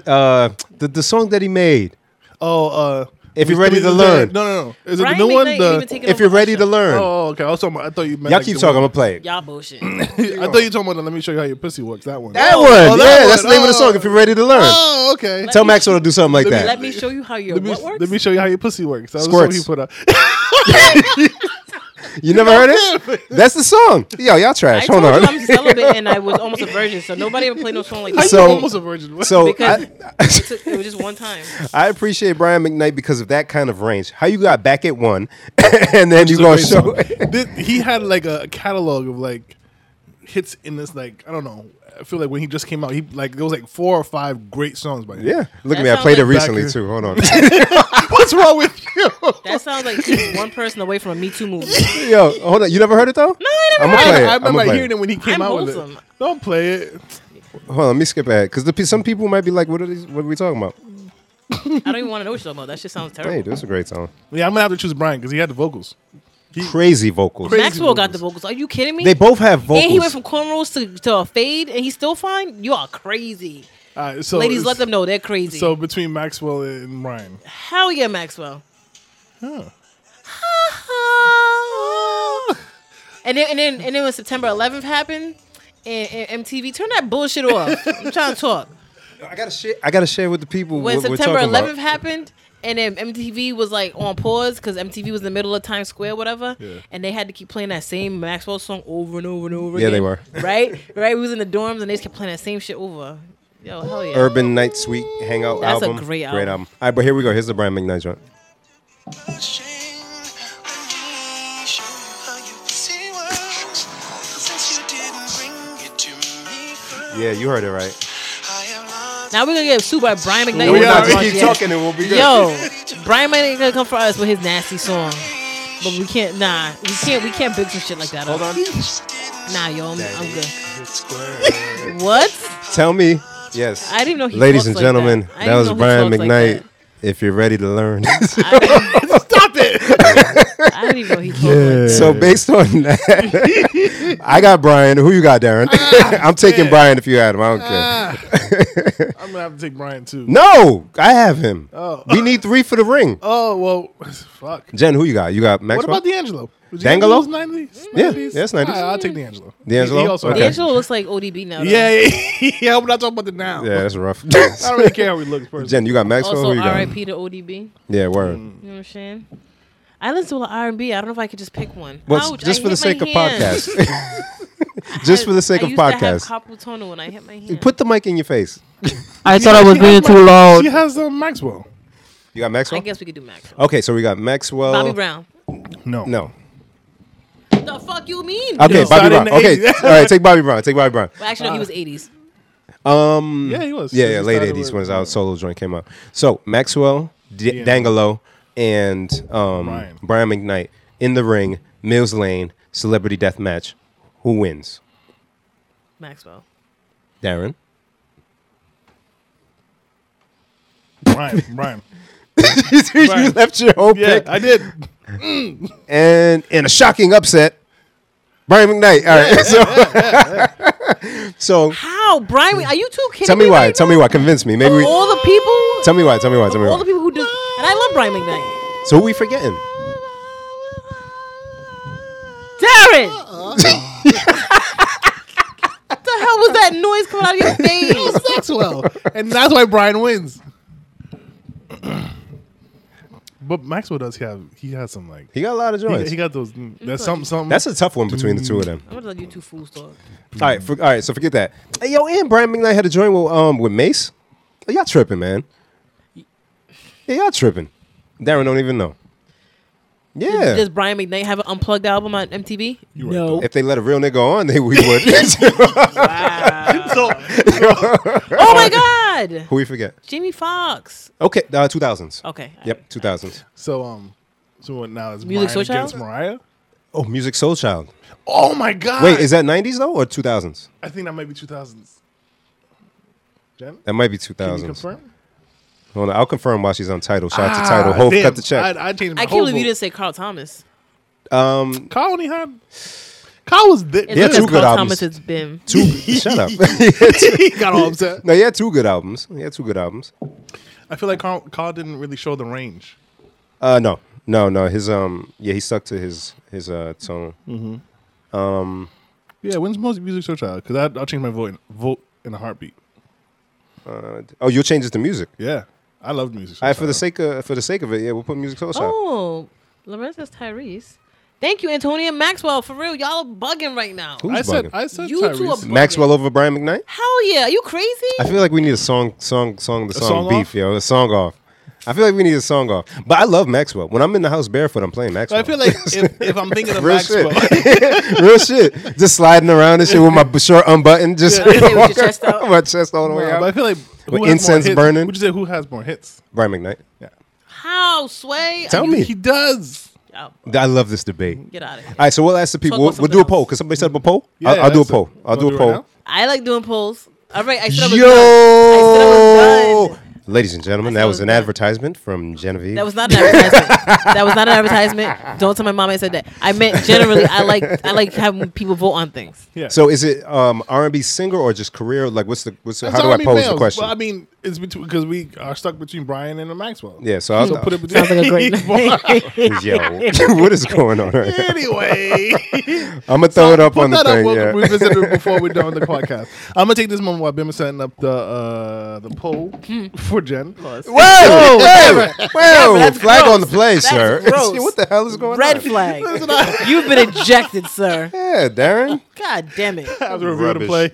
uh, uh, the, the song that he made. Oh, uh, If you're we- ready we- to learn. no, no, no. Is it Brian the new one? McKnight ain't The- even taking if over you're ready to Usher. learn. oh, okay. I was talking. About, I thought you meant. Y'all like, keep the talking. one- I'm gonna play it. Y'all bullshit. I thought you were talking about. the Let me show you how your pussy works. That one. That Oh, oh, one. that yeah, one. that's the name of the song. If you're ready to learn, Oh, okay. tell Maxwell to do something like that. Let me show you how your Let me, what works. let me show you how your pussy works. That was what Squirts. he put out. you never heard it? That's the song. Yo, y'all I trash. told Hold you on. I'm celibate and I was almost a virgin, so nobody ever played no song like that. So- almost a virgin. so because I, it, took, it was just one time. I appreciate Brian McKnight because of that kind of range. How you got back at one, and then you gonna Great show? song. Did- he had like a catalog of like hits in this like I don't know. I feel like when he just came out, he like there was like four or five great songs by him. Yeah, look That at me. I sounds played it like- recently too. Hold on. What's wrong with you? That sounds like she was one person away from a Me Too movie. Yo, hold on. You never heard it though? No, I never I'm gonna I, play it. I I'm remember gonna play hearing it when he came I'm out with wholesome. it. Don't play it. it. Hold on, let me skip ahead because pe- some people might be like, "What are these? What are we talking about?" I don't even want to know what you're talking about. That shit sounds Hey, terrible. dude, it's a great song. Yeah, I'm gonna have to choose Brian because he had the vocals. Crazy vocals. Crazy Maxwell got the vocals. Are you kidding me? They both have vocals. And he went from cornrows to, to a fade, and he's still fine. You are crazy, All right, so ladies. it's- Let them know they're crazy. So between Maxwell and Brian, Hell yeah, Maxwell. and then and then and then when September 11th happened, and, and MTV turn that bullshit off. I'm trying to talk. I gotta share. I gotta share with the people When what we're September talking 11th about. happened. And then MTV was like on pause because MTV was in the middle of Times Square, whatever. Yeah. And they had to keep playing that same Maxwell song over and over and over Yeah, again. they were. Right? Right? We was in the dorms and they just kept playing that same shit over. Yo, hell yeah. Urban Night Sweet Hangout That's a album. great Great album. album. All right, but here we go. Here's the Brian McKnight joint. Yeah, you heard it right. Now we're gonna get sued by Brian McKnight. We We're over are- not Don to keep Juan. talking and we'll be good. Yo, Brian McKnight gonna come for us with his nasty song, but we can't. Nah, we can't. We can't big some shit like that. Hold on. Nah, yo, I'm, I'm good. What? Tell me. Yes. I didn't know. He Ladies talks and like gentlemen, I that, didn't was know he Brian talks like McKnight. If you're ready to learn. that. I didn't even know he talked like so based on that, I got Brian. Who you got, Darren? I'm taking Brian if you had him. I don't Ah. care. I'm gonna have to take Brian too. No, I have him. We need three for the ring. Oh well, fuck. Jen, who you got? You got What Maxwell? about D'Angelo? Was D'Angelo? D'Angelo's 90s? Yeah, 90s? yeah, it's 90s. Alright, I'll take D'Angelo. D'Angelo? He, he also that. Okay. had- D'Angelo looks like ODB now. though. Yeah, yeah, yeah. I'm not talking about the now. yeah, that's rough. I don't really care how he looks. Personally. Jen, you got Maxwell? Also, who you got? RIP to ODB. You know Yeah, word. Mm. what I'm saying? I listen to a lot of R&B. I don't know if I could just pick one. Well, Ouch, just I for the hit my sake of hand. podcast. just for the sake I of used to have podcast. carpal tunnel when I hit my hand. Put the mic in your face. I thought I was being too loud. She has um, Maxwell. You got I Maxwell? guess we could do Maxwell. Okay, so we got Maxwell. Bobby Brown. No, No. The fuck you mean? Okay, No. Bobby Started in Brown. the Okay, 80s. all right, take Bobby Brown. Take Bobby Brown. Well, actually, no, he was 80s. Um, Yeah, he was. Yeah, He yeah late started 80s with- when his out solo joint came out. So Maxwell, D- Dangelo, and um, Brian. Brian. McKnight in the ring, Mills Lane, celebrity death match. Who wins? Maxwell. Darren. Brian. Brian. you left your whole Yeah, pick. I did. and in a shocking upset, Brian McKnight. All right, so so How, Brian? Are you two kidding tell me me why. right Tell me why. Convince me. Maybe now? we. all the people, Tell me why. Tell me why. Tell me all the why. people who do, and I love Brian McKnight. So who we forgetting? Darren, what the Uh-uh. hell was that noise coming out of your face? Maxwell, and that's why Brian wins. but Maxwell does have he has some like He got a lot of he, joints. he got those. mm, That's something. Something. That's a tough one between the two of them. I'm gonna let you two fools talk. Mm. All right, for, all right. So forget that. Hey, yo, and Brian McKnight had a joint with um with Mace. Oh, y'all tripping, man? Yeah, y'all tripping. Darren don't even know. Yeah. Does Brian McKnight have an unplugged album on MTV? no. If they let a real nigga on, they we would. so. Oh my God, Who we forget? Jamie Foxx. Okay, uh, two thousands. Okay. Yep, two thousands. So um. So what now? It's Music Brian Soul Child? against Mariah. Oh, Music Soul Child. Oh my God! Wait, is that nineties though or two thousands? I think that might be two thousands. Janet? That might be two Can you thousand. confirm? Hold on, I'll confirm while she's on title. Shout out to Ah, title. Hope damn, cut the check. I, I changed my I can't whole believe you vote. didn't say Carl Thomas. um, Kyle only had. Kyle was there. It's Yeah, because two good Carl Thomas albums. has been. two. shut up. he got all upset. no, he had two good albums. He had two good albums. I feel like Kyle, Kyle didn't really show the range. Uh, no, no, no. His um, yeah, he stuck to his his uh tone. Hmm. Yeah, when's most music show child? Because I'll change my vote in, vote in a heartbeat. Uh, oh, you'll change it to music. Yeah, I loved music. Show All right, for the Child. sake of for the sake of it, yeah, we'll put music soul Child. Oh, Lorenzo's Tyrese. Thank you, Antonia Maxwell. For real, y'all are bugging right now. Who's I said bugging? I said You two Tyrese. are- Maxwell over Brian McKnight. Hell yeah, are you crazy? I feel like we need a song, song, song, the song, song beef, off? yo, a song off. I feel like we need a song off. But I love Maxwell. When I'm in the house barefoot, I'm playing Maxwell. I feel like if, if I'm thinking of Real Maxwell, real shit, just sliding around and shit with my b- shirt unbuttoned, just Yeah, with your walking chest out. around, my chest all the way but I out. feel like who With has more incense hits? burning. Would you say who has more hits? Brian McKnight, Yeah, How sway? tell me. he does. Oh, I love this debate. get out of here. All right, so we'll ask the people. about We'll, we'll do a something poll. else. Cause somebody said a poll. Yeah, I'll, I'll do a that's it. poll. I'll Wanna do a poll. it I like doing polls. All right, I said I was done. Yo, done. ladies and gentlemen, I that said I was was an done. advertisement from Genevieve. That was not an advertisement. that was not an advertisement. Don't tell my mom I said that. I meant generally. I like I like having people vote on things. Yeah. so is it um, R&B singer or just career? Like, what's the what's the, That's how do I R&B pose the males. question? Well, I mean, it's between because we are stuck between Brian and Maxwell. yeah, so I'll So put it between. Sounds like a great night. yo, what is going on? Right anyway, I'm gonna throw it up put on the that up. thing. We'll yeah. revisit it before we're done with the podcast. I'm gonna take this moment while Bim is setting up the uh, the poll for Jen. Whoa! Whoa! Whoa! Flag on the play, sir. gross. what the hell is going on? Red flag. You've been ejected, sir. Yeah, Darren. God damn it. after review the Rubbish. play.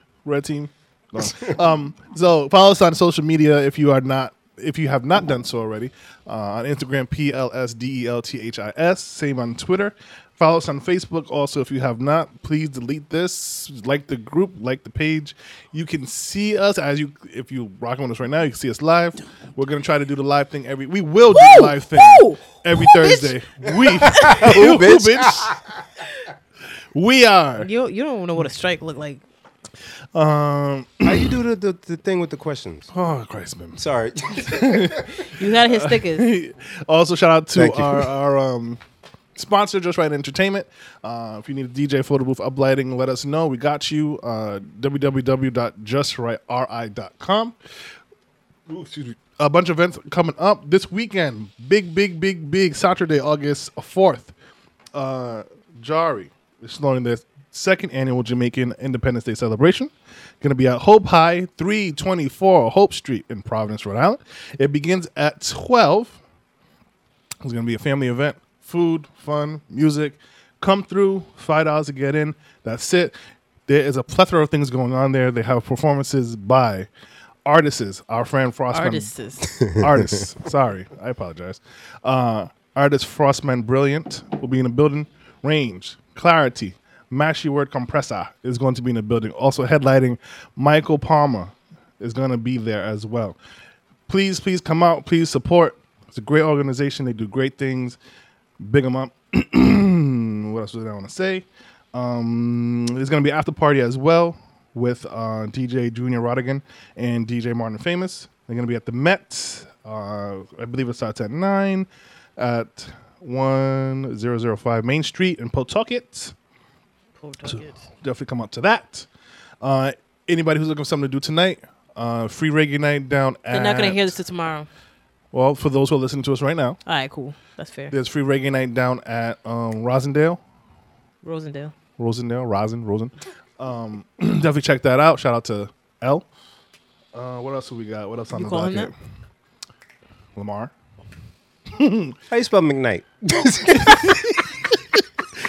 Red team. No. um, so follow us on social media if you are not if you have not done so already. Uh, on Instagram, P L S D E L T H I S. Same on Twitter. Follow us on Facebook also if you have not. Please delete this. Like the group, like the page. You can see us as you if you rocking with us right now. You can see us live. We're gonna try to do the live thing every. We will do the Woo! live thing Woo! every Woo, bitch! Thursday. We, Woo, bitch? bitch. we are. You you don't know what a strike look like. Um. How you do the, the, the thing with the questions? Oh Christ, man. Sorry. You got his stickers. Also, shout out to Thank you. our our um, sponsor, Just Right Entertainment. Uh, if you need a DJ photo booth uplighting, let us know. We got you. Uh, www.justrightri.com. Ooh, excuse me. A bunch of events coming up this weekend. Big, big, big, big Saturday, August fourth. Uh, Jari is throwing their second annual Jamaican Independence Day celebration. Going to be at Hope High, three twenty four Hope Street in Providence, Rhode Island. It begins at twelve. It's going to be a family event. Food, fun, music. Come through, $5 to get in. That's it. There is a plethora of things going on there. They have performances by artists, our friend Frostman. Artists. Artists. Sorry, I apologize. Uh, artist Frostman Brilliant will be in the building. Range, Clarity, Mashy Word Compressor is going to be in the building. Also, headlighting Michael Palmer is going to be there as well. Please, please come out. Please support. It's a great organization. They do great things. Big them up. what else did I want to say? Um, there's going to be after party as well with uh, DJ Junior Rodigan and DJ Martin Famous. They're going to be at the Met. Uh, I believe it starts at 9 at 1005 Main Street in Pawtucket definitely come up to that. Uh, anybody who's looking for something to do tonight, uh, free reggae night down at. They're not gonna hear this till tomorrow. Well, for those who are listening to us right now, All right, cool. That's fair. there's free reggae night down at um, Rosendale, Rosendale. Rosendale, Rosin, Rosen. Um, definitely check that out. Shout out to L. Uh, what else do we got? What else on You the call him docket? Lamar. How you spell McKnight?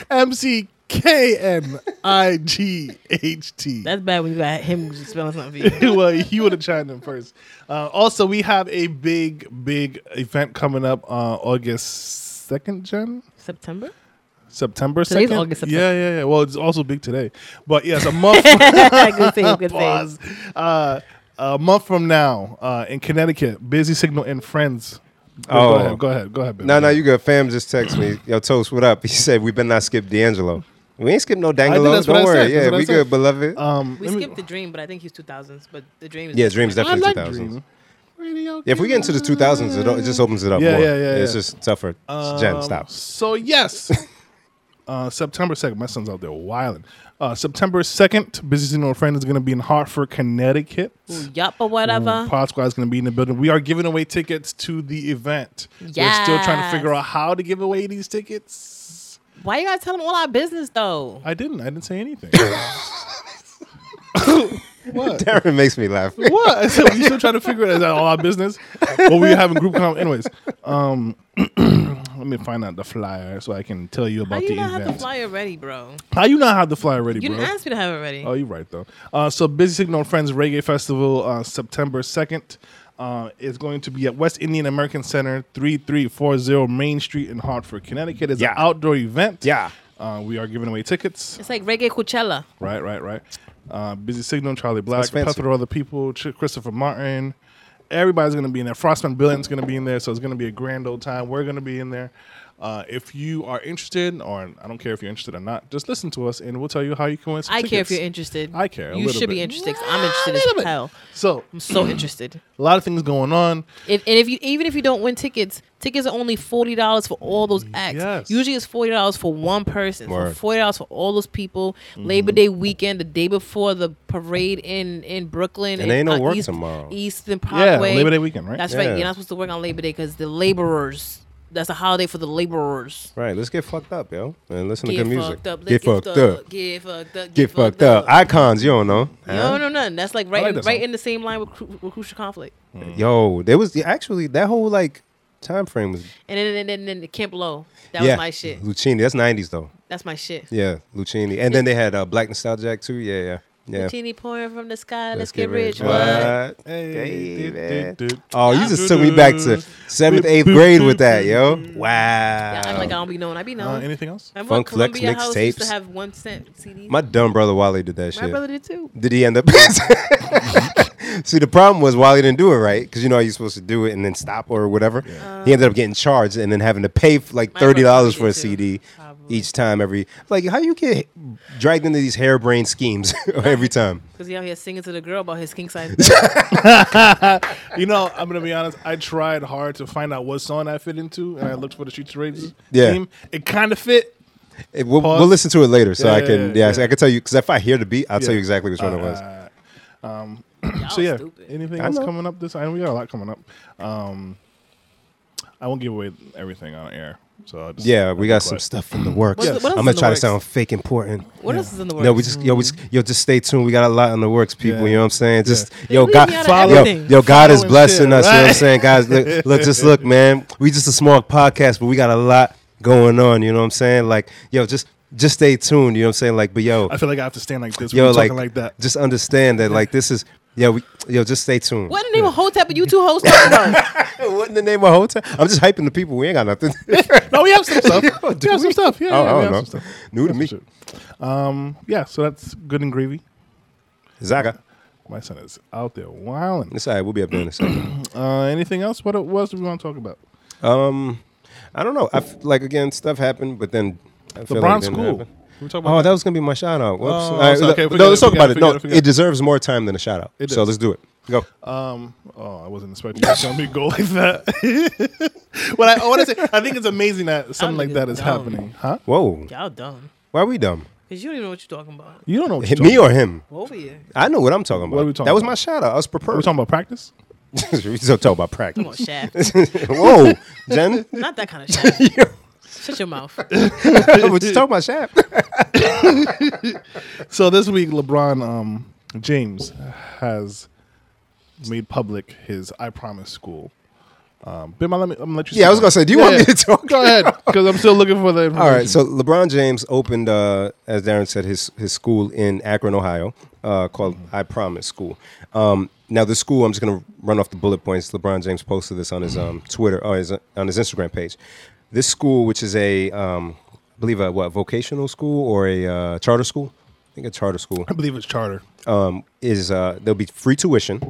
M C K N I G H T. That's bad when you got him spelling something for you. well, you would have chimed in first. Uh, also, we have a big, big event coming up uh, August 2nd, Jen? September? September 2nd? Today's August, Yeah, yeah, yeah. Well, it's also big today. But yes, a month. good save, good save. Pause. Uh, a month from now uh, in Connecticut, Busy Signal and Friends. Oh. Go ahead, go ahead, go ahead. baby. No, no, you good. Fam just text me. Yo, Toast, what up? He said we better not skip D'Angelo. We ain't skip no I think dangalo. that's what Don't I said. worry. That's Yeah, what I we said. good, beloved. Um, We let me- skipped the dream, but I think he's two thousands. But the dream is yeah, Dream's I definitely like 2000s. Dream. Radio If we get into the 2000s, it, it just opens it up Yeah, more. yeah, yeah, It's yeah. just tougher. Um, Jen, stop. So yes, uh, September second. My son's out there wilding. Uh, September second, Busy Signal Friend is going to be in Hartford, Connecticut. Mm, yup or whatever. Pod Squad is going to be in the building. We are giving away tickets to the event. We're still trying to Yes. figure out how to give away these tickets. Why you gotta tell them all our business though? I didn't. I didn't say anything. what? Darren makes me laugh. What? I said, we still trying to figure it out. Is that all our business? Well, we having group com. Anyways, um, let me find out the flyer so I can tell you How about you the not have the event. flyer ready, bro? How you not have the flyer ready, You bro? didn't ask me to have it ready. Oh, you're right though. Uh, so Busy Signal Friends Reggae Festival, uh, September second. Uh, is going to be at West Indian American Center, 3340 Main Street in Hartford, Connecticut. It's Yeah. an outdoor event. Yeah. Uh, we are giving away tickets. It's like reggae Coachella. Right, right, right. Uh, Busy Signal, Charlie Black, a fancy. plethora of other people, Ch- Christopher Martin. Everybody's going to be in there. Frostman Billion's going to be in there, so it's going to be a grand old time. We're going to be in there. Uh, if you are interested, or I don't care if you're interested or not, just listen to us and we'll tell you how you can win some I care if tickets. you're interested. I care a you little should be bit. interested. i I'm interested as hell. So, I'm so interested. a lot of things going on. If and if you even if you don't win tickets, tickets are only forty dollars for all those acts. Yes. Usually it's forty dollars for one person. So Word. Mm-hmm. forty dollars for all those people. Labor Day weekend, the day before the parade in in Brooklyn, And they ain't no uh, work East- tomorrow. Eastern Yeah, Parkway. Labor Day weekend, right? That's Yeah. right. You're not supposed to work on Labor Day because the laborers. That's a holiday for the laborers. Right, let's get fucked up, yo, and listen Get to good music. fucked up. Get fucked up. Get fucked up. Get fucked up. Uh-huh. Icons, you don't know. No, no, nothing. That's like I right, like in, that right song. in the same line with, cru- with crucial conflict. Mm. Yo, there was actually that whole like time frame was. And then, and then, and then Camp Low. That yeah, was my shit. Lucini, that's '90s though. That's my shit. Yeah, Lucini, and then they had uh, Black Nostalgia Act too. Yeah, yeah, yeah. Teeny pouring from the sky. Let's, get, rich. What? What? Hey, Baby. do, do, do. Oh, you just took me back to seventh, eighth grade with that, Yeah, yo. I'm like I Wow. don't be knowing. I be Uh, knowing. anything else? Remember Funk Funk Flex Columbia House used to mixtapes. have one cent CD. My dumb brother Wally did that My brother shit. did too. Did he end up? See, the problem was Wally didn't do it right because you know how you're supposed to do it and then stop or whatever. he ended up getting charged and then having to pay f- like My brother thirty dollars did for a too, CD probably. each time. Every like, how you get dragged into these harebrained schemes every time? Cause he out here singing to the girl about his king size. You know, I'm gonna be honest. I tried hard to find out what song I fit into, and I looked for the Streets Raids Yeah. theme. It kind of fit. It- we'll, Pause. we'll listen to it later, so Yeah, I yeah, can yeah, yeah, yeah. so I can tell you because if I hear the beat, I'll tell Yeah. you exactly which one it was. Uh, Y'all so yeah, stupid. anything I else know. coming up this? I know we got a lot coming up. Um, I won't give away everything on air. So I'll just yeah, we got But- some stuff in the works. What's- what else I'm is gonna in the try to works? sound fake important. What else is in the world? No, we just yo, we just, yo, just stay tuned. We got a lot in the works, people. Yeah. You know what I'm saying? Just They yo, leave God, me out of yo, everything. yo, God is Following blessing shit, us. You know what I'm right? saying, guys? Look, look, just look, man. We just a small podcast, but we got a lot going on. You know what I'm saying? Like, yo, just just stay tuned. You know what I'm saying? Like, but yo, I feel like I have to stand like this. yo, We're like, talking like that. just understand that, like, this is yo, we, yo, just stay tuned. What in the name of Hotep and you two hoes talking about? What in the name of hotel? I'm just hyping the people. We ain't got nothing. No, we have some stuff. do we have some stuff. Yeah, Oh, yeah, I we don't have know. some stuff. New to We me, have some shit. Um, yeah. So that's good and gravy. Zaga. My son is out there wilding. It's all right. We'll be up there in a second. Uh, anything else? What else do we want to talk about? Um, I don't know. I f- like again, stuff happened, but then I feel LeBron's like it didn't cool. happen. We talk about Oh, that was gonna be my shout out. Whoops. Oh, All right, so- okay, no, forget no, it, let's talk forget about it, it. No, forget it, forget it it. deserves more time than a shout out. It So does. let's do it. Go. Um, oh, I wasn't expecting you to tell me go like that. what I, want to say, I think it's amazing that something like that is dumb. happening, huh? Whoa. Y'all dumb. Why are we dumb? Cause you don't even know what you're talking about. You don't know what Hit you're me or him? Over here. I know what I'm talking about. What are we talking that was about? my shout out. I was Are we prepared. talking about practice? we still talk about Come on, practice. Shaft. Whoa, Jen. Not that kind of Shaft. Shut your mouth. We're just talking about Shaq. So this week, LeBron um, James has made public his "I Promise" school. Um, Bim, I'll let me, I'm gonna let you. Yeah, I speak was on gonna say. Do you Yeah, want me yeah. to talk? it. Go ahead, because I'm still looking for the. Information. All right. So LeBron James opened, uh, as Darren said, his his school in Akron, Ohio, uh, called I Promise School. Um, now the school, I'm just going to run off the bullet points. LeBron James posted this on his um, Twitter or his, on his Instagram page. This school, which is a, um, I believe a what vocational school or a uh, charter school, I think a charter school I believe it's charter. um, is uh, there'll be free tuition,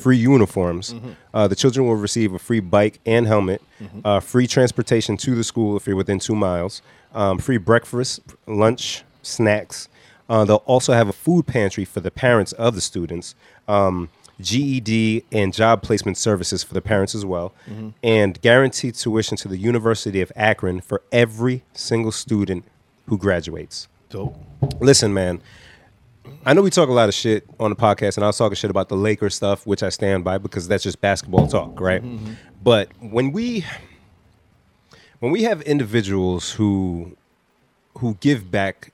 free uniforms. Uh, the children will receive a free bike and helmet, uh, free transportation to the school if you're within two miles, um, free breakfast, lunch, snacks. Uh, they'll also have a food pantry for the parents of the students, um, GED and job placement services for the parents as well, and guaranteed tuition to the University of Akron for every single student who graduates. Dope. Listen, man. I know we talk a lot of shit on the podcast, and I was talking shit about the Lakers stuff, which I stand by because that's just basketball talk, right? But when we when we have individuals who who give back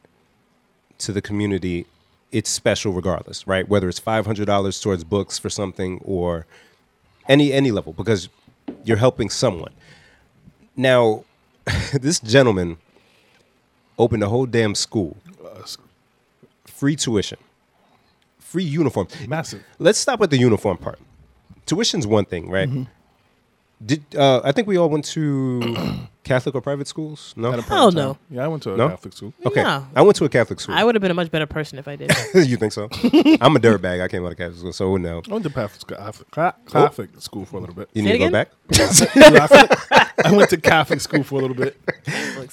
to the community, it's special regardless, right? Whether it's five hundred dollars towards books for something or any any level, because you're helping someone. Now, this gentleman opened a whole damn school free tuition, free uniform. Massive. Let's stop with the uniform part. Tuition's one thing, right? Mm-hmm. Did uh, I think we all went to Catholic or private schools? No. Hell no. Yeah, I went to a No? Catholic school. Okay, No. I went to a Catholic school. I would have been a much better person if I did. you think so? I'm a dirtbag. I came out of Catholic school, so no. I went to Catholic, sc- Catholic- Ca- Catholic school for a little bit. Oh. You Say need it to go again? back. I went to Catholic school for a little bit.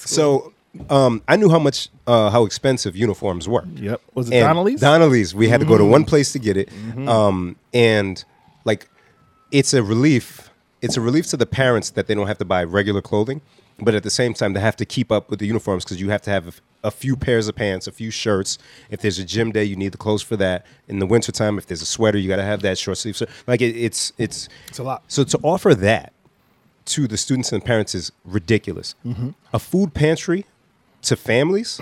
So um, I knew how much uh, how expensive uniforms were. Yep. Was it And Donnelly's? Mm. Mm-hmm. Donnelly's. We had to go to one place to get it. Um, and like, it's a relief. It's a relief to the parents that they don't have to buy regular clothing, but at the same time, they have to keep up with the uniforms because you have to have a, f- a few pairs of pants, a few shirts. If there's a gym day, you need the clothes for that. In the wintertime, if there's a sweater, you got to have that short sleeve. So, like, it, it's it's It's a lot. So to offer that to the students and parents is ridiculous. A food pantry to families.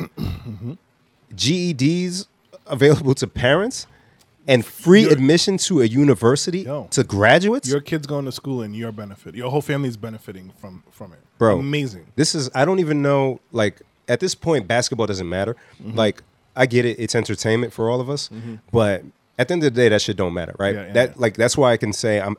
GEDs available to parents and free admission to a university Yo. to graduates. your kids going to school and your benefit. Your whole family's benefiting from from it. Bro. amazing. this is I don't even know like at this point basketball doesn't matter. Mm-hmm. Like I get it, it's entertainment for all of us, but at the end of the day that shit don't matter, right? Yeah, yeah, that yeah. like that's why I can say I'm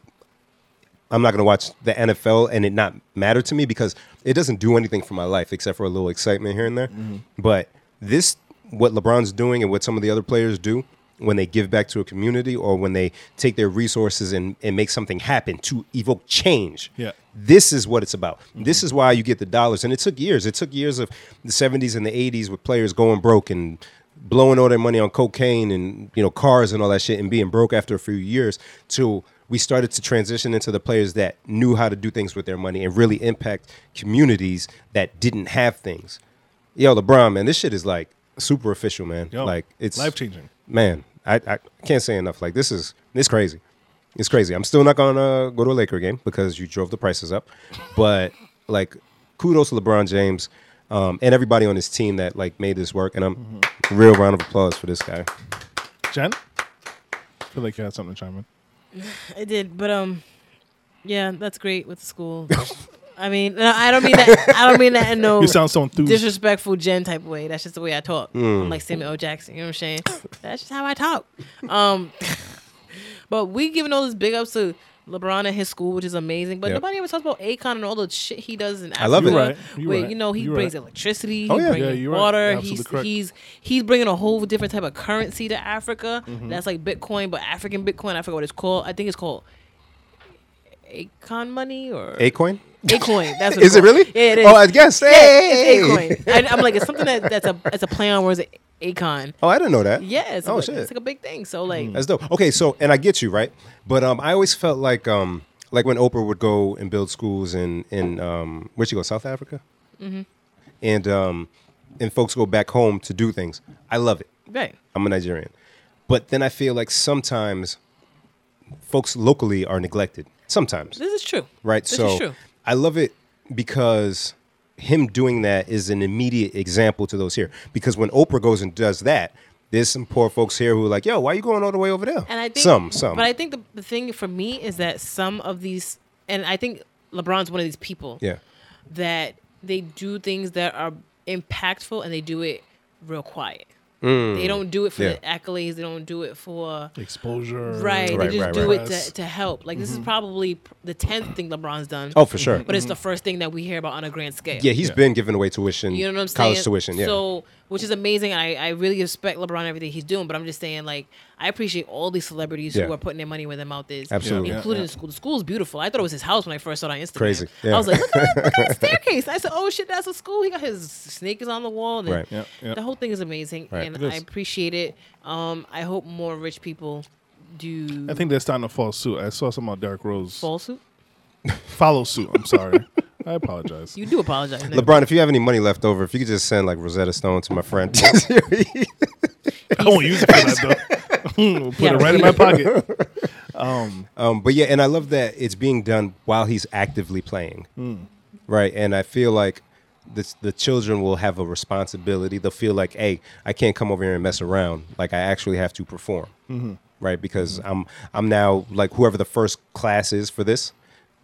I'm not gonna watch the NFL and it not matter to me because it doesn't do anything for my life except for a little excitement here and there. Mm-hmm. But this, what LeBron's doing and what some of the other players do when they give back to a community or when they take their resources and, and make something happen to evoke change. Yeah. This is what it's about. Mm-hmm. This is why you get the dollars. And it took years. It took years of the 70s and the 80s with players going broke and blowing all their money on cocaine and you know cars and all that shit and being broke after a few years till we started to transition into the players that knew how to do things with their money and really impact communities that didn't have things. Yo, LeBron, man, this shit is like super official, man. Yo, like it's life-changing. Man, I, I can't say enough. Like this is it's crazy. It's crazy. I'm still not gonna uh, go to a Laker game because you drove the prices up. But like kudos to LeBron James um, and everybody on his team that like made this work. And I'm Mm-hmm. real round of applause for this guy. Jen, I feel like you had something to chime in. I did, but um, yeah, that's great with the school. I mean, no, I don't mean that. I don't mean that in no You sound so enthused. disrespectful gen type way. That's just the way I talk. Mm. I'm like Samuel L. Jackson. You know what I'm saying? That's just how I talk. Um, but we giving all this big ups to LeBron and his school, which is amazing. But Yep. nobody ever talks about Akon and all the shit he does in Africa. I love it. You're right. You're where, right. You know, he You're brings right. electricity. Oh, he yeah. brings Yeah, you're right. You're water. absolutely He's correct. he's he's bringing a whole different type of currency to Africa. Mm-hmm. That's like Bitcoin, but African Bitcoin. I forgot what it's called. I think it's called Akon money or Acoin? Acoin. That's what it's Is it called. really? Yeah, it is. Oh, I guess. Yeah, Hey! it's Acoin. I, I'm like, it's something that, that's a it's a play on words. Acon. Oh, I didn't know that. Yeah, it's, Oh, like, shit. Mm-hmm. it's like a big thing. So like, That's dope. Okay, so and I get you right, but um, I always felt like um, like when Oprah would go and build schools in in um, where'd she go? South Africa, and um, and folks go back home to do things. I love it. right. I'm a Nigerian, but then I feel like sometimes folks locally are neglected. Sometimes, This is true. right? This so is true. I love it because him doing that is an immediate example to those here. Because when Oprah goes and does that, there's some poor folks here who are like, "Yo, why you going all the way over there?" And I think some, some. But I think the, the thing for me is that some of these, and I think LeBron's one of these people. yeah, that they do things that are impactful and they do it real quiet. They don't do it for Mm. Yeah. the accolades. They don't do it for Exposure. right. Right, they just right, do right. it to, to help. Like this Mm-hmm. is probably pr- the tenth thing LeBron's done. oh for sure. but it's the first thing that we hear about on a grand scale. yeah, he's been giving away tuition, you know what I'm college saying. tuition. Yeah, So which is amazing. I, I really respect LeBron and everything he's doing, but I'm just saying, like, I appreciate all these celebrities Yeah. who are putting their money where their mouth is. Absolutely. Yeah, Including the school. The school's beautiful. I thought it was his house when I first saw it on Instagram. Crazy. I Yeah. was like, look at, that, look at that staircase. I said, oh shit, that's a school. He got his sneakers on the wall. And Right. Yeah, yeah. The whole thing is amazing. Right. And It is. I appreciate it. Um, I hope more rich people do I think they're starting to fall suit. I saw some about Derrick Rose fall suit. follow suit. I'm sorry. I apologize. You do apologize. LeBron, if you have any money left over, if you could just send like Rosetta Stone to my friend. I won't use it for that though. Put it right in my pocket. Um, um, but yeah, and I love that it's being done while he's actively playing, Hmm. right? And I feel like this, the children will have a responsibility. They'll feel like, hey, I can't come over here and mess around. Like I actually have to perform, Mm-hmm. right? Because I'm I'm now like whoever the first class is for this.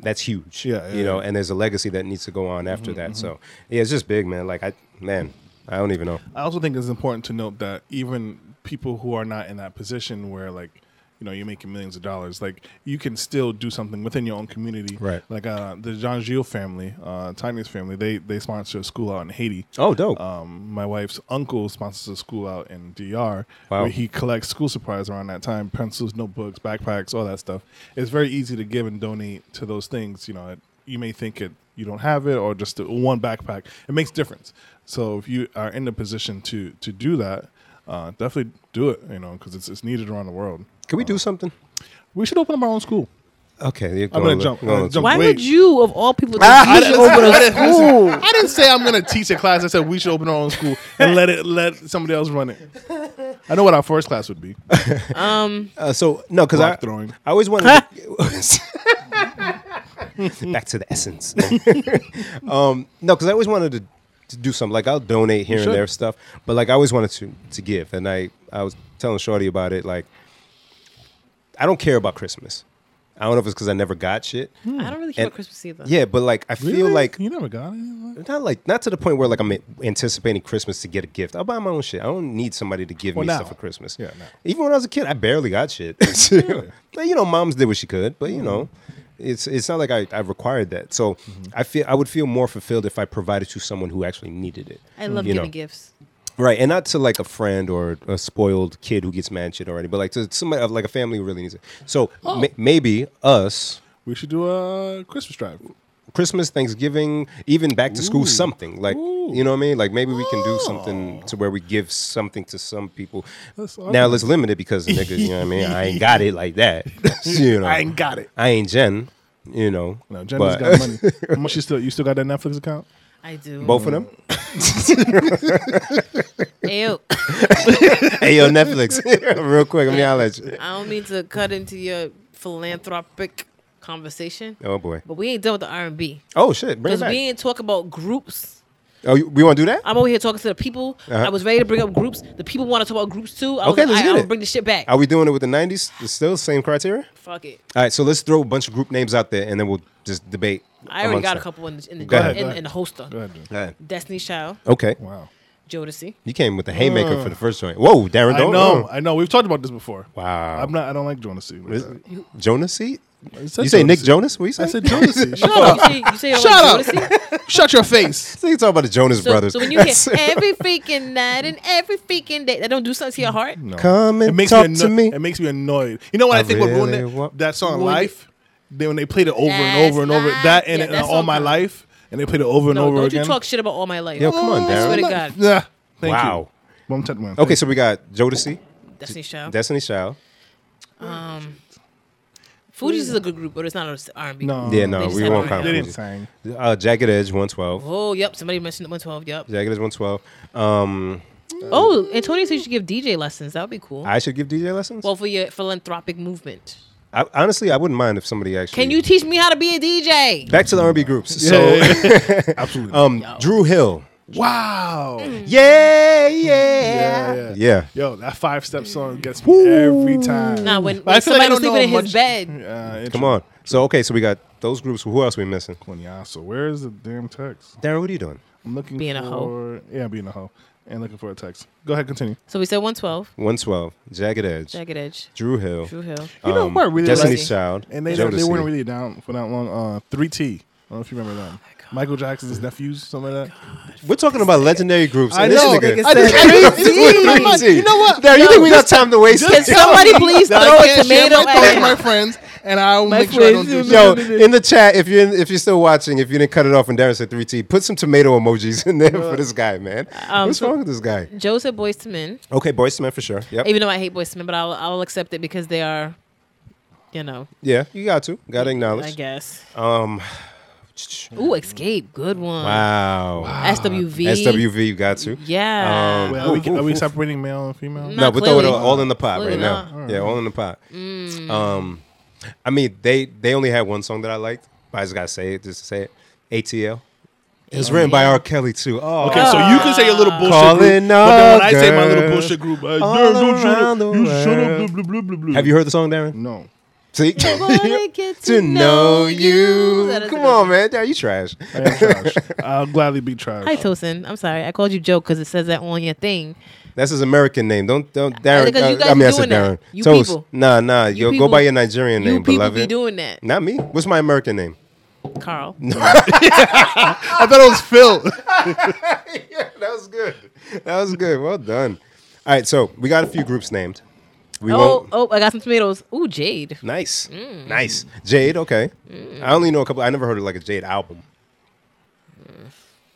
That's huge, Yeah, yeah, Mm-hmm, you know, and there's a legacy that needs to go on after that. So, yeah, it's just big, man. Like I, man, I don't even know. I also think it's important to note that even people who are not in that position where like you know you're making millions of dollars, like you can still do something within your own community. Right. Like uh, the Jean Gilles family, uh, Tiny's family, they they sponsor a school out in Haiti. Oh, dope. Um, my wife's uncle sponsors a school out in DR Wow. where he collects school supplies around that time pencils, notebooks, backpacks, all that stuff. It's very easy to give and donate to those things. You know, it, you may think it you don't have it or just the one backpack. It makes difference. So if you are in the position to to do that, uh, definitely do it. You know, because it's it's needed around the world. Can we do something? We should open up our own school. Okay, you're I'm going gonna jump. to- Uh, I'm going gonna to- jump Why way- would you, of all people, I think you didn't, should open a I didn't- listen, school. I didn't say I'm gonna teach a class. I said we should open our own school and let it let somebody else run it. I know what our first class would be. Uh, so no, because I Block throwing. I always wanted. To, back to the essence. um, no, because I always wanted to, to do something. Like I'll donate here and should. there stuff, but like I always wanted to to give. And I I was telling Shorty about it. Like I don't care about Christmas. I don't know if it's because I never got shit. I don't really care And- about Christmas either. Yeah, but like I feel like you never got it. not like not to the point where like I'm anticipating Christmas to get a gift. I'll buy my own shit. I don't need somebody to give Well, me now. stuff for Christmas. Yeah, now. Even when I was a kid, I barely got shit. But, you know, moms did what she could, but you know, Mm-hmm. it's it's not like I, I required that. So I feel I would feel more fulfilled if I provided to someone who actually needed it. I love you giving know. gifts. Right, and not to like a friend or a spoiled kid who gets mad shit already, but like to somebody like a family who really needs it. So Oh. ma- maybe us We should do a Christmas drive. Christmas, Thanksgiving, even back to school, something like Ooh. Oh. you know what I mean. Like maybe we can do something to where we give something to some people. That's awesome. now let's limit it because the niggas, you know what I mean. I ain't got it like that. you know, I ain't, got it. Jen. You know, No, Jenny's but- got money. How much you still you still got that Netflix account? I do. Both of them. Ayo, hey yo, Netflix, real quick. Let me holler at you. I don't mean to cut into your philanthropic conversation, Oh boy. but we ain't done with the R and B Oh shit. Bring because it back. we ain't talk about groups. oh, you, we want to do that? I'm over here talking to the people. Uh-huh. I was ready to bring up groups. The people want to talk about groups too. I was Okay, like, let's I, get I'll it. bring the shit back. Are we doing it with the '90s? It's still the same criteria. Fuck it. All right, so let's throw a bunch of group names out there, and then we'll just debate. I already amongst got a them. couple in the in the, Go ahead, in, go ahead. in the holster. Go ahead. Jen. All right. Destiny's Child, Okay. Wow. Jodeci. You came with the haymaker for the first joint. Whoa, Darren, Mm. I don't know. I know. We've talked about this before. Wow. I'm not. I don't like Jonas. C. Like that. Is- Jonas seat? I said You say Nick Jonas C. Jonas? What you say? I said Jonas. C. Shut Shut up. You say, you say Shut Shut up. like Jodeci? Shut your face. So you talking about the Jonas So, brothers. so when you hear That's- every freaking night and every freaking day, that don't do something to your heart. Mm. No. Come and it makes talk me to anno- me. It makes me annoyed. You know what I, I think what really ruined want- it? that song Ruined it. life. They when they played it over and That's over and over life. that and ah, and Yeah, that all song my good. life and they played it over and No, over don't again. you talk shit about all my life. Yo, come on, I swear to Darren. God. Yeah. Thank Wow. you. One time, one time. Okay, so we got Jodeci, Destiny's Child. Destiny Child. Fugees is a good group, but it's not R and B. No. Yeah, no, They just we had won't Mariah. count. They didn't Fugees. sing. Uh, Jagged Edge, 112. Oh, yep. Somebody mentioned the 112. Yep. Jagged Edge, 112. Um, Oh, Antonio said you should give DJ lessons. That would be cool. I should give DJ lessons? well, for your philanthropic movement. I, honestly, I wouldn't mind if somebody actually. Can you teach me how to be a DJ? Back to the R&B groups. Yeah, So, yeah, yeah. absolutely. um, Drew Hill. wow. Yeah, yeah. yeah. Yeah. Yo, that five step song gets me every time. Nah, when, But I when feel like I somebody was don't know sleeping in how his much- bed. Uh, Come on. So, okay, so we got those groups. Who else we missing? Quinyasso. Where is the damn text? Darren, what are you doing? I'm looking Being for a hoe. yeah, being a hoe and looking for a text. Go ahead, continue. So we said 112, 112, Jagged Edge, Jagged Edge, Drew Hill, Drew Hill. You know um, what I really Destiny's like- Child, And they Jodeci. they weren't really down for that long. Uh, Three T. I don't know if you remember Oh them. Michael Jackson's nephews, something like that. We're talking about legendary groups. I and this know. nigga- I just- We're crazy. You know what? Now, you think we got time to waste? Can somebody please That throw I a can't share tomato my thoughts with at my him? friends, and I'll My make sure I don't friends do who- shit. Yo, in the chat, if you're in, if you're still watching, if you didn't cut it off and Darren said three T, put some tomato emojis in there for this guy, man. um, What's wrong with this guy? Joe said boys to men. Okay, boys to men for sure. Yep. Even though I hate boys to men, but I'll I'll accept it because they are, you know, Yeah, you got to. Got to I acknowledge. guess. Um, Ooh, escape, good one. wow. SWV. SWV, you got to. Yeah. Um, Wait, are, we, Oof, are we oof, oof. separating male and female? No. No, Not we're throwing it clearly. all in the pot right Clearly Mm. now. Yeah, all in the pot. Um, I mean, they they only had one song that I liked. But I just gotta say it, just to say it. ATL. It was written by R. Kelly too. Oh, Okay, so you can say your little bullshit Calling group, but then when I say my all little girls bullshit group, uh, I, all no, don't shut around up, the you shut up, world. blah, blah, blah, blah. have you heard the song, Darren? No. See, wanna get to to know know you. you. Come on, man. Darren, you trash. I am trash. I'll gladly be trash. Hi Tosin, I'm sorry I called you Joe because it says that on your thing. That's his American name. Don't don't Darren. because you uh, guys I mean, I doing said that. Darren. You Toast. people. Nah, nah. yo, people- go by your Nigerian you name, people beloved. be doing that, Not me. What's my American name? Carl. I thought it was Phil. yeah, that was good. That was good. Well done. All right, so we got a few groups named. We Oh, Mm. won't. oh, I got some tomatoes. Ooh, Jade. Nice, nice. Jade. Okay, Mm. I only know a couple. I never heard of like a Jade album.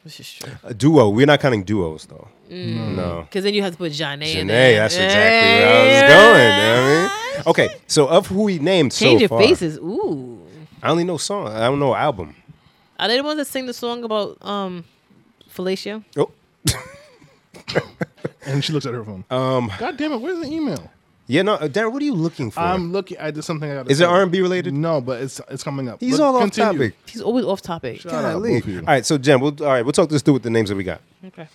This is true. A duo. We're not counting duos though. No. Because then you have to put Janae in Oh. Janae, there. that's exactly where I was going. you know what I mean, okay. So of who we named Change so your far, faces. Ooh. I only know song. I don't know album. Are they the ones that sing the song about um fellatio? Oh, And she looks at her phone. um, God damn it! Where's the email? yeah, no, uh, Darren. What are you looking for? I'm looking. I did something. I gotta Is it say. R and B related? No, but it's it's coming up. He's But all off continue. topic. He's always off topic. Shut up, Golly. both of you. All right, so Jen, we'll, all right, we'll talk this through with the names that we got. Okay.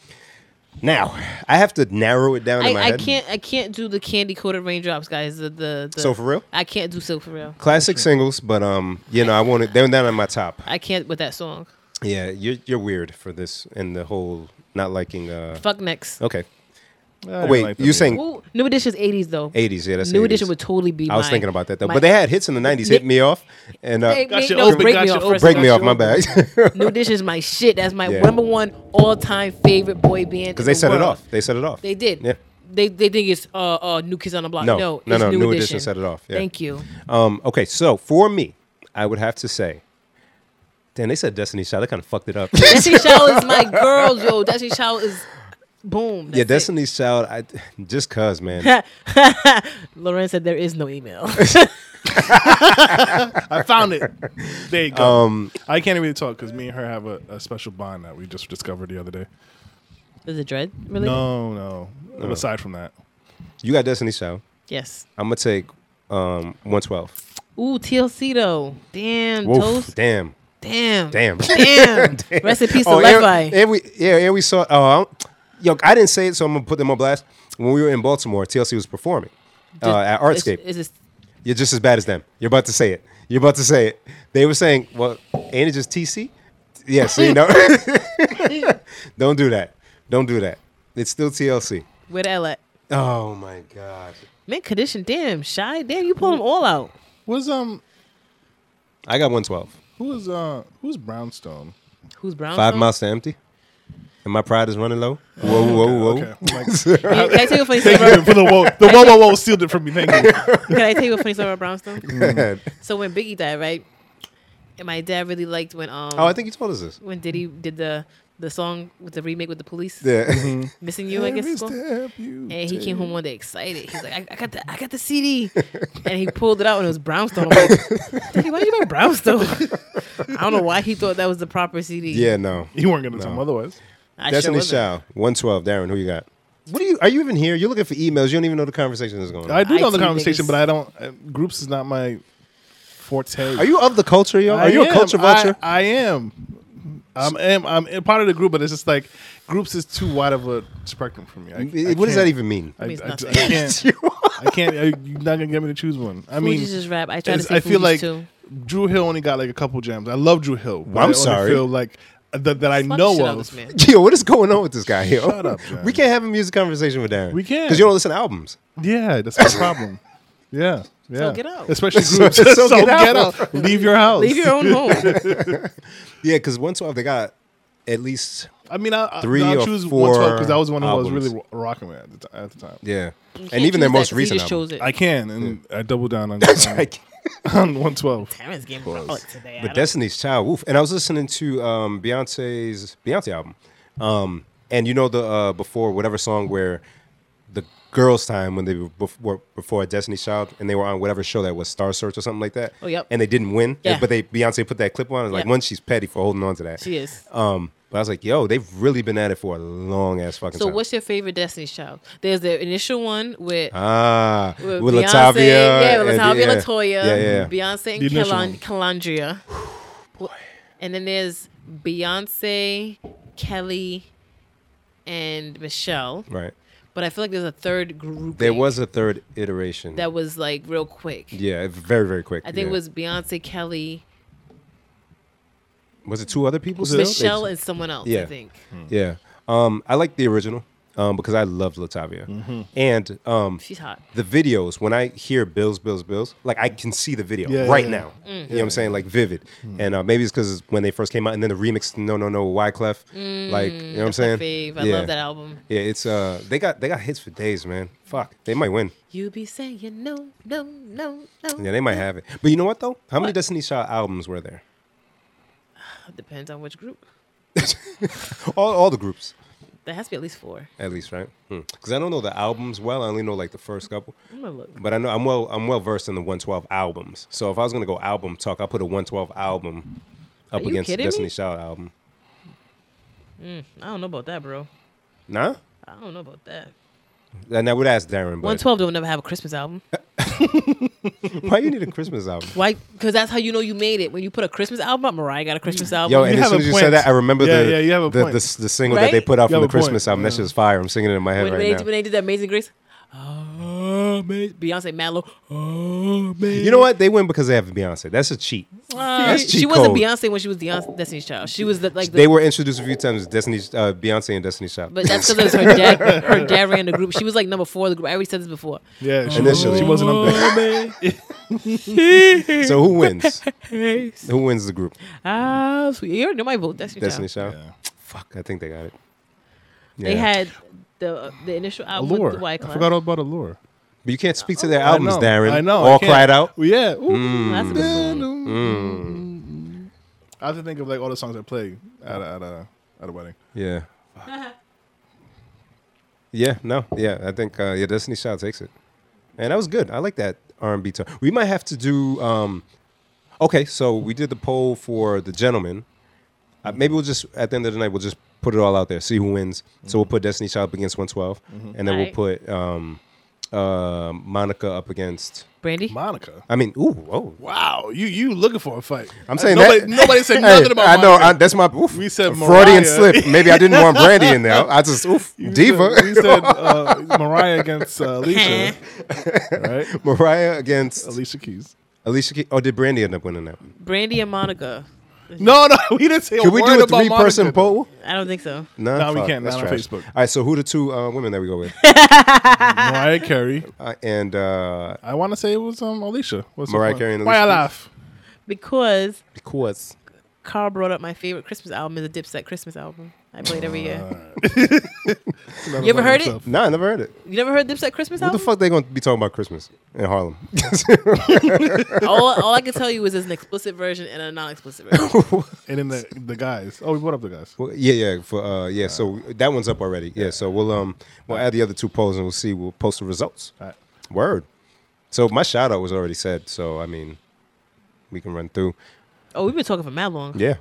Now, I have to narrow it down in my I, I head. can't I can't do the candy coated raindrops, guys. The, the, the So for real? I can't do so for real. Classic singles, but um, you know, I wanted they're down on my top. I can't with that song. Yeah, you're you're weird for this and the whole not liking. uh Fuck next. Okay, I didn't wait, like that you either. saying Ooh, New Edition's eighties though. eighties? Yeah, that's New 80s. Edition would totally be. I was my- thinking about that though, my- but they had hits in the nineties. Hit me off and uh, They- they- Gotcha, no, open, break me gotcha, off. first break of me all. off my bag because New Edition's my shit. That's my Yeah. number one all time favorite boy band. Because they set it off. They set it off. They did. Yeah. They they think it's uh, uh New Kids on the Block. No, No, no, it's no, New, New Edition Edition. set it off, yeah. Thank you. Um, okay, so for me, I would have to say, damn, they said Destiny Child. I kind of fucked it up. Destiny Child is my girl, yo. Destiny Child is boom. yeah, that's it. Destiny's Child. I just cause man. Lauren said there is no email. I found it. There you go. Um, I can't really talk because me and her have a, a special bond that we just discovered the other day. is it dread really? No, no. Aside from that, You got Destiny Child. Yes. I'm gonna take um 112. Ooh, TLC though. Damn, Woof, toast. Damn, Damn. damn. Oh, Damn. Rest in peace to Left and, Eye. and we yeah, and we saw. Oh, I don't- yo, I didn't say it, so I'm gonna put them on blast. When we were in Baltimore, TLC was performing uh, at Artscape. Is, is this, You're just as bad as them. You're about to say it. You're about to say it. They were saying, "Well, ain't it just TC?" Yeah, see, no, don't do that. Don't do that. It's still TLC. where the L at? Oh my god. Mint condition. Damn, shy. Damn, you pull them all out. was um I got 112. who was uh who was Brownstone? Who's brown? Five miles to empty. And my pride is running low. Whoa, whoa, whoa. Oh, Okay. I'm like, Can I tell you a funny story? thank you About, for the whoa, the whoa, whoa, whoa sealed it for me. Thank you. can I tell you a funny story about Brownstone? oh, Mm-hmm. So when Biggie died, right? And my dad really liked when um Oh, I think you told us this. when Diddy did the the song with the remake with the police, Yeah. missing you, I guess. it's Mr. called. F, you And he take- came home one day excited. He's like, I, I got the I got the CD, and he pulled it out and it was brownstone. I'm like, Diddy, why you buy brownstone? I don't know why he thought that was the proper CD. yeah, no. You weren't gonna tell him otherwise. I sure Destiny's wasn't. Child, 112. Darren, who you got? What are you? Are you even here? You're looking for emails. You don't even know the conversation that's going on. I do know the IT conversation, niggas. but I don't. Uh, groups is not my forte. are you of the culture, yo? Are you I a am. culture vulture? I, I am. I'm, am. I'm a part of the group, but it's just like groups is too wide of a spectrum for me. I, I what does that can't- even mean? I, I, means I nothing. can't. I can't. I, you're not gonna get me to choose one. I mean, Fugees is rap. I try to it's- say I feel Fugees, like too. Drew Hill only got like a couple jams. I love Drew Hill. but I only sorry. Feel like that, that I Fuck the know shit out of. this man. Yo, what is going on with this guy here? Shut up, Darren. we can't have a music conversation with Darren. We can't. because you don't listen to albums. Yeah, that's my problem. Yeah, Yeah. get out. Especially groups. so, get, out. Leave your house. Leave your own home. Yeah, because one twelve they got at least I mean, I, I, Three I'll or choose one twelve because that four was the one who I was albums. really ro- rocking with at the, ti- at the time. yeah, You can't and even their choose that most 'cause he recent just album. chose it. I can, and I double down on, That's on, right. on one twelve. Terrence getting bollocked today. I But don't- Destiny's Child, woof. And I was listening to um, Beyonce's Beyonce album, um, and you know the uh, before whatever song where the girls' time when they were before, before Destiny's Child, and they were on whatever show that was Star Search or something like that. Oh, yep. And they didn't win, Yeah. but they Beyonce put that clip on. I was like, Yeah. one, she's petty for holding on to that. She is. Um, but I was like, yo, they've really been at it for a long ass fucking So, time. what's your favorite Destiny's Child? There's the initial one with. ah with with Beyonce, Latavia, yeah, with and- Latavia yeah. Latoya, yeah, yeah. Beyonce and The initial Kalan- one. Kalandria. And then there's Beyonce, Kelly, and Michelle. right. But I feel like there's a third group. There was a third iteration. that was like real quick. yeah, very very quick. I think it yeah. was Beyonce, Kelly, Was it two other people? still? Michelle, and someone else. I Yeah. Hmm. think. Yeah. Um, I like the original um, because I loved Latavia. Mm-hmm. And um, She's hot. the videos, when I hear Bills, Bills, Bills, like I can see the video Yeah, right yeah. Mm. now. Mm. You know what I'm saying? Like vivid. And uh, maybe it's because when they first came out and then the remix, No, No, No, Wyclef. like, you know what I'm Mm, That's my saying? fave. I yeah. love that album. Yeah, it's uh, they got they got hits for days, man. Fuck, they might win. You be saying no, no, no, no. Yeah, they might have it. But you know what though? How many Destiny Child albums were there? Depends on which group. All, all the groups. There has to be at least four. At least, right? Because I don't know the albums well. I only know like the first couple. I'm gonna look. But I know I'm well I'm well versed in the 112 albums. So if I was gonna go album talk, I'll put a 112 album up Are you against the kidding me? Destiny Child album. I don't know about that, bro. Nah? I don't know about that. And I would ask Darren, One but twelve don't never have a Christmas album. why you need a Christmas album? Why? Because that's how you know you made it. When you put a Christmas album, up, Mariah got a Christmas album. Yo, and have as soon a as you point. said that, I remember Yeah, the, yeah, you have a the, the point. s- the single Right? that they put out You have from the a point, Christmas album. That yeah. shit is fire. I'm singing it in my head when, when, right they, now. when they did that Amazing Grace, Ama- Beyonce, Madlow, Amazing. you know what? They win because they have Beyonce. That's a cheat. That's cheat she wasn't code. Beyonce when she was Beyonce, Destiny's Child. She was the, like the, They were introduced a few times. Destiny, uh, Beyonce and Destiny Child. but that's because it was her dad. Her dad ran the group. She was like number four of the group. I already said this before. Yeah, she, Initially. she wasn't up there. so who wins? who wins the group? Ah, sweet. You already know my vote. Destiny's Destiny Child. Child. Yeah. Fuck, I think they got it. They Yeah. had the uh, the initial album. with Allure. the I Wyclef. forgot all about Allure. But you can't speak to their albums, Oh, I know, Darren. I know. I All can't. cried out. Mm. Well, yeah. Ooh. Mm. That's a good song. I have to think of like all the songs I play at a, at a, at a wedding. Yeah. yeah. No. Yeah. I think uh, yeah. Destiny Child takes it, and that was good. I like that R and B tone. We might have to do. Um, okay, so we did the poll for the gentleman. Uh, maybe we'll just at the end of the night we'll just put it all out there, see who wins. So we'll Mm-hmm. put Destiny Child up against 112, and then Aight. we'll put um, uh, Monica up against. Brandy. Monica. I mean, ooh, whoa. Wow, you you looking for a fight? I'm saying nobody, that- nobody said Hey, nothing about. I know. Monica. I, that's my oof, We said Freudian Mariah. slip. Maybe I didn't want Brandy in there. I just oof, You diva. Said, you said uh, Mariah against uh, Eh. Alicia, right? Mariah against Alicia Keys. Alicia Keys. Oh, did Brandy end up winning that? one? Brandy and Monica. No, no, we didn't say. Can we do a three-person poll? I don't think so. No, No, we fuck, can't. that's Not on trash. Facebook. All right, so who the two uh, women that we go with? Mariah Carey. uh, and uh, I want to say it was um Alicia. What's Mariah Carey and Why I Alicia laugh? Because because Carl brought up my favorite Christmas album is a Dipset Christmas album. I play it every year. You ever heard it? no, I never heard it. You never heard Dipset Christmas What the album? fuck they gonna be talking about Christmas in Harlem? all, all I can tell you is there's an explicit version and a non-explicit version. And then the the guys. Oh, we brought up the guys. Well, yeah, yeah, for uh, yeah. So that one's up already. Yeah, so we'll um we'll add the other two polls and we'll see. We'll post the results. All right. Word. So my shout out was already said. So I mean, we can run through. oh, we've been talking for mad long. Yeah,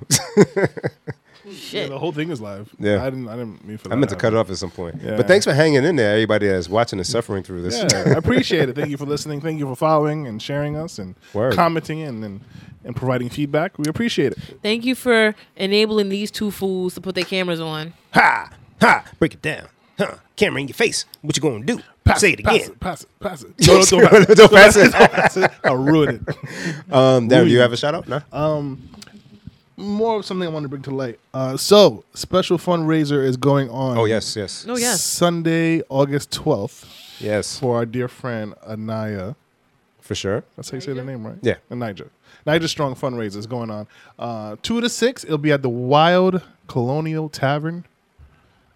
Yeah, Shit. the whole thing is live. Yeah. I didn't. I didn't mean for that. I meant to cut it off at some point. Yeah. But thanks for hanging in there, everybody that's watching and suffering through this. Yeah, I appreciate it. Thank you for listening. Thank you for following and sharing us and Word. commenting and, and and providing feedback. We appreciate it. Thank you for enabling these two fools to put their cameras on. Ha! Ha! Break it down. Huh? Camera in your face. What you gonna do? Say it pass again. it. Pass it. Pass it. No, don't pass it. Don't pass it. That's it. I'll ruin it. Um, Darren, do you have a shout out? No. Uh, More of something I want to bring to light. Uh, so, special fundraiser is going on. oh yes, yes, Oh yes. Sunday, August 12th, yes. for our dear friend Anaya for sure. That's how you say the name, right? Yeah. And Niger. Niger Strong fundraiser is going on. Uh, two to six, it'll be at the Wild Colonial Tavern,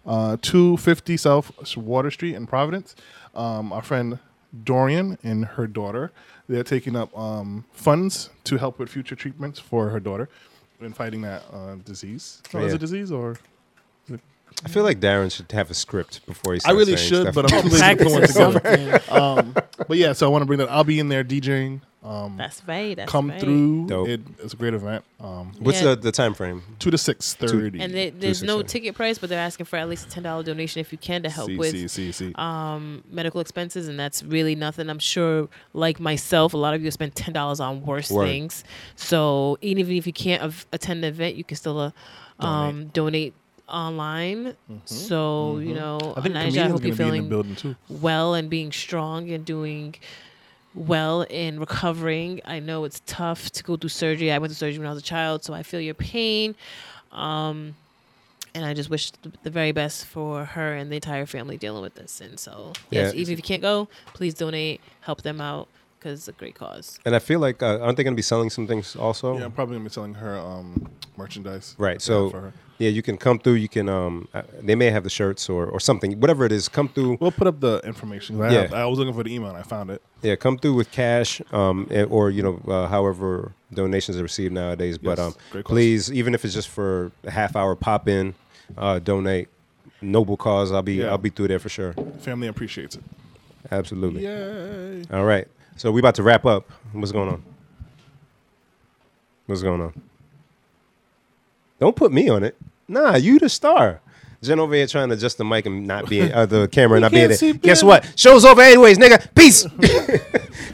uh, two fifty South Water Street in Providence. Um, our friend Dorian and her daughter, they're taking up um, funds to help with future treatments for her daughter in fighting that uh, disease. Oh, Is Yeah. it disease or? I feel like Darren should have a script before he. I Starts really saying should, stuff. but I'm too lazy to Practice put one or together. something. Um, but yeah, so I want to bring that. I'll be in there DJing. Um, That's right. That's come right. through. Dope. It, it's a great event. Um, What's Yeah. the, the time frame? two to six thirty. And they, there's six, no seven. ticket price, but they're asking for at least a ten dollar donation if you can to help see, with see, see, see. um, medical expenses, and that's really nothing. I'm sure, like myself, a lot of you spend ten dollars on worse Word. things. So even if you can't av- attend the event, you can still uh, um, donate online. So you know, I think Elijah, I comedians gonna hope you're be in the feeling building too. well and being strong and doing well and recovering. I know it's tough to go through surgery. I went to surgery when I was a child, so I feel your pain. Um, and I just wish th- the very best for her and the entire family dealing with this. And so, yes, Yeah. even if you can't go, please donate, help them out because it's a great cause. And I feel like uh, aren't they going to be selling some things also? Yeah, I'm probably gonna be selling her um, merchandise. Right. that they So have for her. yeah, you can come through. You can um, uh, they may have the shirts or or something, whatever it is. Come through. we'll put up the information. 'cause I, Yeah. have- I was looking for the email and I found it. Yeah, come through with cash, um, eh, or you know, uh, however donations are received nowadays. But Yes, um, great question. please, even if it's just for a half hour, pop in, uh, donate. Noble cause. I'll be Yeah. I'll be through there for sure. Family appreciates it. Absolutely. Yay! All right. So we about to wrap up. What's going on? What's going on? Don't put me on it. Nah, you the star. Jen over here trying to adjust the mic and not being uh, the camera and not being can't see there. Guess Ben. what? Show's over anyways, nigga. Peace.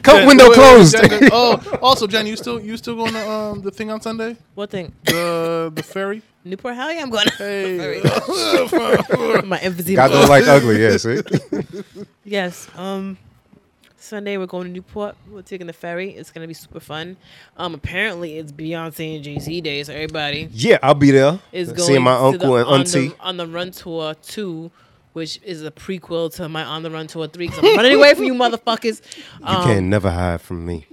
Coat window Wait, wait, wait, closed. Jen, Jen- oh, also, Jen, you still you still going to um, the thing on Sunday? What thing? The the ferry. Newport, hell yeah, I'm going. Hey, My emphysema. God don't like ugly. Yeah, see. Yes. Um, Sunday we're going to Newport. We're taking the ferry. It's gonna be super fun. Um, apparently it's Beyonce and Jay Z day, so everybody Yeah, I'll be there. is going seeing my to uncle the and on auntie. the, on the Run tour two, which is a prequel to my On the Run tour three. Cause I'm running away from you motherfuckers. You Um, can't never hide from me.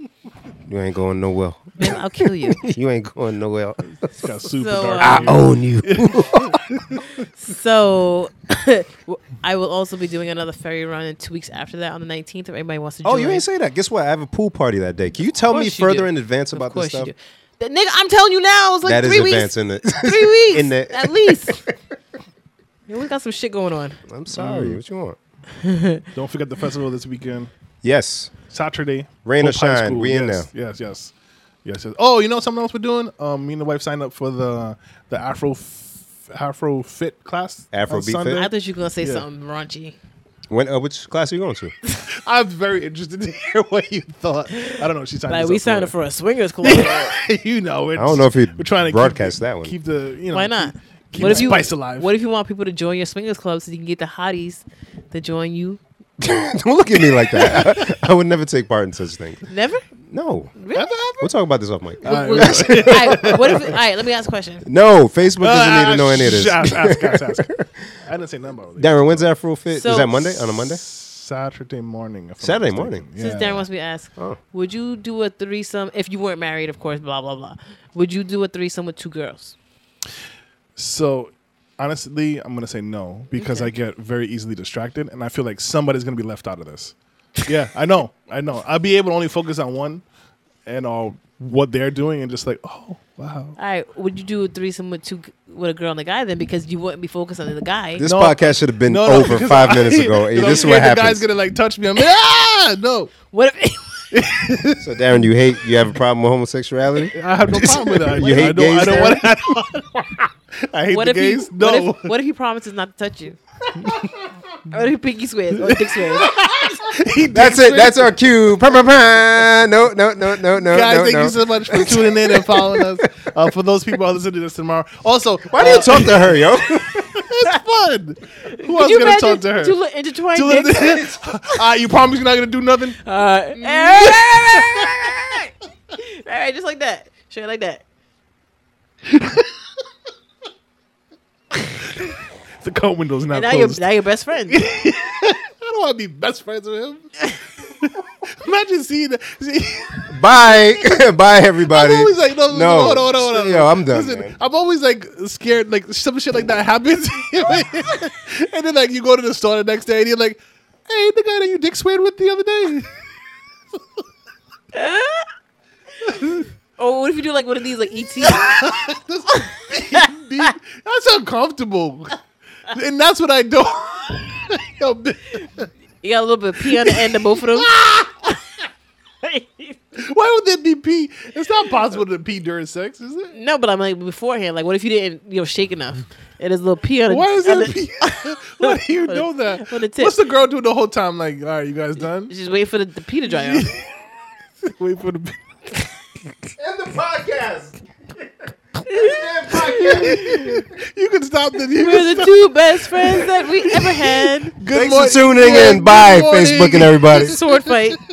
You ain't going nowhere. man, I'll kill you. you ain't going nowhere. it's got super So, dark. uh, I own you. So, I will also be doing another ferry run in two weeks after that on the 19th. If anybody wants to join, Oh, you ain't say that. Guess what? I have a pool party that day. Can you tell course me you further do. in advance Of about this course you stuff? do. The, nigga, I'm telling you now. It's like That is three weeks. advance, isn't it? three weeks In the- at least. Yeah, we got some shit going on. I'm Mm. sorry. What you want? Don't forget the festival this weekend. Yes. Saturday. Rain or Hope High shine, School. we yes, in Yes, yes, yes, yes. Oh, you know something else we're doing? Um, me and the wife signed up for the the Afro f- Afro Fit class. on Afro Beat Fit? Sunday. I thought you were gonna say Yeah. something raunchy. When? Uh, which class are you going to? I'm very interested to hear what you thought. I don't know. She signed. Like us we up signed up for a swingers club. it. you know. We're I don't know if he'd we're trying to keep broadcast the- that one. Keep the you know. Why not? keep- Keep What the if you spice alive? What if you want people to join your swingers club so you can get the hotties to join you? Don't look at me like that. I would never take part in such things. Never. No. Really? We'll talk about this off mic. Uh, All right, All right, what if? All right, let me ask a question. No, Facebook doesn't need to know Ah, any of this. sh- Ask, ask, ask, ask. I didn't say number. Darren, when's Afro Fit? So- Is that Monday? On a Monday? Saturday morning. if I'm not Saturday mistaken. morning. Yeah. Since Darren wants me to ask, Oh. would you do a threesome if you weren't married? Of course, blah blah blah. Would you do a threesome with two girls? So honestly, I'm gonna say no because I get very easily distracted, and I feel like somebody's gonna be left out of this. yeah, I know, I know. I'll be able to only focus on one and all what they're doing, and just like, oh wow. All right, would you do a threesome with two with a girl and a guy then because you wouldn't be focused on the guy? This No. podcast should have been No, no, over because five I- minutes ago. Hey, because I'm this is what scared happens. The guy's gonna like touch me. I'm like, ah, no. What if So, Darren, you hate, you have a problem with homosexuality? I have no problem with that. You I hate don't, I gays, don't want. Darren? I, don't- I hate what the if he gays. no. what if, what if he promises not to touch you? what if he pinky swears or dick swears? That's it. That's our cue. Pum, pum, pum. No, no, no, no, no, Guys, no, thank no. you so much for tuning in and following us. Uh, for those people who are listening to this tomorrow, also, uh, Why do you talk to her, yo? It's fun. Who else you gonna talk to her? two little intertwined Two dicks? little- Ah, you promise you're not gonna do nothing? All right, all right, just like that, straight like that. The car window's not And now you're closed. now you're best friends. I don't want to be best friends with him. Imagine seeing that. See, Bye, bye, everybody. I'm always like, no, no, no, hold on, hold on, hold on. Yo, I'm done. Listen, man. I'm always like scared, like some shit like that happens, and then like you go to the store the next day, and you're like, "Hey, the guy that you dick swayed with the other day." Or Oh, what if you do like one of these like E ET? That's uncomfortable, and that's what I do. Yo, b- You got a little bit of pee on the end of both of them. Why would there be pee? It's not possible to pee during sex, is it? no, but I'm like beforehand. Like, what if you didn't, you know, shake enough? And there's a little pee on. the- Why is on there the- pee? Why do you On the- know that? on the tip. What's the girl doing the whole time? Like, all right, you guys done? Just wait for the, the pee to dry out. Wait for the pee. End the podcast. End the podcast. You can stop the. You can We're the two best friends that we ever had. Good Thanks morning. for tuning Yeah, in. Bye, good morning. Facebook and everybody. Sword fight.